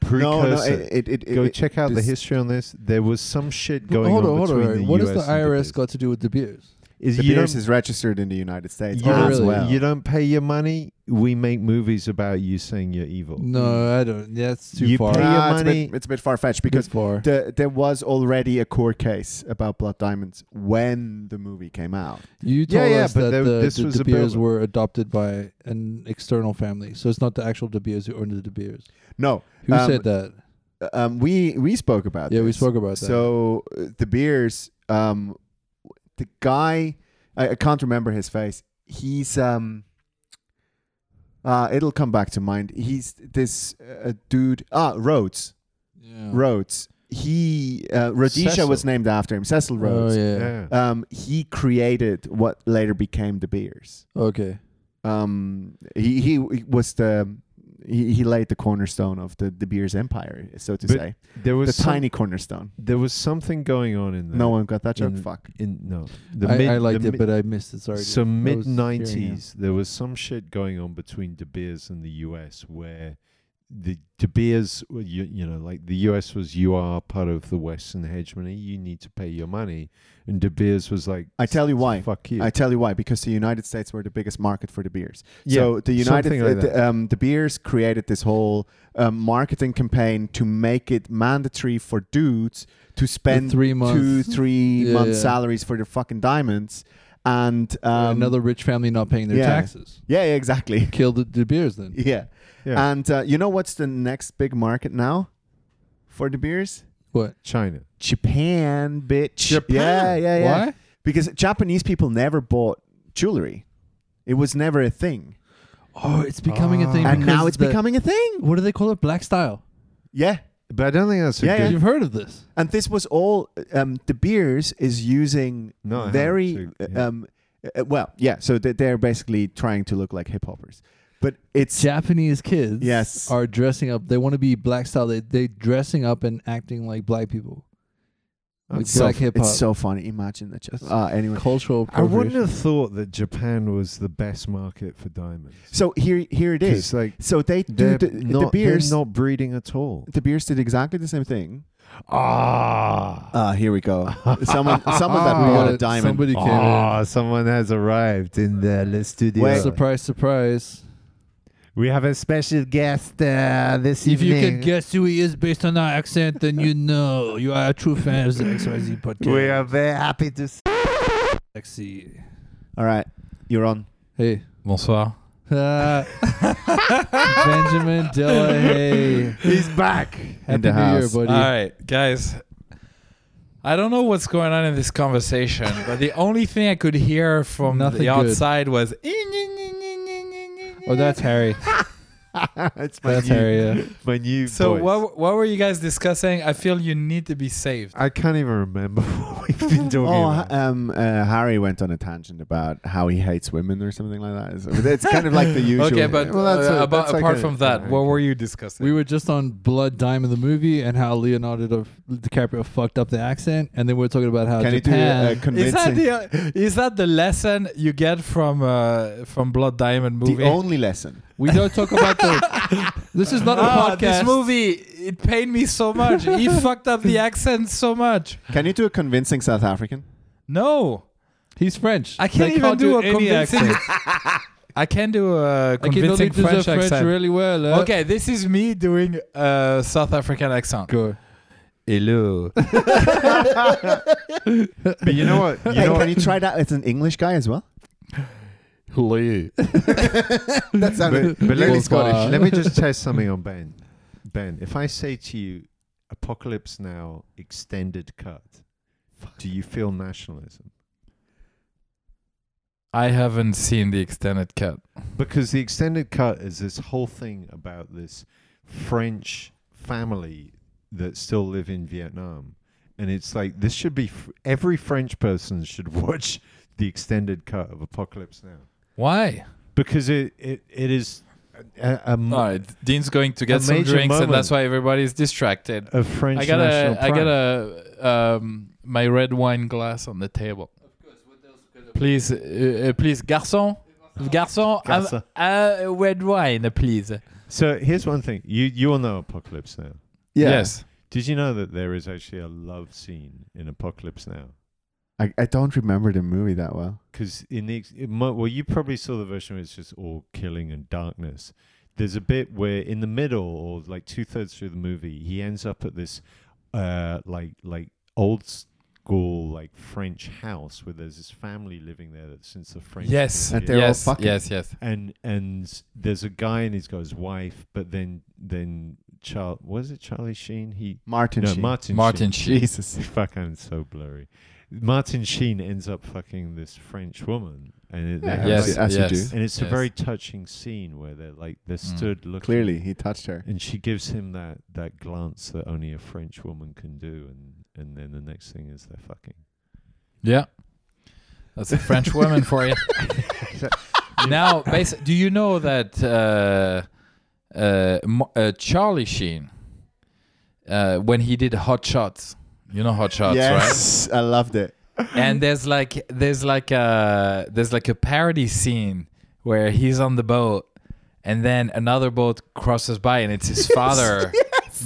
S1: precursor.
S2: No, no, it, it, it,
S1: Go
S2: it-
S1: check out the
S2: this-
S1: history on this. There was some shit going
S3: hold
S1: on
S3: on, hold on.
S1: between
S3: Harry.
S1: the
S3: what
S1: US
S3: has the
S1: and De
S3: IRS
S1: Beers.
S3: got to do with the beers?
S1: Is
S2: The
S1: you
S2: Beers
S1: don't-
S2: is registered in the United States
S1: you
S2: as
S3: really-
S2: well.
S1: You don't pay your money. We make movies about you saying you're evil.
S3: No, I don't. That's too
S1: You
S3: far.
S1: pay
S3: Too
S1: your
S2: Nah, Ah, it's a bit-
S1: money-
S2: it's a bit far fetched because
S3: far.
S2: The, there was already a court case about blood diamonds when the movie came out.
S3: You
S1: Yeah,
S3: told
S1: yeah,
S3: us
S1: but
S3: that
S1: there-
S3: the,
S1: this
S3: the
S1: was
S3: De
S1: a
S3: Beers
S1: buildup.
S3: were adopted by an external family, so it's not the actual De Beers who owned the De Beers.
S2: No,
S3: Who
S2: um,
S3: said that?
S2: Um, we we spoke about.
S3: Yeah, we
S2: this.
S3: spoke about that.
S2: So uh, the beers, um, the guy, I, I can't remember his face. He's um, uh, it'll come back to mind. He's this uh, dude. Ah, Rhodes.
S3: yeah.
S2: Rhodes. He uh, Rhodesia
S1: Cecil.
S2: was named after him. Cecil Rhodes.
S3: Oh yeah.
S1: Yeah.
S2: Um, he created what later became the beers.
S3: Okay.
S2: um he he was the he, he laid the cornerstone of the the beer's empire so to
S1: But
S2: say
S1: There
S2: the
S1: was some-
S2: tiny cornerstone
S1: There was something going on in there.
S2: no one got that joke
S1: in-
S2: fuck
S1: in no.
S3: I,
S1: mid-
S3: I liked
S1: the
S3: it,
S1: mid-
S3: but I missed it. Sorry.
S1: so
S3: dude. I
S1: mid
S3: was hearing
S1: nineties, there was some shit going on between De Beers and the U.S. where the De Beers, were you, you know, like the U.S. was you are part of the Western hegemony, you need to pay your money, and De Beers was like,
S2: I tell you why.
S1: fuck you.
S2: i tell you why because the united states were the biggest market for the beers
S1: Yeah,
S2: so the united
S1: something like
S2: uh,
S1: that.
S2: the, um, the beers created this whole um, marketing campaign to make it mandatory for dudes to
S3: it. The
S2: spend
S3: three
S2: two
S3: months.
S2: three
S3: Yeah,
S2: month
S3: yeah.
S2: salaries for their fucking diamonds and
S3: uh,
S2: um,
S3: another rich family not paying their
S2: yeah.
S3: taxes.
S2: yeah yeah, exactly
S3: Killed the De Beers then.
S2: yeah
S1: yeah,
S2: And uh, you know what's the next big market now for the beers?
S3: What?
S1: China.
S2: Japan, bitch.
S1: Japan?
S2: Yeah, yeah, yeah.
S3: Why?
S2: Because Japanese people never bought jewelry. It was never a thing.
S3: Oh, it's becoming a thing.
S1: Ah.
S2: And now
S3: because
S2: it's
S3: the-
S2: becoming a thing.
S3: What do they call it? Black style.
S2: Yeah.
S1: But I don't think that's a
S2: Yeah, yeah.
S1: good.
S3: You've heard of this?
S2: And this was all um, the beers is using
S1: No, I haven't,
S2: very
S1: so, yeah.
S2: um, uh, well, yeah. So they- they're basically trying to look like hip hoppers, but it's
S3: Japanese kids
S2: Yes.
S3: are dressing up. They want to be black style. They they dressing up and acting like black people.
S1: That's
S3: With
S2: so,
S3: black hip hop.
S2: it's so funny. Imagine that. Just,
S3: That's-
S2: uh, anyway,
S3: cultural.
S1: I wouldn't
S3: appropriation.
S1: have thought that Japan was the best market for diamonds.
S2: so here here it is.
S1: It's like
S2: So they do
S1: they're
S2: the, the
S1: not, they're
S2: beers.
S1: not breeding at all.
S2: the beers did exactly the same thing.
S1: Ah.
S2: Ah, here we go. Someone, someone that
S1: Ah.
S2: bought
S3: Uh,
S2: a diamond.
S3: Somebody came in.
S1: Ah, someone has arrived in the li- studio.
S2: Wait.
S3: Surprise, surprise.
S1: we have a special guest uh, this
S3: If you
S1: evening.
S3: can guess who he is based on our accent, then you know you are a true fan of the XYZ podcast.
S1: we are very happy to see.
S3: sexy.
S2: All right, you're on.
S3: Hey.
S4: Bonsoir.
S3: Uh, Benjamin Delahaye.
S1: He's back.
S3: Happy
S2: the
S3: New
S2: house.
S3: Year, buddy.
S4: All right, guys. I don't know what's going on in this conversation, but the only thing I could hear from
S3: Nothing Oh,
S4: the
S3: good.
S4: outside was.
S3: Oh, that's Harry.
S2: it's my
S3: That's
S2: new-
S3: area.
S1: My new
S4: So
S1: voice.
S4: what what were you guys discussing? I feel you need to be saved.
S1: I can't even remember what we've been talking
S2: Oh, ha-
S1: about.
S2: um, uh, Harry went on a tangent about how he hates women or something like that. It's, it's kind of like the usual.
S4: Okay, but
S1: Well, that's
S4: uh,
S1: a-
S4: about,
S1: that's like
S4: apart
S1: a-
S4: from that,
S1: yeah,
S4: what
S1: okay.
S4: were you discussing?
S3: We were just on Blood Diamond the movie and how Leonardo da- DiCaprio fucked up the accent, and then we are talking about how
S2: can you do
S3: Japan.
S2: a
S4: is that
S2: convincing?
S4: the uh, is that the lesson you get from uh, from Blood Diamond movie?
S2: the only lesson.
S3: we don't talk about the. this is not a
S4: Ah,
S3: podcast.
S4: this movie it pained me so much. he fucked up the accent so much.
S2: Can you do a convincing South African?
S4: No,
S3: He's French.
S4: I can't
S3: They
S4: even do a
S3: any
S4: convincing. I can do a
S3: I can only
S4: convincing
S3: do the
S4: French
S3: French
S4: accent.
S3: really well. eh?
S4: Okay, this is me doing a South African accent.
S3: Go.
S4: Hello.
S1: But you know what? You
S2: Hey,
S1: know
S2: can
S1: what?
S2: you try that? It's an English guy as well. That
S1: But, but let,
S3: Well,
S1: me,
S3: Scottish.
S1: let me just test something on Ben. Ben, if I say to you, "Apocalypse Now extended cut," do you feel nationalism?
S4: I haven't seen the extended cut.
S1: Because the extended cut is this whole thing about this French family that still live in Vietnam. And it's like, this should be f- every French person should watch the extended cut of Apocalypse Now.
S4: Why?
S1: Because it, it, it is a, a,
S4: All
S1: a,
S4: right, Dean's going to get
S1: Mm. A
S4: some
S1: major
S4: drinks, and
S1: moment.
S4: that's why everybody's distracted.
S1: a French
S4: I got
S1: national
S4: a, I
S1: pride.
S4: got a, um, my red wine glass on the table. Please, uh, uh, please, garçon, garçon,
S1: Garçon.
S4: A, a red wine, please.
S1: So here's one thing. You, you all know Apocalypse Now.
S4: Yes.
S1: Did you know that there is actually a love scene in Apocalypse Now?
S2: I, I don't remember the movie that well.
S1: because in the ex- it mo- well, you probably saw the version where it's just all killing and darkness. There's a bit where in the middle, or like two thirds through the movie, he ends up at this uh, like like old school like French house where there's this family living there that since the French
S4: Yes.
S1: came
S2: And
S1: here.
S2: they're all
S4: yes.
S2: fucking-
S4: yes. Yes.
S1: and and there's a guy and he's got his wife, but then then Charles was it Charlie Sheen? He
S2: Martin.
S1: no
S2: Sheen.
S1: Martin Sheen.
S4: Martin Sheen.
S2: Jesus.
S1: Fuck, I'm so blurry. Martin Sheen ends up fucking this French woman, and it, they
S2: Yeah,
S1: have,
S4: Yes.
S2: As you- as you
S4: yes.
S2: do.
S1: and it's a
S4: yes.
S1: very touching scene where they're like they're
S4: Mm.
S1: stood looking
S2: Clearly, he touched her.
S1: and she gives him that that glance that only a French woman can do, and and then the next thing is they're fucking.
S4: Yeah. That's a French woman for you. now, basi- do you know that uh, uh, Mo- uh, Charlie Sheen, uh, when he did Hot Shots, you know Hot Shots,
S2: yes, I loved it.
S4: right? And there's like there's like a there's like a parody scene where he's on the boat, and then another boat crosses by, and it's his father,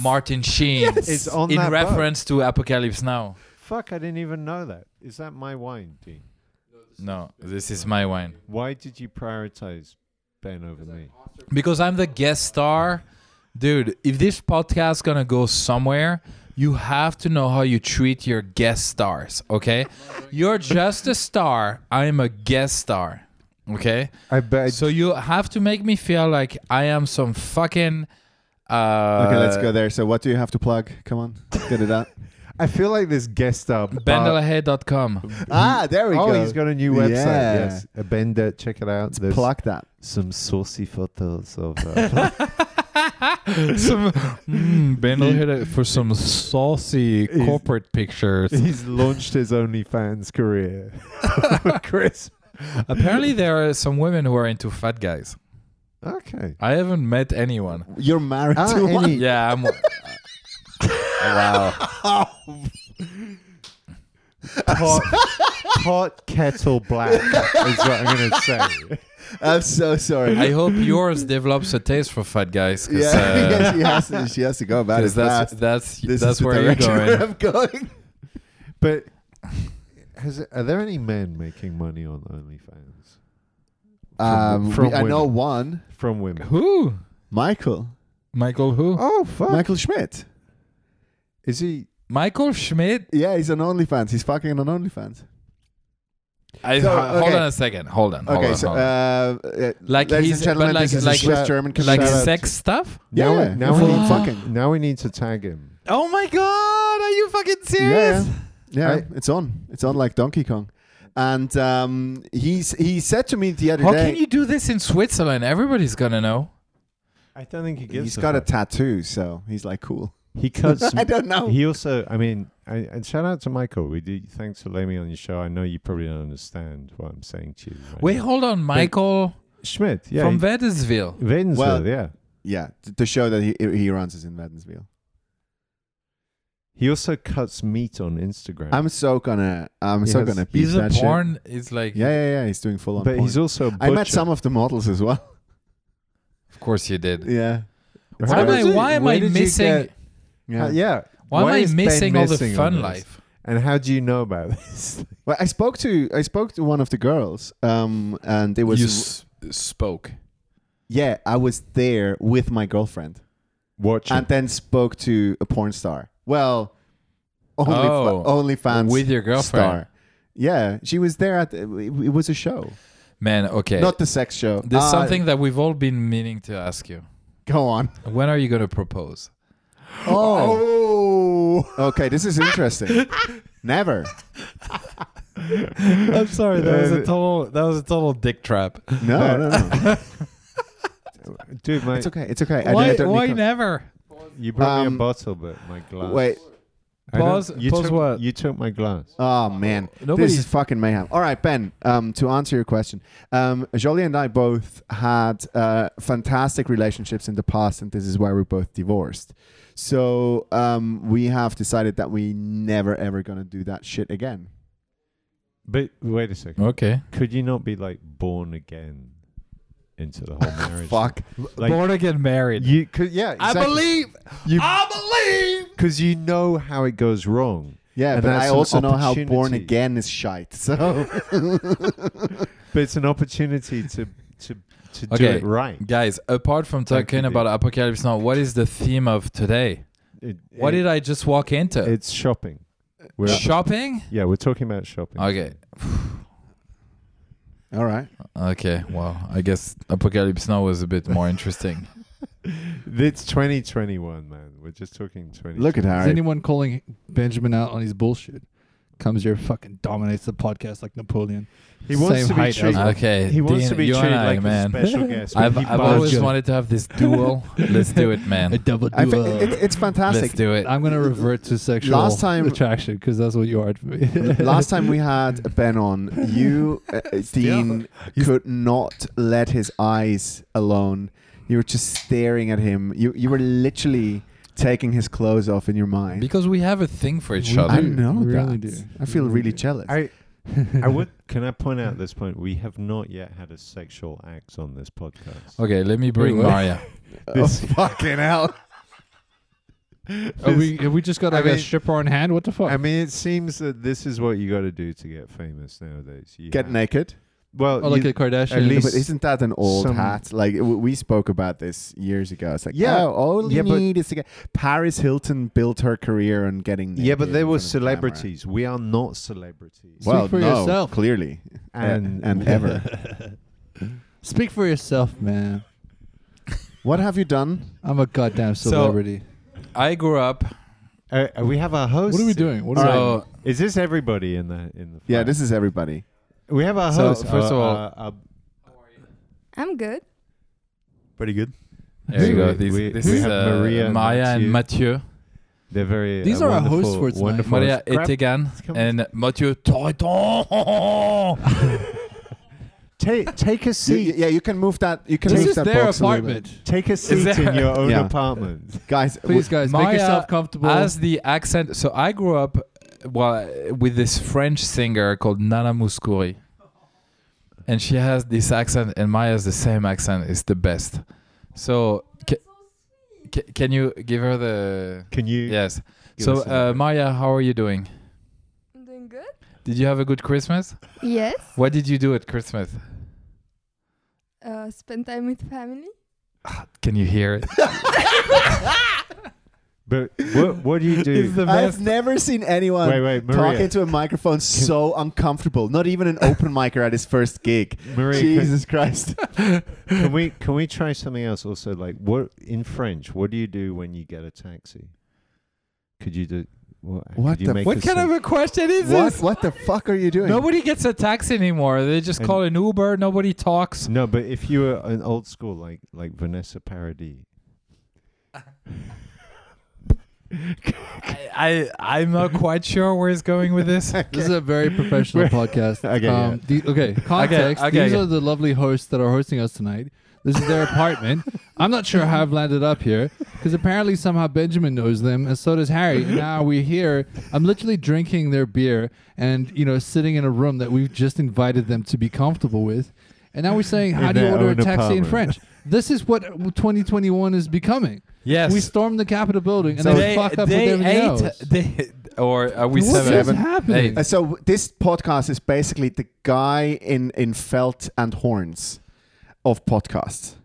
S4: Martin Sheen,
S1: It's on
S4: in
S1: that boat.
S4: reference to Apocalypse Now.
S1: Fuck, I didn't even know that. Is that my wine, Dean?
S4: No, this is my wine.
S1: Why did you prioritize Ben over me?
S4: because I'm the guest star, dude. If this podcast gonna go somewhere, you have to know how you treat your guest stars. Okay, you're just a star. I'm a guest star. Okay,
S1: I bet.
S4: so you have to make me feel like I am some fucking. Uh,
S2: Okay, let's go there. So, what do you have to plug? Come on, get it out.
S1: I feel like this guest up.
S4: Bendelahay.com.
S2: ah, there we
S1: oh,
S2: go.
S1: he's got a new website.
S2: Yeah.
S1: Yes, a bender. Check it out. There's
S2: plug that.
S1: some saucy photos of. Uh,
S4: some mm, Bendelahay for some saucy corporate pictures.
S1: he's launched his OnlyFans career. Chris.
S4: Apparently, there are some women who are into fat guys.
S1: Okay.
S4: I haven't met anyone.
S2: You're married
S1: Ah,
S2: to one.
S1: any-
S4: Yeah, I'm. wow.
S1: Pot, pot kettle black is what I'm going to say.
S2: I'm so sorry.
S4: I hope yours develops a taste for fat guys. Cause,
S2: yeah,
S4: uh,
S2: yeah, she has to. She has to go about it
S4: 'cause that's
S2: fast.
S4: that's
S2: This is
S4: that's
S2: the
S4: where you're
S2: direction
S4: going.
S2: where I'm going.
S1: But has, are there any men making money on OnlyFans
S2: Um,
S1: From
S2: we- I know
S1: women.
S2: one,
S1: from women?
S4: Who?
S2: Michael,
S4: Michael who?
S1: Oh, fuck.
S2: Michael Schmidt.
S1: Is he.
S4: Michael Schmidt?
S2: Yeah, he's on OnlyFans. He's fucking on OnlyFans.
S4: I,
S2: So,
S4: ho- Hold
S2: okay.
S4: on a second. Hold on. Hold
S2: Okay,
S4: on,
S2: so
S4: hold on.
S2: uh, uh,
S4: Like
S2: ladies
S4: he's-
S2: and gentlemen,
S4: but like-
S2: this is
S4: like-
S2: a Swiss German
S4: like
S2: shout out.
S4: sex stuff?
S2: Yeah,
S1: now,
S2: yeah.
S1: now,
S2: Full
S1: we
S2: on
S1: need,
S2: fucking.
S1: now we need to tag him.
S4: Oh my god! Are you fucking
S2: Yeah,
S4: serious?
S2: yeah,
S1: I-
S2: it's on. It's on like Donkey Kong. And um, he's he said to me the other
S4: How
S2: day.
S4: can you do this in Switzerland? Everybody's gonna know.
S1: I don't think he gives.
S2: He's got a tattoo, so he's like cool.
S1: he cuts.
S2: I don't know.
S1: He also, I mean, I, and shout out to Michael. We do. Thanks for letting me on your show. I know you probably don't understand what I'm saying to you. right
S4: Wait,
S1: now.
S4: hold on, Michael
S1: Schmidt. Yeah,
S4: from
S1: he-
S4: Vedensville.
S1: Wädenswil,
S2: Well-
S1: yeah.
S2: yeah, th- the show that he he runs is in Wädenswil.
S1: He also cuts meat on Instagram.
S2: I'm so gonna I'm
S1: He
S2: so
S1: has-
S2: gonna beat
S4: He's a
S2: that shit.
S4: porn. It's like,
S2: Yeah, yeah, yeah. He's doing full on.
S1: but he's also. a
S2: I met
S1: butcher.
S2: some of the models as well.
S4: of course you did.
S2: yeah.
S1: Where
S4: Why am I?
S1: did you-
S4: Why am
S1: where
S4: I
S1: did you
S4: missing?
S1: get-
S2: Yeah.
S1: Uh, yeah.
S4: Why, am I
S1: is Ben
S4: missing all the
S1: missing on
S4: fun
S1: this?
S4: life?
S1: And how do you know about this?
S2: Well, I spoke to I spoke to one of the girls, um, and it was
S4: you s- spoke.
S2: yeah. I was there with my girlfriend,
S1: Watch
S2: and then spoke to a porn star. Well, only
S4: Oh,
S2: only fans
S4: with your girlfriend.
S2: Star. Yeah, she was there at it, it was a show,
S4: Man, okay.
S2: not the sex show.
S4: There's
S2: Ah,
S4: something that we've all been meaning to ask you.
S2: Go on.
S4: When are you going to propose?
S2: Oh. Okay, this is interesting. Never.
S4: I'm sorry,
S1: that was a
S4: total that was a total dick trap.
S2: No, no, no.
S1: Dude, my,
S2: It's okay. It's okay. I- I
S4: why
S2: don't
S4: why
S2: need-
S4: never?
S1: you brought me
S2: Um,
S1: a bottle, but my glass.
S2: Wait.
S1: I don't-
S4: Pause-
S1: You
S4: pause
S1: took,
S4: what?
S1: You took my glass.
S2: Oh man,
S4: Nobody-
S2: this is fucking mayhem. All right, Ben. Um, to answer your question, um, Jolie and I both had uh, fantastic relationships in the past, and this is why we're both divorced. So um, we have decided that we never ever gonna do that shit again.
S1: But wait a second.
S4: Okay.
S1: Could you not be like born again into the whole marriage?
S2: Fuck.
S1: Like,
S4: Born again married.
S1: You could, yeah. Exactly.
S4: believe. Ah!
S1: You,
S4: I believe.
S1: because you know how it goes wrong.
S2: Yeah,
S1: And
S2: but
S1: that's
S2: I
S1: an
S2: also know how born
S1: opportunity.
S2: again is shite. So
S1: But it's an opportunity to to to do
S4: Okay.
S1: it right.
S4: Guys, apart from
S1: Thank you,
S4: talking about Apocalypse Now, what is the theme of today?
S1: It-
S4: What
S1: it-
S4: did I just walk into?
S1: It's shopping. We're,
S4: Shopping?
S1: yeah, we're talking about shopping.
S4: Okay.
S2: all right,
S4: Okay. Well, I guess Apocalypse Now was a bit more interesting.
S1: It's 2021, man. We're just talking 20.
S2: look at
S3: Is
S2: Harry.
S3: anyone calling Benjamin out on his bullshit? Comes here, fucking dominates the podcast like Napoleon.
S1: He wants
S3: Same
S1: to be
S3: height as
S1: treated.
S3: us.
S4: Okay.
S1: He wants
S4: Dean,
S1: to be
S4: you and
S1: treated
S4: I,
S1: like
S4: man.
S1: a special guest. but
S4: I've,
S1: he
S4: I've
S1: buys
S4: always
S1: you.
S4: wanted to have this duel. Let's do it,
S3: A
S4: man.
S3: double
S2: I think
S3: duo.
S2: it, it's fantastic.
S4: Let's do it.
S3: I'm gonna revert to sexual
S2: Last time-
S3: attraction because that's what you are to me.
S2: Last time we had Ben on, you, uh, uh, Dean, could not let his eyes alone. You were just staring at him. You you were literally taking his clothes off in your mind.
S4: Because we have a thing for each
S3: We
S4: other.
S2: I
S3: do.
S2: know
S3: We really
S2: that.
S3: do.
S2: I feel
S3: We
S2: really
S3: do.
S2: jealous.
S1: I, I would. Can I point out at this point we have not yet had a sexual act on this podcast.
S4: Okay, let me bring
S3: Wait, what?
S4: Maria.
S1: This-
S2: oh, fucking hell!
S3: Are we, have we just got
S1: I
S3: like a
S1: mean-
S3: stripper on hand? What the fuck?
S1: I mean, it seems that this is what you got to do to get famous nowadays. You
S2: Get
S1: have-
S2: naked.
S1: Well,
S3: or like
S1: you-
S3: a Kardashian?
S1: at
S2: Yeah,
S1: least-
S2: but isn't that an old
S1: some-
S2: hat? Like w- we spoke about this years ago. It's like
S1: Yeah.
S2: yeah, oh, all
S1: Yeah,
S2: you
S1: but-
S2: need is to get. Paris Hilton built her career on getting. Naked
S1: yeah, but they
S2: in
S1: were
S2: front of the camera.
S1: celebrities. We are not celebrities.
S3: Speak
S2: Well,
S3: for
S2: no,
S3: yourself.
S2: clearly,
S1: And-
S2: and and ever.
S3: Speak for yourself, man.
S2: What have you done?
S3: I'm a goddamn
S4: So-
S3: celebrity.
S4: I grew up.
S1: Uh, uh, we have our host.
S3: what are we
S1: here.
S3: doing? What
S2: All
S3: are
S2: right.
S4: So
S1: Is this everybody in the in the?
S2: Yeah,
S1: flat?
S2: this is everybody.
S1: We have our
S4: So,
S1: host.
S4: first of all-
S1: uh, uh,
S5: I'm good.
S6: Pretty good.
S4: there you go.
S1: We-
S4: These,
S1: we-
S4: this
S1: we
S4: is
S1: have
S4: uh,
S1: Maria and
S4: Maya and Mathieu.
S1: they're very.
S3: These
S1: uh,
S3: are our hosts
S1: wonderful-
S3: for tonight.
S1: Wonderful.
S4: Maria
S1: hosts. Grab-
S4: Etigan
S1: Let's come-
S4: and Mathieu Torreton.
S1: take take a
S2: You-
S1: seat.
S2: you- yeah, you can move that. You can
S3: this
S2: move
S3: is
S2: that
S3: their
S2: box a little bit.
S3: apartment.
S1: Take a seat in
S4: there-
S1: your own
S2: Yeah.
S1: apartment.
S2: guys.
S3: Please,
S2: we-
S3: guys,
S4: Maya
S3: make yourself comfortable.
S4: As the accent. So I grew up well, with this French singer called Nana Mouskouri. And she has this accent, and Maya's the same accent. It's the best. So ca- ca- can you give her the.
S1: Can you?
S4: Yes.
S1: Give
S4: so,
S1: us a
S4: uh,
S1: look.
S4: Maya, how are you doing?
S5: I'm doing good.
S4: Did you have a good Christmas?
S5: Yes.
S4: What did you do at Christmas?
S5: Uh, spend time with family.
S4: Can you hear it?
S1: But what what do you do?
S4: It's the
S2: I've
S4: best.
S2: never seen anyone
S1: wait, wait,
S2: talk
S1: Maria.
S2: into a microphone so uncomfortable. Not even an open micer at his first gig.
S1: Maria, can-
S2: Jesus Christ!
S1: Can we can we try something else also? Like what in French? What do you do when you get a taxi? Could you do what?
S2: What
S1: could you
S2: the-
S1: make
S4: What
S1: us
S4: kind of
S1: some-
S4: a question is
S2: What?
S4: this?
S2: What the fuck are you doing?
S4: Nobody gets a taxi anymore. They just
S1: And-
S4: call an Uber. Nobody talks.
S1: no? But if you were an old school like like Vanessa Paradis,
S4: I, I I'm not quite sure where he's going with this.
S3: This is a very professional podcast.
S1: Okay,
S3: Um, the- okay. Context.
S4: okay,
S3: These
S4: yeah.
S3: are the lovely hosts that are hosting us tonight. This is their apartment. I'm not sure how I've landed up here because apparently somehow Benjamin knows them and so does Harry. And now we're here. I'm literally drinking their beer and you know sitting in a room that we've just invited them to be comfortable with. And now we're saying, how
S1: In
S3: do you
S1: their
S3: order a
S1: own
S3: taxi in
S1: apartment.
S3: French? This is what 2021 is becoming.
S4: Yes.
S3: We stormed the Capitol building and
S4: So
S3: they, fuck up with everything
S4: ate-
S3: else.
S4: They, or are we
S3: What is
S4: seven?
S3: happening?
S2: Uh, so w- this podcast is basically the guy in in felt and horns of podcasts.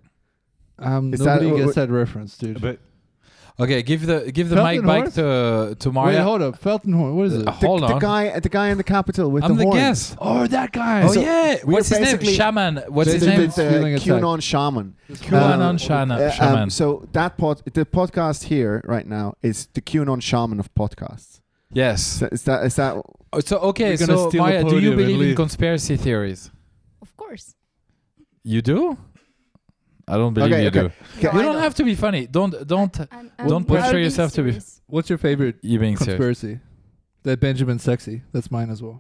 S3: Um,
S2: Is that-
S3: nobody
S2: w-
S3: gets that reference, dude.
S1: But
S4: Okay, give the give the
S3: Felton
S4: mic back
S3: Horst?
S4: to to
S3: Wait,
S4: Mario.
S3: hold up. Felton Horn. What is it?
S4: Uh,
S2: The,
S4: Hold
S2: the
S4: on.
S2: guy, the guy in the capital with
S4: I'm
S2: the,
S4: the
S2: horns.
S4: guest.
S3: oh, that guy.
S4: Oh
S2: So
S4: yeah,
S2: we
S4: what's
S2: are
S4: his name?
S2: basically-
S4: Shaman. What's
S2: The-
S4: his
S2: the-
S4: name?
S2: the
S3: Feeling attacked.
S2: QAnon shaman.
S4: QAnon Shana,
S2: Uh, um,
S4: Shaman.
S2: so that pod, the podcast here right now is the QAnon shaman of podcasts.
S4: Yes.
S2: So is that is that
S4: Oh, So okay,
S6: We're gonna
S4: so
S6: steal the
S4: Maya, do
S6: podium
S4: you
S6: and
S4: believe in
S6: leave.
S4: conspiracy theories?
S5: Of course.
S4: You do? I don't believe
S2: Okay,
S4: you
S2: okay.
S4: do. You don't, have to be funny. Don't don't.
S5: I'm,
S4: don't
S5: I'll
S4: pressure yourself to be-
S5: serious.
S3: What's your favorite
S4: You being serious?
S3: conspiracy? That Benjamin sexy. That's mine as well.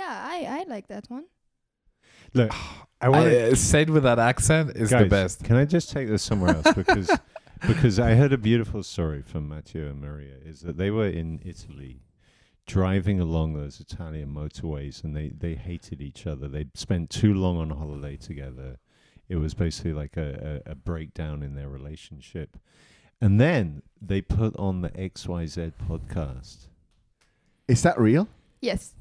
S5: Yeah, I, I like that one.
S1: look, I want
S4: I, uh, said with that accent is the
S1: Guys,
S4: best.
S1: Can I just take this somewhere else because because I heard a beautiful story from Matteo and Maria is that they were in Italy driving along those Italian motorways and they they hated each other. They'd spent too long on holiday together. It was basically like a, a, a breakdown in their relationship. And then they put on the XYZ podcast.
S2: is that real?
S5: Yes.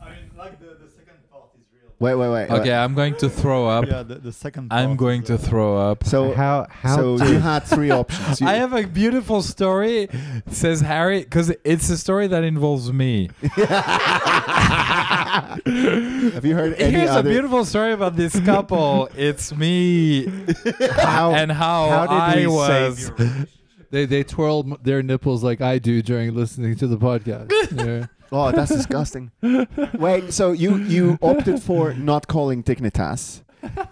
S6: I mean, like the, the second part is real.
S2: Wait, wait, wait. wait.
S4: Okay, I'm going to throw up.
S6: Yeah, the, the second.
S4: I'm
S6: part
S4: going
S6: is,
S4: to
S6: uh,
S4: throw up.
S2: So
S1: how how
S2: so
S1: do-
S2: you had three options. You-
S4: I have a beautiful story, says Harry, because it's a story that involves me.
S2: have you heard any
S4: Here's
S2: other?
S4: a beautiful story about this couple. it's me
S2: how,
S4: and how,
S2: how did
S4: I
S2: we
S4: was.
S2: save
S3: They they twirl m- their nipples like I do during listening to the podcast. Yeah.
S2: Oh, that's disgusting. Wait, so you you opted for not calling Dignitas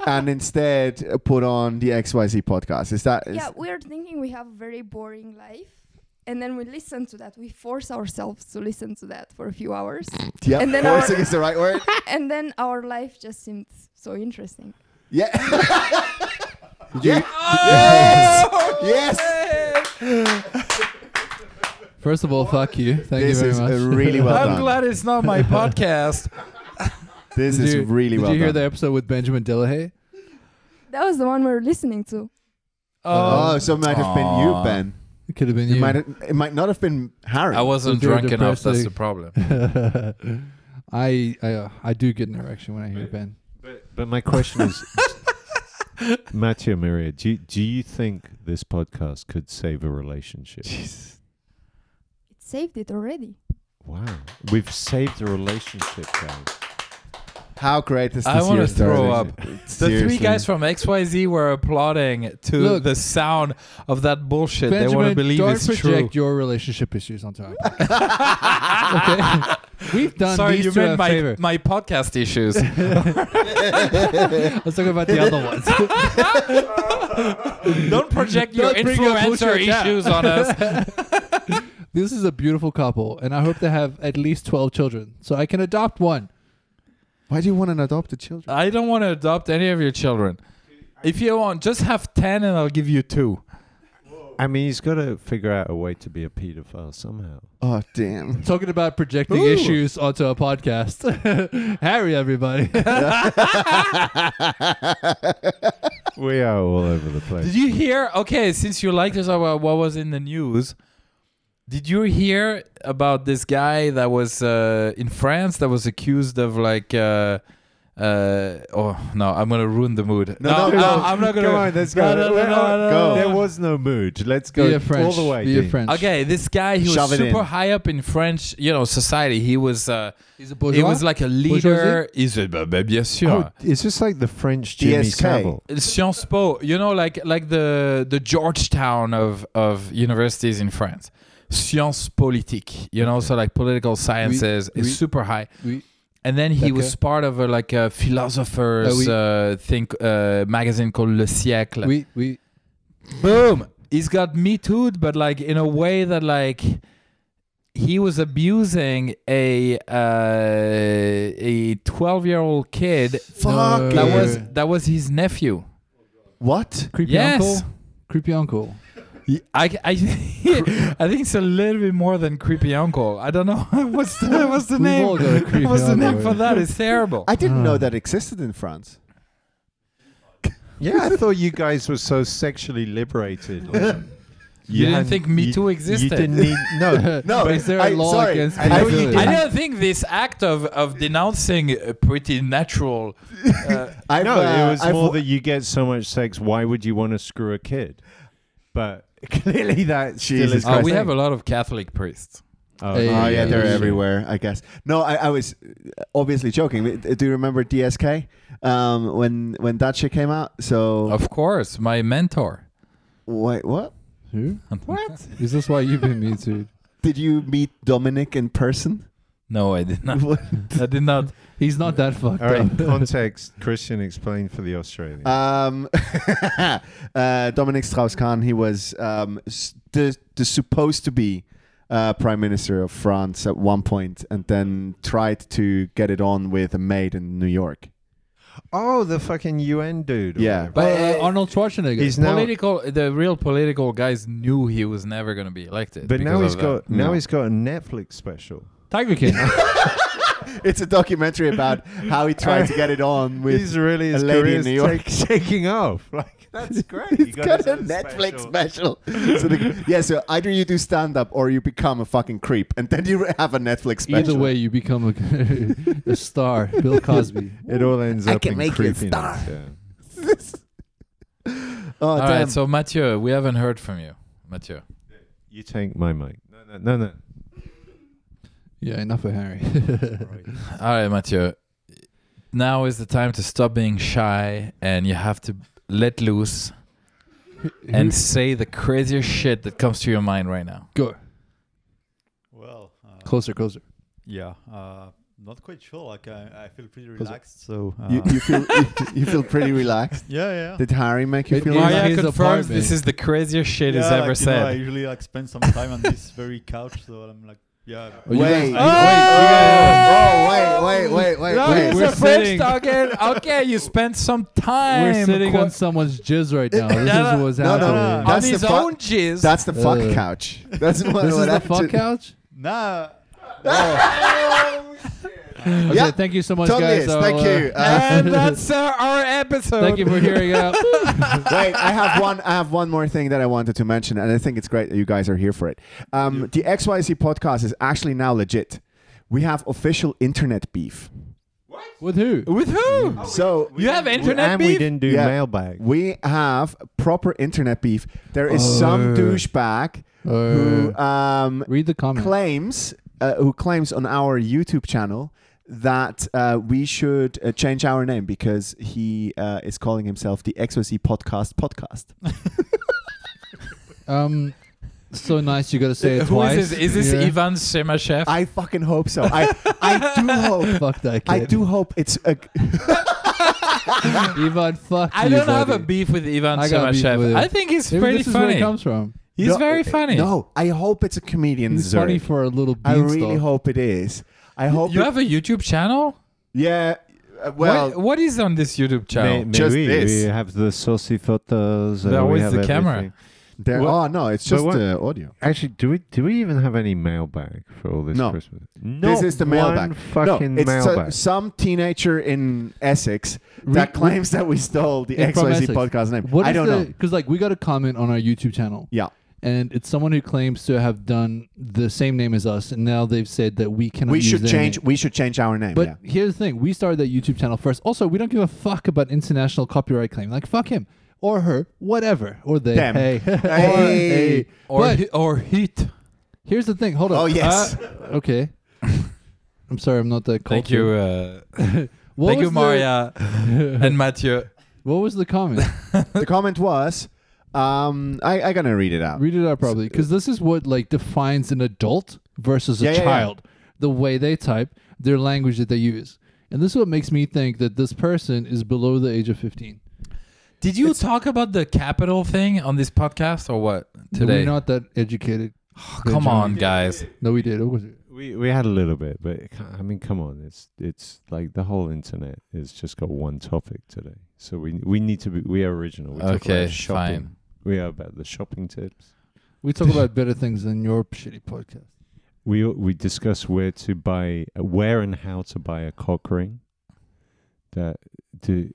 S2: and instead uh, put on the XYZ podcast. Is that is,
S5: yeah, we're thinking we have a very boring life. And then we listen to that. We force ourselves to listen to that for a few hours.
S2: yeah,
S5: and then
S2: forcing
S5: our-
S2: is the right word?
S5: and then our life just seemed so interesting.
S2: Yeah. Yes.
S3: First of all, fuck you. Thank
S2: This
S3: you very
S2: is
S3: much.
S2: a really well
S4: I'm
S2: done.
S4: glad it's not my podcast.
S2: This
S3: Did
S2: is
S3: you-
S2: really
S3: Did
S2: well
S3: you hear the
S2: done.
S3: episode with Benjamin Delahaye?
S5: That was the one we were listening to.
S4: Um,
S2: Oh, so it might have been you,
S4: Aw.
S2: Ben.
S3: It could have been
S2: It
S3: you.
S2: might it might not have been Harry.
S4: I wasn't
S3: You're
S4: drunk enough. That's
S3: depressing.
S4: the problem.
S3: I I, uh, I do get an erection when I hear Ben.
S1: But, but my question is, Matthew Maria, do you, do you think this podcast could save a relationship?
S5: It saved it already.
S1: Wow, we've saved a relationship, guys.
S2: How great is this
S4: I
S2: want
S4: wanna
S2: to
S4: throw up. The three guys from XYZ were applauding to
S3: Look.
S4: the sound of that bullshit. they want to
S3: Benjamin,
S4: believe
S3: don't
S4: it's true.
S3: project your relationship issues onto our podcast. okay? We've done
S4: Sorry,
S3: these
S4: you
S3: two a
S4: meant my,
S3: favor.
S4: my podcast issues.
S3: Let's talk about the other ones.
S4: Don't project your
S3: Don't bring your
S4: influencer
S3: bullshit down.
S4: issues on us.
S3: this is a beautiful couple, and I hope they have at least 12 children. So I can adopt one.
S2: Why do you want an adopted children?
S4: I don't want to adopt any of your children. If you want, just have 10 and I'll give you two.
S1: I mean, he's got to figure out a way to be a pedophile somehow.
S2: Oh damn.
S3: Talking about projecting
S2: Ooh.
S3: issues onto a podcast. Harry, everybody.
S1: we are all over the
S4: Did
S1: place.
S4: you hear? Okay, since you like this, uh, what what was in the news? Did you hear about this guy that was uh, in France that was accused of like. Uh, uh, oh no! I'm gonna ruin the mood.
S2: No, no, no.
S4: I'm not gonna.
S1: Come on, let's
S4: No,
S1: go.
S4: no, no,
S1: We're
S4: no,
S1: on-
S4: no,
S2: Go.
S4: no.
S1: There was no mood. Let's go
S3: Be a French.
S1: all the way.
S3: Be a
S1: Dean.
S3: French.
S4: Okay, this guy he
S2: Shove
S4: was
S2: it
S4: super
S2: in.
S4: high up in French, you know, society. He was uh,
S3: He's a
S4: he was like a leader.
S3: Bourgeoisie?
S4: He's a, uh, bah, bah, bien sûr.
S1: Oh, it's just like the French Jimmy
S2: DSK.
S1: Savile.
S4: Sciences Po, you know, like like the the Georgetown of of universities in France. Sciences politique, you know, so like political sciences
S3: Oui,
S4: is
S3: oui.
S4: super high.
S3: Oui.
S4: And then he
S3: D'accord.
S4: was part of a like a philosophers
S3: Ah, oui.
S4: uh, think uh, magazine called Le Siècle.
S3: We, we,
S4: Boom. he's got me too but like in a way that like he was abusing a uh, a 12 year old kid
S2: Fuck
S4: that
S2: you.
S4: was that was his nephew
S2: what?
S3: Creepy
S4: yes
S3: uncle. Creepy uncle.
S4: I, I, I think it's a little bit more than creepy uncle. I don't know what's the what's the
S3: We've all
S4: name.
S3: got a creepy
S4: What's the
S3: uncle,
S4: name for
S3: yeah.
S4: that? It's terrible.
S2: I didn't
S3: Ah.
S2: know that existed in France.
S1: Yeah, I thought you guys were so sexually liberated. you,
S4: You didn't
S1: hadn't-
S4: think Me
S1: you-
S4: Too
S1: You
S4: existed?
S1: didn't need no.
S2: No,
S3: But is there a
S2: I-
S3: law
S2: sorry,
S3: against
S2: I know you
S3: pedophilia?
S2: did.
S4: I don't think this act of, of denouncing a pretty natural. Uh,
S2: I've,
S1: no,
S2: uh,
S1: it was
S2: I've
S1: more
S2: wa-
S1: that you get so much sex. Why would you want to screw a kid? But clearly, that still
S2: Jesus
S1: is.
S4: uh,
S1: the
S4: we
S1: thing.
S4: have a lot of Catholic priests.
S1: Oh,
S3: Hey,
S2: Oh yeah,
S3: Yeah,
S2: they're
S3: yeah.
S2: everywhere. I guess. No, I, I was uh, obviously joking. Uh, Do you remember DSK um, when when that shit came out? So
S4: Of course, my mentor.
S2: wait, what?
S3: Who?
S4: What?
S3: Is this why you've been me too?
S2: Did you meet Dominic in person?
S4: No, I did not.
S2: What?
S4: I did not.
S3: He's not that fucked
S1: All right,
S3: up.
S1: context. Christian, explain for the Australian.
S2: um, uh, Dominic Strauss-Kahn. He was um, s- the the supposed to be uh, prime minister of France at one point, and then tried to get it on with a maid in New York.
S1: oh, the fucking UN dude. or
S2: Yeah.
S1: whatever.
S3: But
S4: But,
S3: uh,
S4: uh,
S3: Arnold Schwarzenegger.
S1: he's now.
S4: political. The real political guys knew he was never going to be elected.
S1: But now he's
S4: because of
S1: got
S4: that.
S1: now
S2: No.
S1: he's got a Netflix special.
S3: Tiger King.
S2: It's a documentary about how he tried to get it on with
S1: he's really
S2: a
S1: his
S2: lady in
S1: career's
S2: New York.
S1: take- taking off. Like that's great. He
S2: It's got
S1: his
S2: a
S1: own
S2: Netflix
S1: special.
S2: special. So the, yeah, so either you do stand up or you become a fucking creep, and then you have a Netflix special.
S3: Either way, you become a, a star. Bill Cosby.
S1: It all ends
S2: I
S1: up
S2: can
S1: in
S2: make you a
S1: creepiness.
S2: star.
S1: Yeah.
S2: oh
S4: All right,
S2: damn!
S4: so Mathieu, we haven't heard from you, Mathieu.
S1: You take my mic. No, no, no, no.
S3: Yeah, enough of Harry.
S4: All right, Mathieu. Now is the time to stop being shy, and you have to let loose and say the craziest shit that comes to your mind right now.
S3: go
S6: Well, uh,
S3: closer, closer.
S6: yeah, uh, not quite sure. Like I, I feel pretty
S3: it-
S6: relaxed. So uh,
S2: you, you feel you feel pretty relaxed.
S6: yeah, yeah.
S2: Did Harry make you
S3: It
S2: feel
S3: is-
S2: relaxed?
S4: Maria
S3: his
S4: confirms
S3: apartment.
S4: this is the craziest shit he's
S6: yeah,
S4: ever
S6: like, you know, I
S4: said.
S6: usually like spend some time on this very couch, so I'm like, yeah.
S3: Oh, you
S2: Wait.
S3: guys-
S2: Oh,
S4: Oh,
S2: Oh, wait, wait, wait, wait,
S4: Now
S2: wait.
S4: he's
S3: We're
S4: a French
S3: sitting-
S4: talking. Okay, you spent some time.
S3: We're sitting
S4: qua-
S3: on someone's jizz right now. This
S4: No,
S3: is
S4: no,
S3: what's
S2: no, no,
S3: happening.
S6: no.
S4: on
S2: That's
S4: his
S2: the fu-
S4: own jizz.
S2: That's the fuck
S3: Uh.
S2: couch. That's what,
S3: This
S2: what
S3: is the
S2: happened
S3: fuck
S2: to-
S3: couch. Oh.
S6: Nah.
S3: Okay,
S2: Yeah.
S3: thank you so much,
S2: Tell me
S3: guys.
S2: this,
S3: I'll,
S2: thank
S3: uh,
S2: you.
S4: and that's uh, our episode.
S3: Thank you for hearing out.
S2: Wait, I have one. I have one more thing that I wanted to mention, and I think it's great that you guys are here for it. Um, the XYZ podcast is actually now legit. We have official internet beef.
S3: With who?
S4: With who?
S2: So
S4: You have internet
S1: and
S4: beef?
S1: we didn't do
S2: Yeah.
S1: mailbag.
S2: we have proper internet beef. There is
S3: Oh.
S2: some douchebag who
S3: Uh,
S2: um,
S3: read the comment.
S2: claims uh, who claims on our YouTube channel that uh, we should uh, change our name because he uh, is calling himself the XYZ Podcast Podcast.
S3: um, so nice. You got to say it
S4: Who
S3: twice.
S4: is this? Is this
S3: Yeah.
S4: Ivan Semashev?
S2: I fucking hope so. I I do hope.
S3: Fuck that kid.
S2: I do hope it's a.
S3: Ivan, fuck
S4: I
S3: you,
S4: don't have
S3: buddy.
S4: a beef with Ivan
S3: I got a beef with
S4: Semashev.
S3: him.
S4: I think he's
S3: Maybe
S4: pretty
S3: this is where it
S4: funny.
S3: comes from.
S4: He's
S2: No, eh,
S4: very funny.
S2: No, I hope it's a comedian.
S3: He's funny for a little
S2: I
S3: beanstalk.
S2: really hope it is. I hope.
S4: You
S2: it-
S4: have a YouTube channel?
S2: yeah. uh, well,
S4: what, what is on this YouTube channel?
S1: May- may
S2: Just
S1: we,
S2: this.
S1: we have the saucy photos. and
S4: There
S1: we
S4: was
S1: have
S4: the camera.
S1: everything.
S2: there.
S1: what-
S2: oh no, it's
S1: but
S2: just
S1: what-
S2: uh, audio.
S1: Actually, do we do we even have any mailbag for all this
S2: No.
S1: Christmas?
S2: this is the mailbag.
S1: Fucking
S2: no, it's so-
S1: mailbag.
S2: some teenager in Essex that
S3: Re-
S2: claims that we stole the
S3: Yeah, from
S2: XYZ
S3: Essex.
S2: podcast name.
S3: What
S2: I don't know.
S3: Because like we got a comment on our YouTube channel.
S2: Yeah.
S3: And it's someone who claims to have done the same name as us, and now they've said that we cannot.
S2: We
S3: use
S2: should
S3: their
S2: change.
S3: name.
S2: We should change our name.
S3: But
S2: yeah.
S3: here's the thing: we started that YouTube channel first. Also, we don't give a fuck about international copyright claim. Like fuck him or her, whatever, or they.
S2: Them.
S3: Hey, or,
S2: Hey.
S3: hey.
S4: Or,
S3: But
S4: he- or Heat?
S3: here's the thing. Hold on.
S2: Oh yes.
S3: uh, Okay. I'm sorry, I'm not that.
S4: Thank
S3: cultured.
S4: you. Uh,
S3: What
S4: thank you,
S3: was the-
S4: Maria and Mathieu.
S3: What was the comment?
S2: the comment was, um, I, I gonna read it out.
S3: Read it out properly, because this is what like defines an adult versus a
S2: Yeah, yeah, yeah.
S3: child. The way they type, their language that they use, and this is what makes me think that this person is below the age of fifteen.
S4: Did you talk about the capital thing on this podcast or what today?
S3: We're not that educated.
S4: Come on, guys.
S3: No, we did. What was it?
S1: We we had a little bit, but it ca- I mean, come on, it's it's like the whole internet has just got one topic today. So we we need to be we are original. We talk
S4: Okay,
S1: about shopping.
S4: fine.
S1: We are about the shopping tips.
S3: We talk about better things than your shitty podcast.
S1: We we discuss where to buy, where and how to buy a cock ring. That the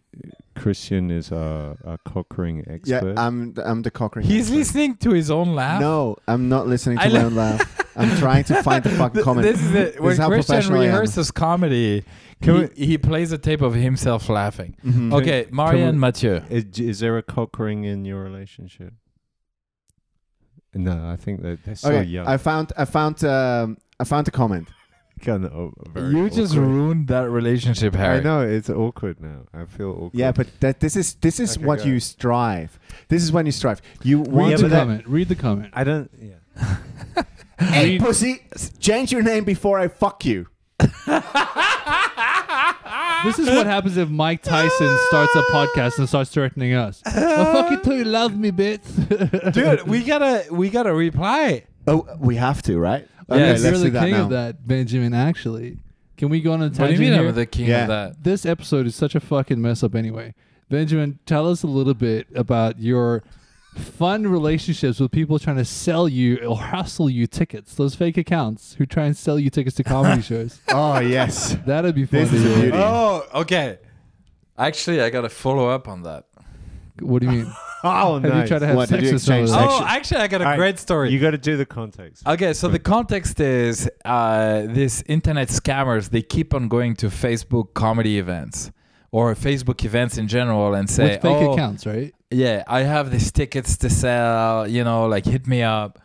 S1: Christian is our, our cock ring
S2: Yeah,
S1: expert.
S2: I'm I'm the cock ring
S4: He's
S2: expert.
S4: listening to his own laugh.
S2: No, I'm not listening to
S4: I
S2: my
S4: lo-
S2: own laugh. I'm trying to find the fucking
S4: Th-
S2: comment.
S4: This is it. When
S2: is how
S4: Christian
S2: professional I am.
S4: rehearses comedy, he,
S1: Can
S4: he plays a tape of himself laughing.
S2: Mhm.
S4: Okay, Maria
S1: we-
S4: and Mathieu.
S1: Is, is there a cock ring in your relationship? No, I think that they're so
S2: Okay,
S1: young.
S2: I found I found um, I found a comment.
S1: kind of o- very
S4: You just
S1: awkward.
S4: ruined that relationship,
S1: I
S4: Harry.
S1: know it's awkward now. I feel awkward.
S2: Yeah, but that this is this is
S1: Okay,
S2: what
S1: go
S2: you
S1: ahead.
S2: strive. This is when you strive. You
S3: Read
S2: want
S3: the
S2: to
S3: comment. Read the comment.
S1: I don't. Yeah.
S2: Hey, pussy, s- change your name before I fuck you.
S3: This is what happens if Mike Tyson starts a podcast and starts threatening us. I fucking tell you, love me, bitch.
S4: Dude, we gotta we gotta reply.
S2: Oh, we have to, right?
S4: Yeah,
S3: Yes,
S4: let's
S3: you're the king of that, Benjamin. Actually, can we go on a
S4: What do
S3: tangent
S4: you mean
S3: here?
S4: I'm the king
S2: Yeah.
S4: of that?
S3: this episode is such a fucking mess up. Anyway, Benjamin, tell us a little bit about your fun relationships with people trying to sell you or hustle you tickets. Those fake accounts who try and sell you tickets to comedy shows.
S2: Oh yes.
S3: That'd be fun.
S2: This
S3: to
S2: is a
S3: hear.
S2: beauty.
S4: Oh, okay. Actually, I gotta follow up on that.
S3: What do you mean?
S1: Oh,
S3: Have you tried to have
S2: What, did
S3: sex
S2: you
S3: with someone?
S2: exchange
S3: else?
S2: sex?
S4: Oh, actually, I got a
S1: All right.
S4: great story.
S1: You got to do the context.
S4: Okay, so the context is uh, this internet scammers, they keep on going to Facebook comedy events or Facebook events in general and say,
S3: With fake
S4: oh,
S3: accounts, right?
S4: yeah, I have these tickets to sell, you know, like hit me up.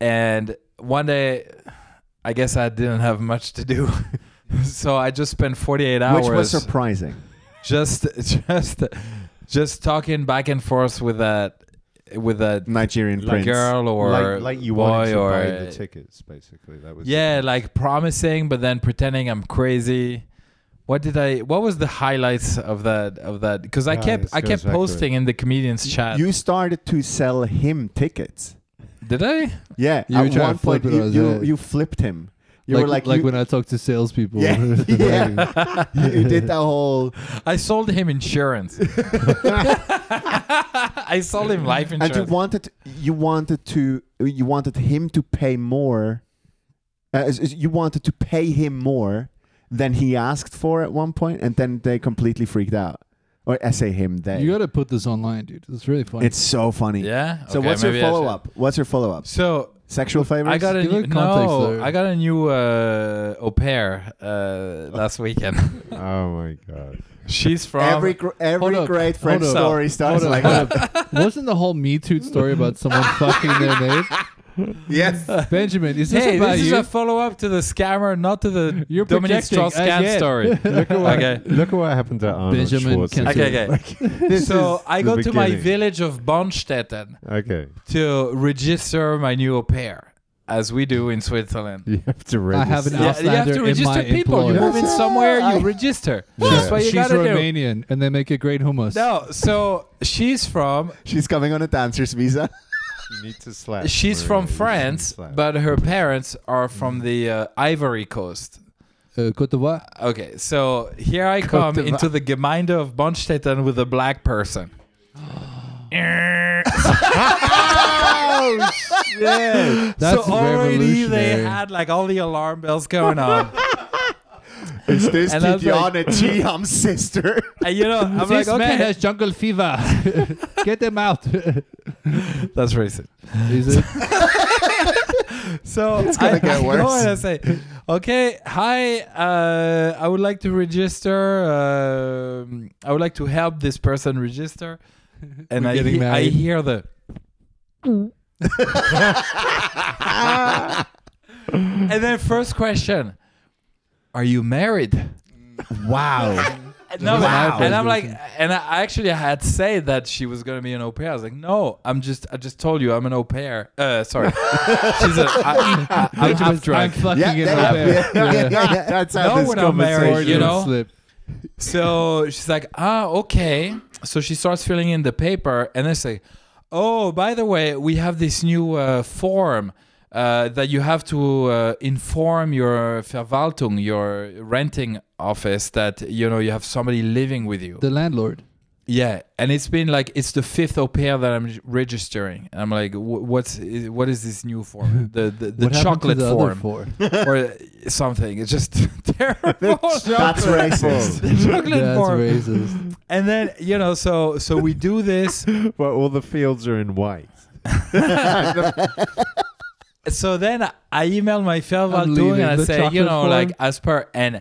S4: And one day, I guess I didn't have much to do. so I just spent 48 hours
S2: Which was surprising.
S4: just, just, just talking back and forth with that, with that
S2: Nigerian prince.
S4: girl or
S1: like, like you wanted
S4: boy
S1: to
S4: or
S1: buy the tickets, basically. That was the
S4: yeah
S1: point.
S4: like promising but then pretending i'm crazy what did i what was the highlights of that of that because i
S1: Ah,
S4: kept
S1: this
S4: i
S1: goes
S4: kept
S1: back to
S4: posting in the comedians chat
S2: You started to sell him tickets.
S4: did i
S2: Yeah,
S3: You were
S2: at
S3: trying to
S2: one point
S3: flip it
S2: you,
S3: on his
S2: you,
S3: head.
S2: you flipped him. You were like, you,
S3: when I talk to salespeople.
S2: Yeah, yeah. you did that whole
S4: i sold him insurance i sold him life
S2: and you
S4: insurance
S2: wanted you wanted to you wanted him to pay more uh, s- s- you wanted to pay him more than he asked for at one point and then they completely freaked out or i say him they
S3: You got to put this online, dude. It's really funny.
S2: it's so funny
S4: yeah
S2: so
S4: Okay,
S2: what's your
S4: maybe I should-
S2: follow-up what's your follow-up
S4: so
S2: sexual favors
S4: I got a
S3: Give
S4: new,
S3: it context,
S4: no,
S3: though.
S4: I got a new uh, au pair uh, last weekend.
S1: Oh my god.
S4: She's from
S2: every gr- every
S3: Hold up,
S2: great french
S3: hold
S4: up,
S2: story starts
S3: hold
S2: like
S3: up,
S2: that
S3: hold up. Wasn't the whole Me Too story about someone fucking their maid?
S2: yes
S3: Benjamin, is this
S4: Hey,
S3: about
S4: this is
S3: you?
S4: a follow up to the scammer, not to the
S3: You're
S4: Dominic
S3: projecting
S4: Strauss Kahn
S3: again.
S4: story. okay.
S1: Look at what happened to Arnold
S3: Benjamin can-
S1: Schwarzenegger.
S4: Okay, okay. so I
S1: the
S4: go to my
S1: beginning.
S4: village of Bonstetten
S1: Okay.
S4: to register my new au pair, as we do in Switzerland.
S1: You have to register.
S3: I have an
S4: Yeah, you have
S3: Auslander
S4: to
S3: in
S4: register
S3: my
S4: people. You
S3: employ.
S4: move in somewhere, you register. That's what you
S3: She's
S4: gotta do.
S3: Romanian, and they make a great hummus.
S4: No, so she's from
S2: she's coming on a dancer's visa
S1: You need to slap.
S4: she's
S1: Maria,
S4: from
S1: you need to
S4: France,
S1: slap.
S4: but her parents are
S1: Mm.
S4: from the uh, Ivory Coast.
S3: Uh, Cote d'Ivoire.
S4: Okay, so here I
S3: Cote
S4: come
S3: d'Ivoire.
S4: into the Gemeinde of Bonstetten with a black person.
S1: Oh shit!
S3: That's
S4: so already they
S3: revolutionary.
S4: had like all the alarm bells going on.
S2: is this
S4: And I was
S2: Tidiane
S4: like-
S2: Chiam's sister
S4: and you know, I'm
S3: this
S4: like, okay,
S3: man has jungle fever. Get them out.
S4: that's racist.
S3: Is it?
S4: So
S2: gonna
S4: I,
S2: get
S4: I go
S2: worse.
S4: and I say, okay, hi, uh, I would like to register. um I would like to help this person register. And
S3: We're
S4: I,
S3: getting
S4: he- I
S3: married.
S4: hear the. and then first question, are you married?
S2: wow
S4: No, but-
S2: Wow.
S4: and I'm like, and I actually had said that she was gonna be an au pair. I was like, no, I'm just, I just told you, I'm an au pair. Uh, sorry, she's a, I, I, I'm half
S3: I'm
S4: drunk.
S3: fucking
S2: yeah,
S3: in
S2: yeah,
S3: my bed.
S2: yeah, yeah,
S3: Yeah.
S2: yeah. that's how
S4: No,
S2: this
S4: when I'm married,
S2: conversation
S4: you know?
S3: Slip.
S4: So she's like, ah, okay. so she starts filling in the paper, and I say, "Oh, by the way, we have this new uh, form." Uh, that you have to uh, inform your Verwaltung, your renting office, that you know you have somebody living with you.
S3: The landlord.
S4: Yeah, and it's been like it's the fifth au pair that I'm j- registering. And I'm like, "Wh- what's i- what is this new form? The the, the
S3: What happened to
S4: chocolate
S3: the other
S4: form
S3: four?
S4: or something? It's just terrible.
S2: That's racist.
S4: The chocolate
S3: That's
S4: form.
S3: racist.
S4: And then you know, so so we do this.
S1: Well, all the fields are in white.
S4: So then I email my
S3: I'm
S4: Ferval
S3: leaving
S4: doing and I
S3: the
S4: say, you
S3: chocolate
S4: know,
S3: form.
S4: like as per and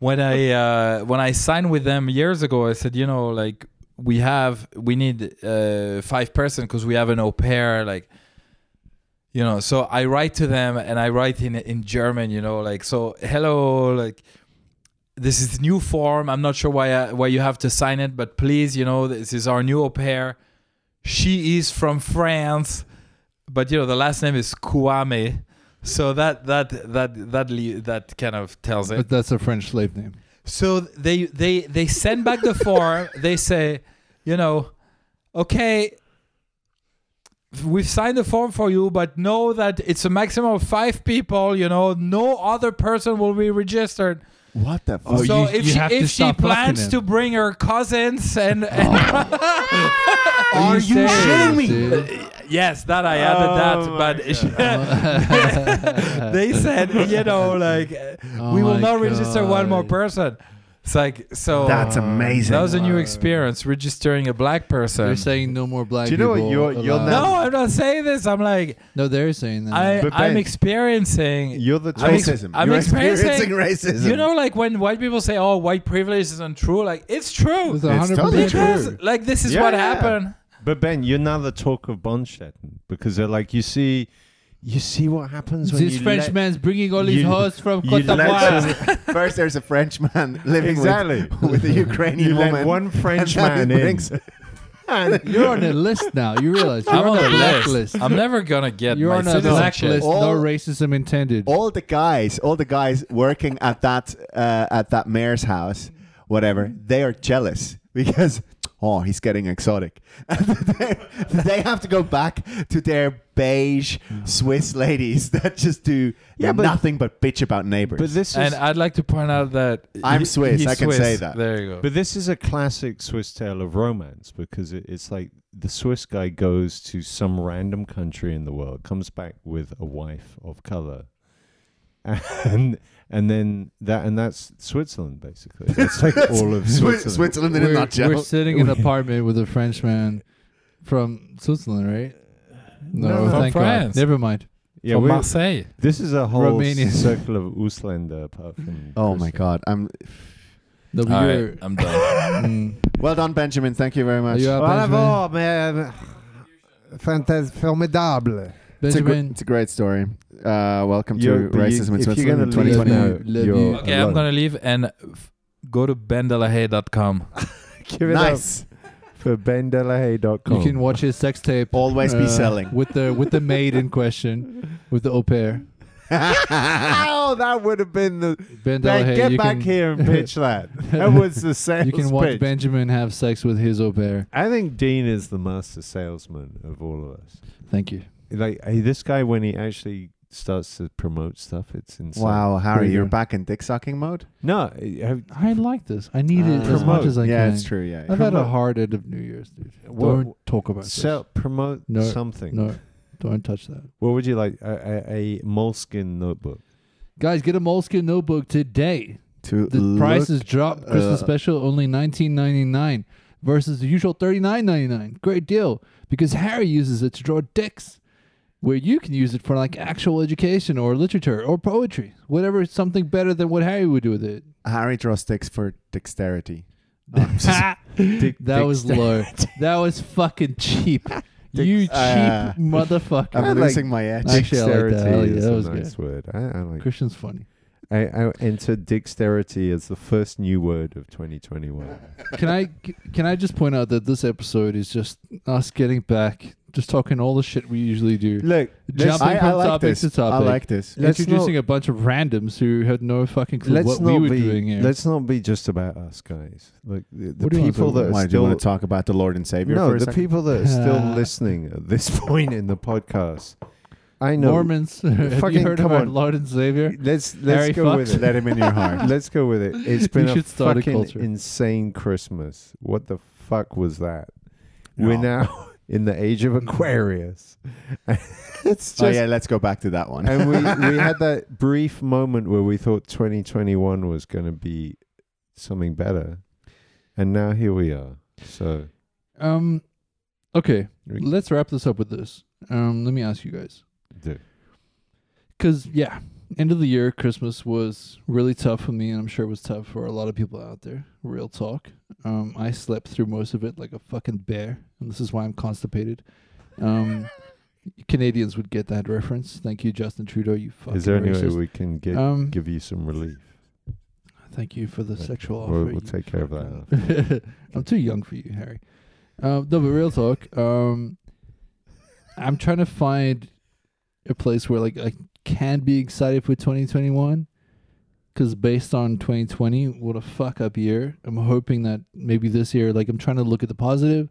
S4: when I uh when I signed with them years ago, I said, you know, like we have we need uh five person because we have an au pair, like you know, so I write to them and I write in in German, you know, like so hello, like this is new form. I'm not sure why I, why you have to sign it, but please, you know, this is our new au pair. She is from France but you know the last name is Kwame, so that that that that le- that kind of tells it.
S3: But that's a French slave name.
S4: So they they they send back the form. They say, you know, okay, we've signed the form for you, but know that it's a maximum of five people. You know, no other person will be registered.
S2: What the fuck?
S3: Oh,
S4: so
S3: you-
S4: if
S3: you
S4: she
S3: have to
S4: if she
S3: stop fucking
S4: plans
S3: him.
S4: to bring her cousins and, and
S2: Are you
S3: serious,
S2: shitting me?
S3: dude?
S4: yes, that I added
S1: Oh my
S4: that, but they said, you know, like uh,
S3: Oh
S4: we will
S3: my
S4: not register one more
S3: God.
S4: person. It's like so.
S2: That's
S1: Uh,
S2: amazing.
S4: that was a new
S3: Wow.
S4: experience registering a black person.
S3: They're saying no more black
S1: Do you know what?
S3: people.
S1: You're- you're
S3: allowed.
S1: now-
S4: no, I'm not saying this. I'm like
S3: No, they're saying that.
S4: I,
S1: But
S4: I'm
S1: Ben-
S4: experiencing.
S1: You're the
S4: I'm ex-
S1: chosen.
S2: racism.
S4: I'm
S2: You're
S4: experiencing-
S2: experiencing racism.
S4: You know, like when white people say, "Oh, white privilege is untrue." Like it's true.
S3: It's 100%
S1: totally
S3: true.
S1: true.
S4: Because, like this is
S1: Yeah,
S4: what
S1: yeah.
S4: happened.
S1: But Ben, you're now the talk of Bonstetten because they're like, you see, you see what happens when
S3: This
S1: you
S3: French
S1: let-
S3: man's bringing all his
S1: you-
S3: hoes from
S1: you
S3: Cote
S1: let
S3: d'Ivoire.
S2: First, there's a French man living
S1: exactly.
S2: with, with a Ukrainian
S1: you
S2: woman.
S1: let one French
S2: and now he
S1: man in.
S2: brings-
S1: And
S3: You're on a list now. You realize you're
S4: I'm on a
S3: blacklist.
S4: list. I'm never gonna get
S3: You're
S4: my
S3: on a blacklist.
S4: citizenship.
S3: No
S2: All-
S3: racism intended.
S2: all the guys, all the guys working at that uh, at that mayor's house, whatever, they are jealous because oh, he's getting exotic. And they- they have to go back to their beige Swiss ladies that just do
S1: Yeah, but-
S2: nothing but bitch about neighbors.
S1: but this is
S4: And I'd like to point out that
S2: I'm
S4: he-
S2: Swiss,
S4: he's
S2: I can
S4: Swiss.
S2: say that.
S4: There you go.
S1: But this is a classic Swiss tale of romance because it, it's like the Swiss guy goes to some random country in the world, comes back with a wife of color, and and then that and that's Switzerland basically. It's like all of
S2: Swi-
S1: Switzerland.
S2: Switzerland in a
S3: we're,
S2: nutshell.
S3: we're sitting in an apartment with a Frenchman from Switzerland, right? No,
S1: no.
S3: thank
S4: From
S3: God.
S4: France.
S3: Never mind.
S1: Yeah,
S4: From
S1: we-
S4: Marseille.
S1: this is a whole
S3: Romanian.
S1: circle of Usländer apart from.
S2: oh my
S1: Christian.
S2: god! I'm
S3: No,
S4: All
S3: you're,
S4: right, I'm done.
S3: mm,
S2: well done, Benjamin. Thank you very much.
S3: you up, Benjamin?
S7: Bravo, mais fantastique, formidable.
S2: It's a, gr-
S3: Benjamin,
S2: it's a great story. Uh, welcome
S1: You're-
S2: to
S1: but you-
S2: racism in
S1: if you're
S2: Switzerland in
S1: gonna leave uh,
S2: 2020.
S3: now,
S1: now,
S3: Love
S1: you're
S3: you.
S4: Okay, I'm
S1: alone.
S4: gonna leave and f- go to bendelahaye.com.
S1: Give it up
S2: Nice.
S1: for bendelahaye.com.
S3: you can watch his sex tape. uh,
S2: Always
S1: Uh,
S2: be selling.
S3: with the with the maid in question, with the au pair.
S1: oh, that would have been the.
S3: Ben
S1: Ben,
S3: Delahaye,
S1: get
S3: you
S1: back
S3: can,
S1: here and pitch that. That was the sales
S3: You can watch
S1: pitch.
S3: Benjamin have sex with his au pair.
S1: I think Dean is the master salesman of all of us.
S3: Thank you.
S1: Like eh, this guy, when he actually starts to promote stuff, it's insane.
S2: Wow, Harry,
S3: Pretty
S2: you're
S3: good.
S2: back in dick sucking mode.
S1: No, eh, have,
S3: I like this. I need it
S2: Ah.
S3: as much as I
S2: yeah,
S3: can.
S2: it's true. Yeah, yeah.
S3: I've had a
S1: Promote-
S3: hard end of New Year's, dude.
S1: What-
S3: Don't talk about
S1: sell, promote
S3: No,
S1: something.
S3: this. No, don't touch that.
S1: What would you like? A, a, a moleskin notebook.
S3: Guys, get a Moleskine notebook today.
S2: to
S3: The
S2: look-
S3: price is dropped. Christmas
S2: uh,
S3: special only nineteen ninety nine versus the usual thirty nine ninety nine. Great deal because Harry uses it to draw dicks, where you can use it for like actual education or literature or poetry, whatever something better than what Harry would do with it.
S2: Harry draws dicks for dexterity.
S3: that was low. That was fucking cheap. you cheap
S2: uh, I'm
S3: motherfucker.
S1: like-
S2: losing my edge.
S3: Actually, I like that. I like
S1: Dexterity
S3: that.
S1: is
S3: That
S1: a
S3: was
S1: nice word. I, I like.
S3: Christian's funny.
S1: I, I entered dexterity as the first new word of 2021.
S3: Can I can I just point out that this episode is just us getting back Just talking all the shit we usually do.
S1: Look,
S3: Jumping
S2: I, I
S3: from
S2: like
S3: topic
S2: this.
S3: to topic.
S2: I like this.
S1: Let's
S3: introducing a bunch of randoms who had no fucking clue what we were
S1: be,
S3: doing here.
S1: Let's not be just about us guys. Like the, the
S3: What do you want
S1: people
S3: to talk
S1: that
S2: Why
S1: are
S2: do you
S1: still
S2: want to talk about the Lord and Savior?
S1: no,
S2: for a
S1: the
S2: second?
S1: people that are still
S3: Uh,
S1: listening at this point in the podcast. I know.
S3: Mormons, have
S1: Fucking
S3: you heard
S1: come
S3: of our
S1: on.
S3: Lord and Savior?
S1: Let's let's
S3: Harry
S1: go
S3: Fox.
S1: with it.
S2: Let him in your heart.
S1: Let's go with it. It's
S3: We
S1: been a
S3: should start a
S1: fucking
S3: culture.
S1: insane Christmas. What the fuck was that? We're
S2: No.
S1: now in the age of Aquarius. it's just
S2: oh yeah, let's go back to that one.
S1: and we, we had that brief moment where we thought 2021 was going to be something better. And now here we are. So,
S3: Um, okay,
S1: we-
S3: let's wrap this up with this. Um, let me ask you guys.
S1: do.
S3: Because, yeah, end of the year, Christmas was really tough for me, and I'm sure it was tough for a lot of people out there. Real talk. Um, I slept through most of it like a fucking bear, and this is why I'm constipated. Um, Canadians would get that reference. Thank you, Justin Trudeau. You fucking
S1: is there any way
S3: racist.
S1: we can get,
S3: um,
S1: give you some relief?
S3: Thank you for the
S1: Okay.
S3: sexual offer.
S1: We'll, we'll
S3: you
S1: take care of that. after.
S3: fucking- I'm too young for you, Harry. Um, no, but real talk. Um, I'm trying to find a place where like I can be excited for 2021, because based on 2020, what a fuck up year. I'm hoping that maybe this year, like I'm trying to look at the positive.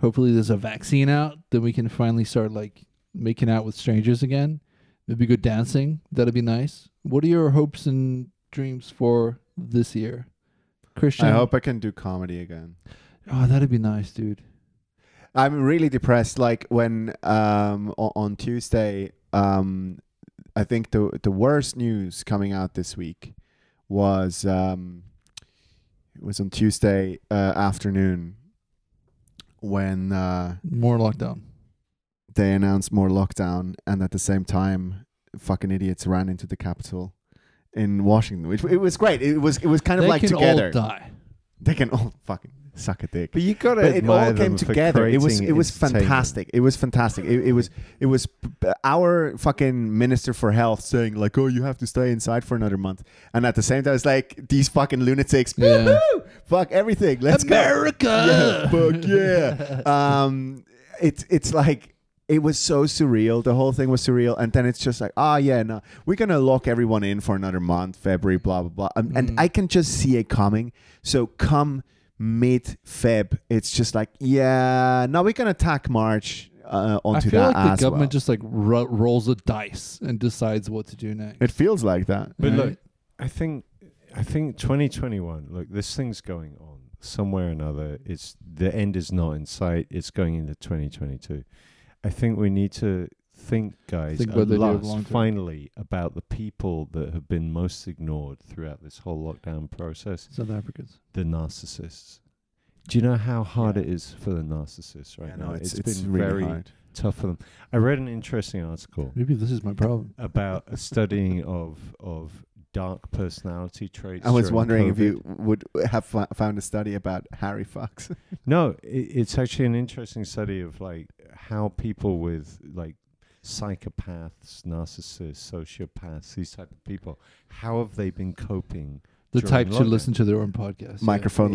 S3: Hopefully, there's a vaccine out, then we can finally start like making out with strangers again. Maybe go dancing. That'd be nice. What are your hopes and dreams for this year, Christian?
S2: I hope I can do comedy again.
S3: Oh, that'd be nice, dude.
S2: I'm really depressed. Like when um o- on Tuesday, um I think the the worst news coming out this week was um it was on Tuesday uh, afternoon when uh
S3: More lockdown.
S2: they announced more lockdown and at the same time fucking idiots ran into the capitol in Washington, which it was great. It was it was kind of
S3: they
S2: like
S3: can
S2: together.
S3: all die.
S2: They can all fucking suck a dick
S1: But you got to
S2: but it
S1: admire
S2: all came
S1: them for
S2: together. It was
S1: creating
S2: it was
S1: entertainment.
S2: fantastic. It was fantastic. It, it was it was p- p- our fucking minister for health saying like, "Oh, you have to stay inside for another month," and at the same time, it's like these fucking lunatics.
S3: Yeah.
S2: "Woo-hoo! Fuck everything. Let's
S3: America!
S2: Go. Yeah, fuck yeah. um, it's it's like. It was so surreal. The whole thing was surreal, and then it's just like, ah, yeah, no, we're gonna lock everyone in for another month, February, blah blah blah, and,
S3: Mm.
S2: and I can just see it coming. So come mid Feb, it's just like, yeah, now we can attack March uh,
S3: I
S2: onto
S3: feel
S2: that
S3: like
S2: as
S3: the government
S2: well.
S3: just like ro- rolls a dice and decides what to do next.
S2: it feels like that.
S1: But
S3: Right?
S1: look, I think I think 2021. Look, this thing's going on somewhere or another. It's the end is not in sight. It's going into 2022. I think we need to think, guys,
S3: Think about
S1: at
S3: the idea of
S1: last,
S3: long term.
S1: finally, about the people that have been most ignored throughout this whole lockdown process.
S3: South Africans.
S1: The narcissists. Do you know how hard
S2: Yeah.
S1: it is for the narcissists right
S2: Yeah,
S1: now?
S2: no, it's,
S1: it's
S2: it's
S1: been
S2: really
S1: very
S2: hard.
S1: tough for them. I read an interesting article
S3: Maybe this is my problem.
S1: about a studying of of dark personality traits.
S2: I was
S1: during
S2: wondering if
S1: COVID.
S2: you would have fo- found a study about Harry Fox.
S1: No, i it's actually an interesting study of like how people with like psychopaths, narcissists, sociopaths, these type of people, how have they been coping?
S3: The
S1: During
S3: type should
S1: lockdown.
S3: listen to their own podcast. yeah.
S2: Microphone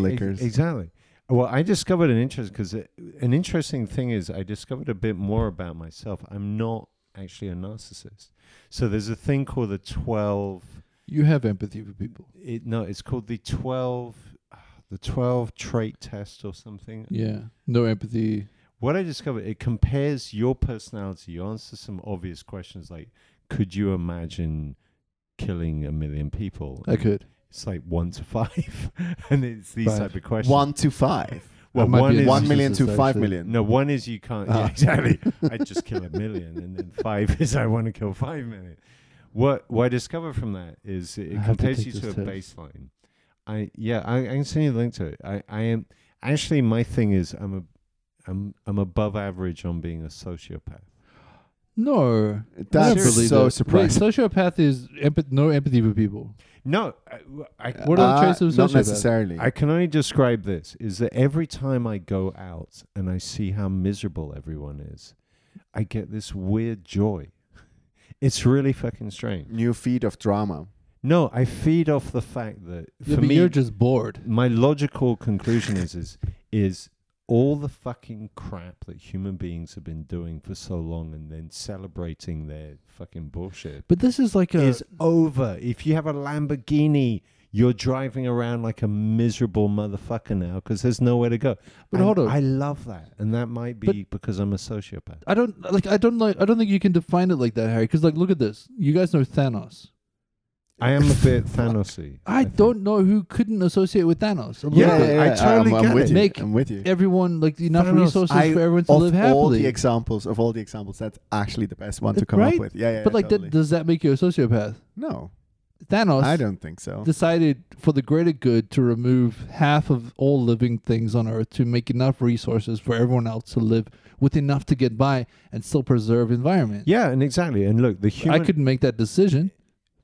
S1: E- ex-
S2: lickers.
S1: Exactly. Well, I discovered an interest because an interesting thing is I discovered a bit more about myself. I'm not actually a narcissist. So there's a thing called the 12
S3: You have empathy for people.
S1: it no it's called the 12 the 12 trait test or something
S3: Yeah. No empathy.
S1: what i discovered it compares your personality you answer some obvious questions like could you imagine killing a million people
S3: I could.
S1: it's like one to five and it's these
S3: Five.
S1: type of questions
S2: One to five.
S1: well,
S3: I might
S1: one
S3: be a
S1: is
S2: One million
S3: narcissist,
S2: to five
S3: actually.
S2: million.
S1: no one is you can't yeah,
S2: Ah.
S1: exactly i'd just kill a million and then five is i want to kill five million what what i discovered from that is it,
S3: I have to
S1: compares
S3: take
S1: you to
S3: this
S1: a
S3: test.
S1: baseline i yeah I, I can send you a link to it i i am actually my thing is i'm a i'm i'm above average on being a sociopath
S3: No. I don't
S2: That's
S3: believe
S2: so
S3: that.
S2: surprising.
S3: Wait, sociopath is empath- no empathy for people.
S1: no I- w- I,
S3: Uh, What are the traits of
S2: Uh, Not
S3: sociopath?
S2: necessarily.
S1: I can only describe this is that every time I go out and I see how miserable everyone is, I get this weird joy. It's really fucking strange.
S2: New feed of drama.
S1: No, I feed off the fact that
S3: Yeah,
S1: for
S3: but
S1: me,
S3: you're just bored.
S1: my logical conclusion is is is all the fucking crap that human beings have been doing for so long and then celebrating their fucking bullshit
S3: But uh, this is like a
S1: is over. If you have a Lamborghini, you're driving around like a miserable motherfucker now because there's nowhere to go.
S3: But
S1: And
S3: hold on.
S1: I love that, and that might be because I'm a sociopath.
S3: I don't like. I don't like. I don't think you can define it like that, Harry. Because like, look at this. You guys know Thanos.
S1: I am a bit Thanosy.
S3: I,
S1: think.
S3: don't know who couldn't associate with Thanos. A little
S1: Yeah,
S3: bit.
S1: I totally
S2: I'm, I'm
S1: get
S2: with
S3: it.
S2: you.
S3: Make
S2: I'm with you.
S3: Everyone like enough
S1: Thanos,
S3: resources
S2: I-
S3: for everyone to
S2: of
S3: live
S2: all
S3: happily.
S2: the examples, of all the examples, that's actually the best one to
S3: It-
S2: come
S3: right?
S2: up with. Yeah, yeah.
S3: but
S2: yeah,
S3: like,
S2: totally.
S3: that, does that make you a sociopath?
S2: no,
S3: Thanos
S2: I don't think so.
S3: decided for the greater good to remove half of all living things on Earth to make enough resources for everyone else to live with enough to get by and still preserve environment.
S1: Yeah, and exactly. And look, the human
S3: I couldn't make that decision,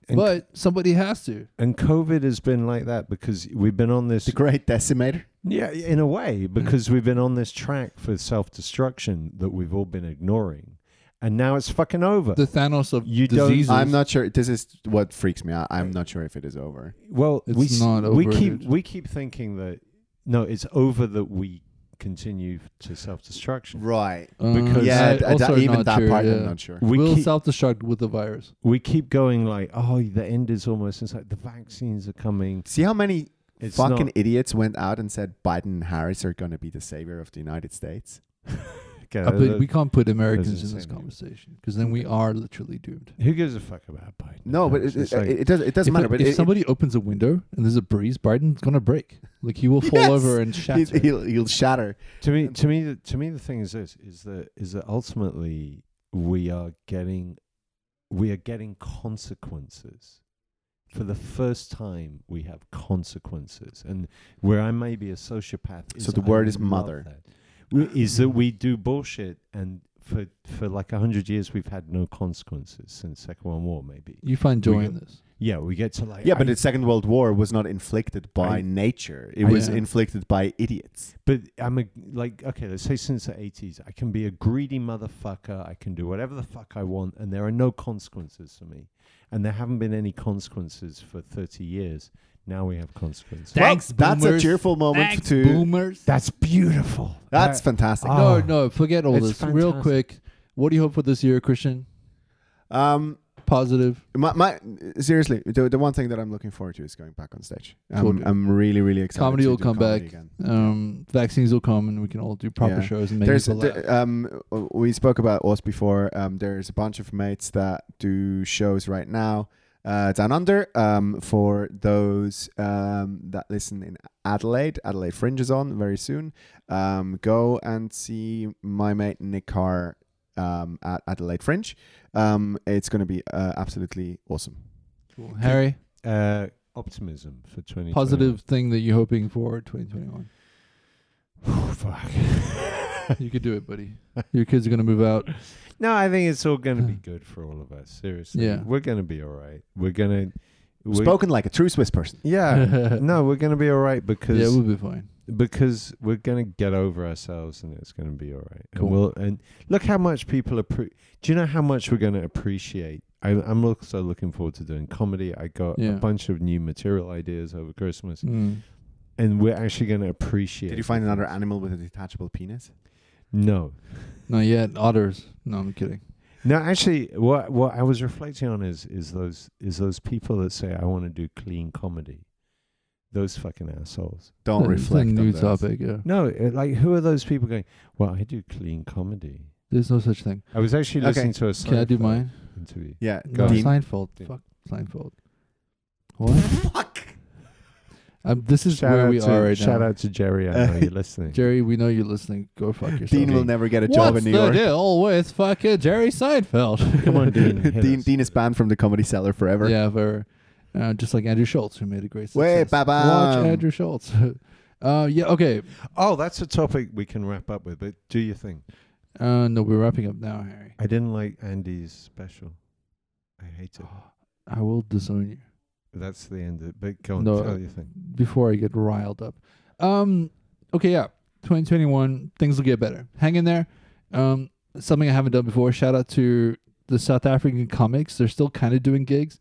S1: and,
S3: but somebody has to.
S1: and COVID has been like that because we've been on this
S2: the Great Decimator.
S1: Yeah, in a way, because we've been on this track for self destruction that we've all been ignoring. And now it's fucking over.
S3: The Thanos of
S1: You don't-
S3: diseases.
S2: I'm not sure. This is what freaks me out. I'm not sure if it is over.
S1: well,
S3: It's
S1: we, s-
S3: not
S1: we
S3: over,
S1: keep
S3: dude.
S1: we keep thinking that no, it's over that we continue to self destruction.
S2: Right.
S3: Uh,
S1: because-
S2: Yeah,
S3: I
S2: th-
S3: also
S2: that, even
S3: not
S2: that
S3: sure,
S2: part,
S3: yeah.
S2: I'm not sure.
S1: We
S3: will
S1: keep,
S3: self-destruct with the virus.
S1: we keep going like, oh, the end is almost. It's like the vaccines are coming.
S2: See how many
S1: It's
S2: fucking
S1: not,
S2: idiots went out and said Biden and Harris are going to be the savior of the United States?
S1: Okay,
S3: Uh, but
S1: look,
S3: we can't put Americans in
S1: Doesn't
S3: this
S1: seem-
S3: conversation because then we are literally doomed.
S1: who gives a fuck about Biden?
S2: No, but
S1: It's
S2: it, it,
S1: like-
S2: it, does, it doesn't
S3: if
S2: matter. But
S3: if
S2: it,
S3: somebody opens a window and there's a breeze, Biden's gonna break. Like he will fall
S2: Yes!
S3: over and
S2: it,
S3: shatter.
S2: he'll, he'll, he'll shatter.
S1: to me to me the, to me the thing is this is that is that ultimately we are getting we are getting consequences for the first time we have consequences and where i may be a sociopath is
S2: So the
S1: I
S2: word is
S1: love
S2: mother.
S1: that. W- is that we do bullshit and for for like a 100 years we've had no consequences since second world war maybe
S3: you find joy
S1: We
S3: in
S1: go-
S3: this.
S1: yeah we get to like
S2: Yeah, but
S1: I-
S2: the Second World War was not inflicted by
S1: I-
S2: nature. It
S3: I-
S2: was
S3: Yeah.
S2: inflicted by idiots.
S1: But I'm a, like, okay, let's say since the 80s, I can be a greedy motherfucker. I can do whatever the fuck I want, and there are no consequences for me. And there haven't been any consequences for 30 years. Now we have consequences.
S2: Well,
S3: Thanks,
S2: that's a
S3: boomers.
S2: cheerful moment
S3: Thanks,
S2: to.
S3: boomers.
S1: That's beautiful.
S2: That's
S1: That-
S2: fantastic.
S1: Ah. Oh,
S3: no, no, forget all
S1: it's
S3: this. Real
S1: fantastic.
S3: quick, what do you hope for this year, Christian?
S2: Um,
S3: Positive.
S2: my, my seriously, the, the one thing that I'm looking forward to is going back on stage.
S3: Cool,
S2: I'm,
S3: dude.
S2: I'm really, really excited.
S3: Comedy
S2: to
S3: will
S2: do
S3: come
S2: comedy
S3: back.
S2: again.
S3: Um, vaccines will come and we can all do proper
S2: Yeah.
S3: shows and make
S2: There's
S3: people laugh.
S2: the- um, we spoke about us before. Um, there's a bunch of mates that do shows right now uh, down under. Um, for those um, that listen in Adelaide, Adelaide Fringe is on very soon. Um, go and see my mate Nick Carr um, at Adelaide Fringe. Um, it's going to be uh, absolutely awesome.
S3: Cool. Harry,
S1: uh, optimism for 2020.
S3: positive thing that you're hoping for 2021.
S1: Oh, fuck.
S3: You could do it, buddy. Your kids are gonna move out.
S1: No, I think it's all going to be good for all of us. Seriously.
S3: Yeah.
S1: We're going to be all right. We're going to.
S2: Spoken like a true Swiss person.
S1: Yeah. no, we're going to be all right because.
S3: Yeah, we'll be fine.
S1: because we're gonna get over ourselves and it's gonna be all right.
S3: Cool.
S1: And we'll and look how much people appre- Do you know how much we're gonna appreciate? I, I'm also looking forward to doing comedy. I got
S3: Yeah. Mm.
S1: a bunch of new material ideas over Christmas, and we're actually gonna appreciate.
S2: Did you find another animal with a detachable penis?
S1: No,
S3: Not yet. Otters. No, I'm kidding.
S1: no. Actually, what what I was reflecting on is is those is those people that say I want to do clean comedy. Those fucking assholes.
S2: Don't
S3: It's
S2: reflect
S3: A
S2: on
S3: new
S2: those.
S3: topic. Yeah.
S1: No, it- like who are those people going? Well, I do clean comedy.
S3: There's no such thing.
S1: I was actually
S2: Okay.
S1: listening to a
S3: Can I do
S1: Seinfeld
S3: mine?
S1: interview.
S2: Yeah,
S3: No,
S2: Dean.
S3: Seinfeld.
S1: Dean.
S3: Fuck Seinfeld. What?
S2: Fuck.
S3: Um, this is
S1: Shout
S3: where
S1: out
S3: we
S1: to,
S3: are right
S1: Shout
S3: now.
S1: out to Jerry. I know
S2: Uh,
S1: you're listening.
S3: Jerry, we know you're listening. Go fuck yourself.
S2: Dean will never get a job
S3: What's
S2: in New York.
S3: the deal with fucking Jerry Seinfeld?
S1: Come on, Dean. hit
S2: Dean,
S1: us.
S2: Dean is banned from the comedy cellar forever.
S3: yeah, for, uh, just like Andrew Schultz, who made a great
S2: Wait,
S3: success.
S2: ba-bam.
S3: Watch Andrew Schultz. uh, yeah, okay.
S1: Oh, that's a topic we can wrap up with. But do your thing.
S3: Uh, no, we're wrapping up now, Harry.
S1: I didn't like Andy's special. I hate it.
S3: I will disown you.
S1: That's the end of it. But go on,
S3: No.
S1: tell your thing.
S3: before I get riled up. Um, okay, yeah, 2021 things will get better. Hang in there. Um, something I haven't done before. Shout out to the South African comics. They're still kind of doing gigs.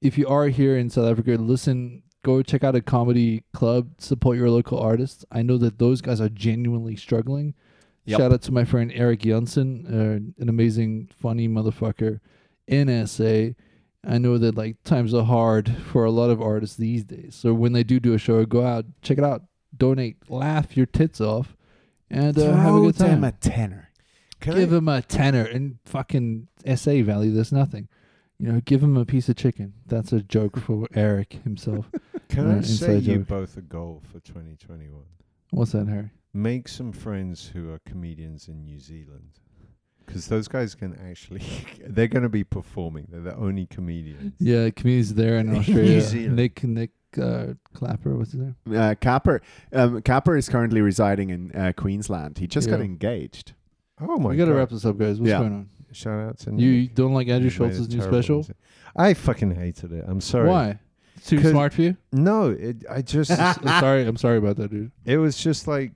S3: If you are here in South Africa, listen go check out a comedy club, support your local artists. I know that those guys are genuinely struggling.
S4: Yep.
S3: Shout out to my friend Eric Jensen, uh, an amazing, funny motherfucker in SA. I know that like times are hard for a lot of artists these days. So when they do do a show, go out, check it out, donate, laugh your tits off, and uh, have a good
S2: Throw
S3: time.
S2: them a tenner.
S1: Can
S3: give
S1: I,
S3: him a tenner and fucking SA value. There's nothing. You know, give him a piece of chicken. That's a joke for Eric himself.
S1: can
S3: uh,
S1: I say
S3: inside
S1: you
S3: joke.
S1: both a goal for 2021?
S3: What's that, Harry?
S1: Make some friends who are comedians in New Zealand. Because those guys can actually, they're going to be performing. They're the only comedians.
S3: Yeah, community's there in
S1: New
S3: Australia.
S1: Zealand.
S3: Nick Nick uh, Clapper, what's his name?
S2: Uh, Capper, um, Capper is currently residing in uh, Queensland. He just got
S3: Yeah.
S2: engaged.
S1: Oh my
S3: we gotta
S1: god! Oh
S3: wrap this up, guys. What's
S2: Yeah.
S3: going on?
S1: Shout out to
S3: You
S1: Nick.
S3: don't like Andrew
S1: He's made a
S3: Schultz's new
S1: terrible
S3: special?
S1: mistake. I fucking hated it. I'm sorry.
S3: Why? Too
S1: 'Cause-
S3: smart for you?
S1: No, it, I just
S3: I'm sorry, I'm sorry about that, dude.
S1: it was just like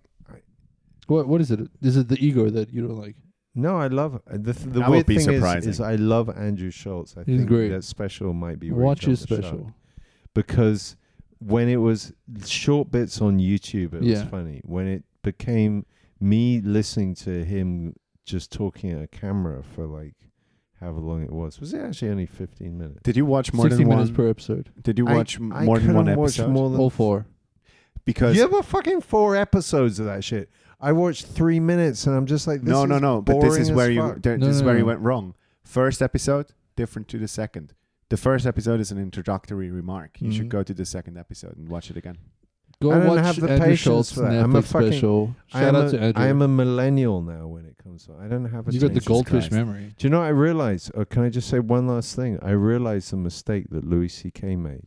S3: What what is it? Is it the ego that you don't like?
S1: no, I love the th- the
S2: That would
S1: weird
S2: be
S1: thing is,
S2: surprising.
S1: is I love Andrew Schultz. I
S3: He's
S1: think
S3: great.
S1: that special might be
S3: Watch
S1: Rachel
S3: his
S1: the Shark.
S3: special.
S1: because when it was short bits on YouTube, it was
S3: Yeah.
S1: funny. When it became me listening to him just talking at a camera for like however long it was, was it actually only 15 minutes?
S2: Did you watch more
S3: Sixty
S2: than
S3: minutes
S2: one?
S3: per episode.
S2: Did you
S1: I-
S2: watch m-
S1: I
S2: more than one
S1: couldn't watch
S2: episode?
S1: more than
S3: All four.
S2: because
S1: Yeah, but fucking four episodes of that shit. I watched three minutes and I'm just like, this
S2: no,
S1: is
S2: no, no. But this
S1: boring
S2: is
S1: as
S2: where you
S1: fuck.
S2: there-
S3: No,
S2: this is
S3: no,
S2: where you
S3: no.
S2: went wrong. First episode different to the second. The first episode is an introductory remark. You
S3: Mhm.
S2: should go to the second episode and watch it again.
S3: Go
S1: I don't
S3: watch
S1: have the
S3: Andrew
S1: patience
S3: Schultz's
S1: for that. I'm a
S3: Netflix
S1: fucking-
S3: special.
S1: I
S3: Shout
S1: am
S3: out
S1: a-
S3: to Andrew.
S1: I am a millennial now when it comes to. I don't have a.
S3: you got the
S1: chance.
S3: goldfish
S2: Christ.
S3: memory.
S1: Do you know what I realized? Or can I just say one last thing? I realized the mistake that Louis C.K. made.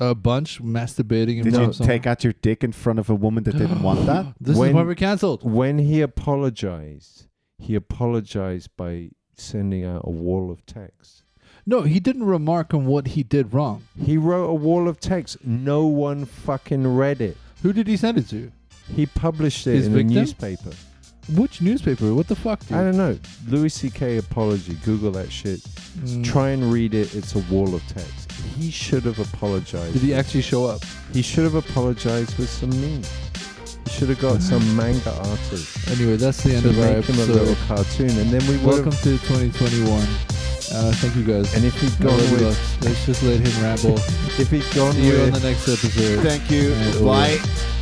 S3: a bunch masturbating. in
S2: Did
S3: front
S2: you
S3: of someone.
S2: take out your dick in front of a woman that didn't want that?
S3: This
S1: When-
S3: is why we're cancelled.
S1: When he apologized, he apologized by sending out a wall of text.
S3: No, he didn't remark on what he did wrong.
S1: He wrote a wall of text. No one fucking read it.
S3: Who did he send it to?
S1: He published it
S3: His
S1: in
S3: victim?
S1: a newspaper.
S3: Which newspaper? What the fuck, dude?
S1: I don't know. Louis C.K. apology. Google that shit.
S3: Mm.
S1: Try and read it. It's a wall of text. He should have apologized.
S3: Did he actually show up?
S1: He should have apologized with some memes. He should have got some manga artist
S3: Anyway, that's the end
S1: to
S3: of our
S1: make him a little
S3: episode.
S1: cartoon, and then we would
S3: Welcome
S1: have.
S3: to 2021. Uh, thank you guys.
S1: And if he'd
S3: No,
S1: gone
S3: let's-
S1: with,
S3: let's just let him ramble.
S1: if he'd gone
S3: See you on the
S1: with,
S3: next episode.
S2: Thank you.
S3: And over.
S2: Bye.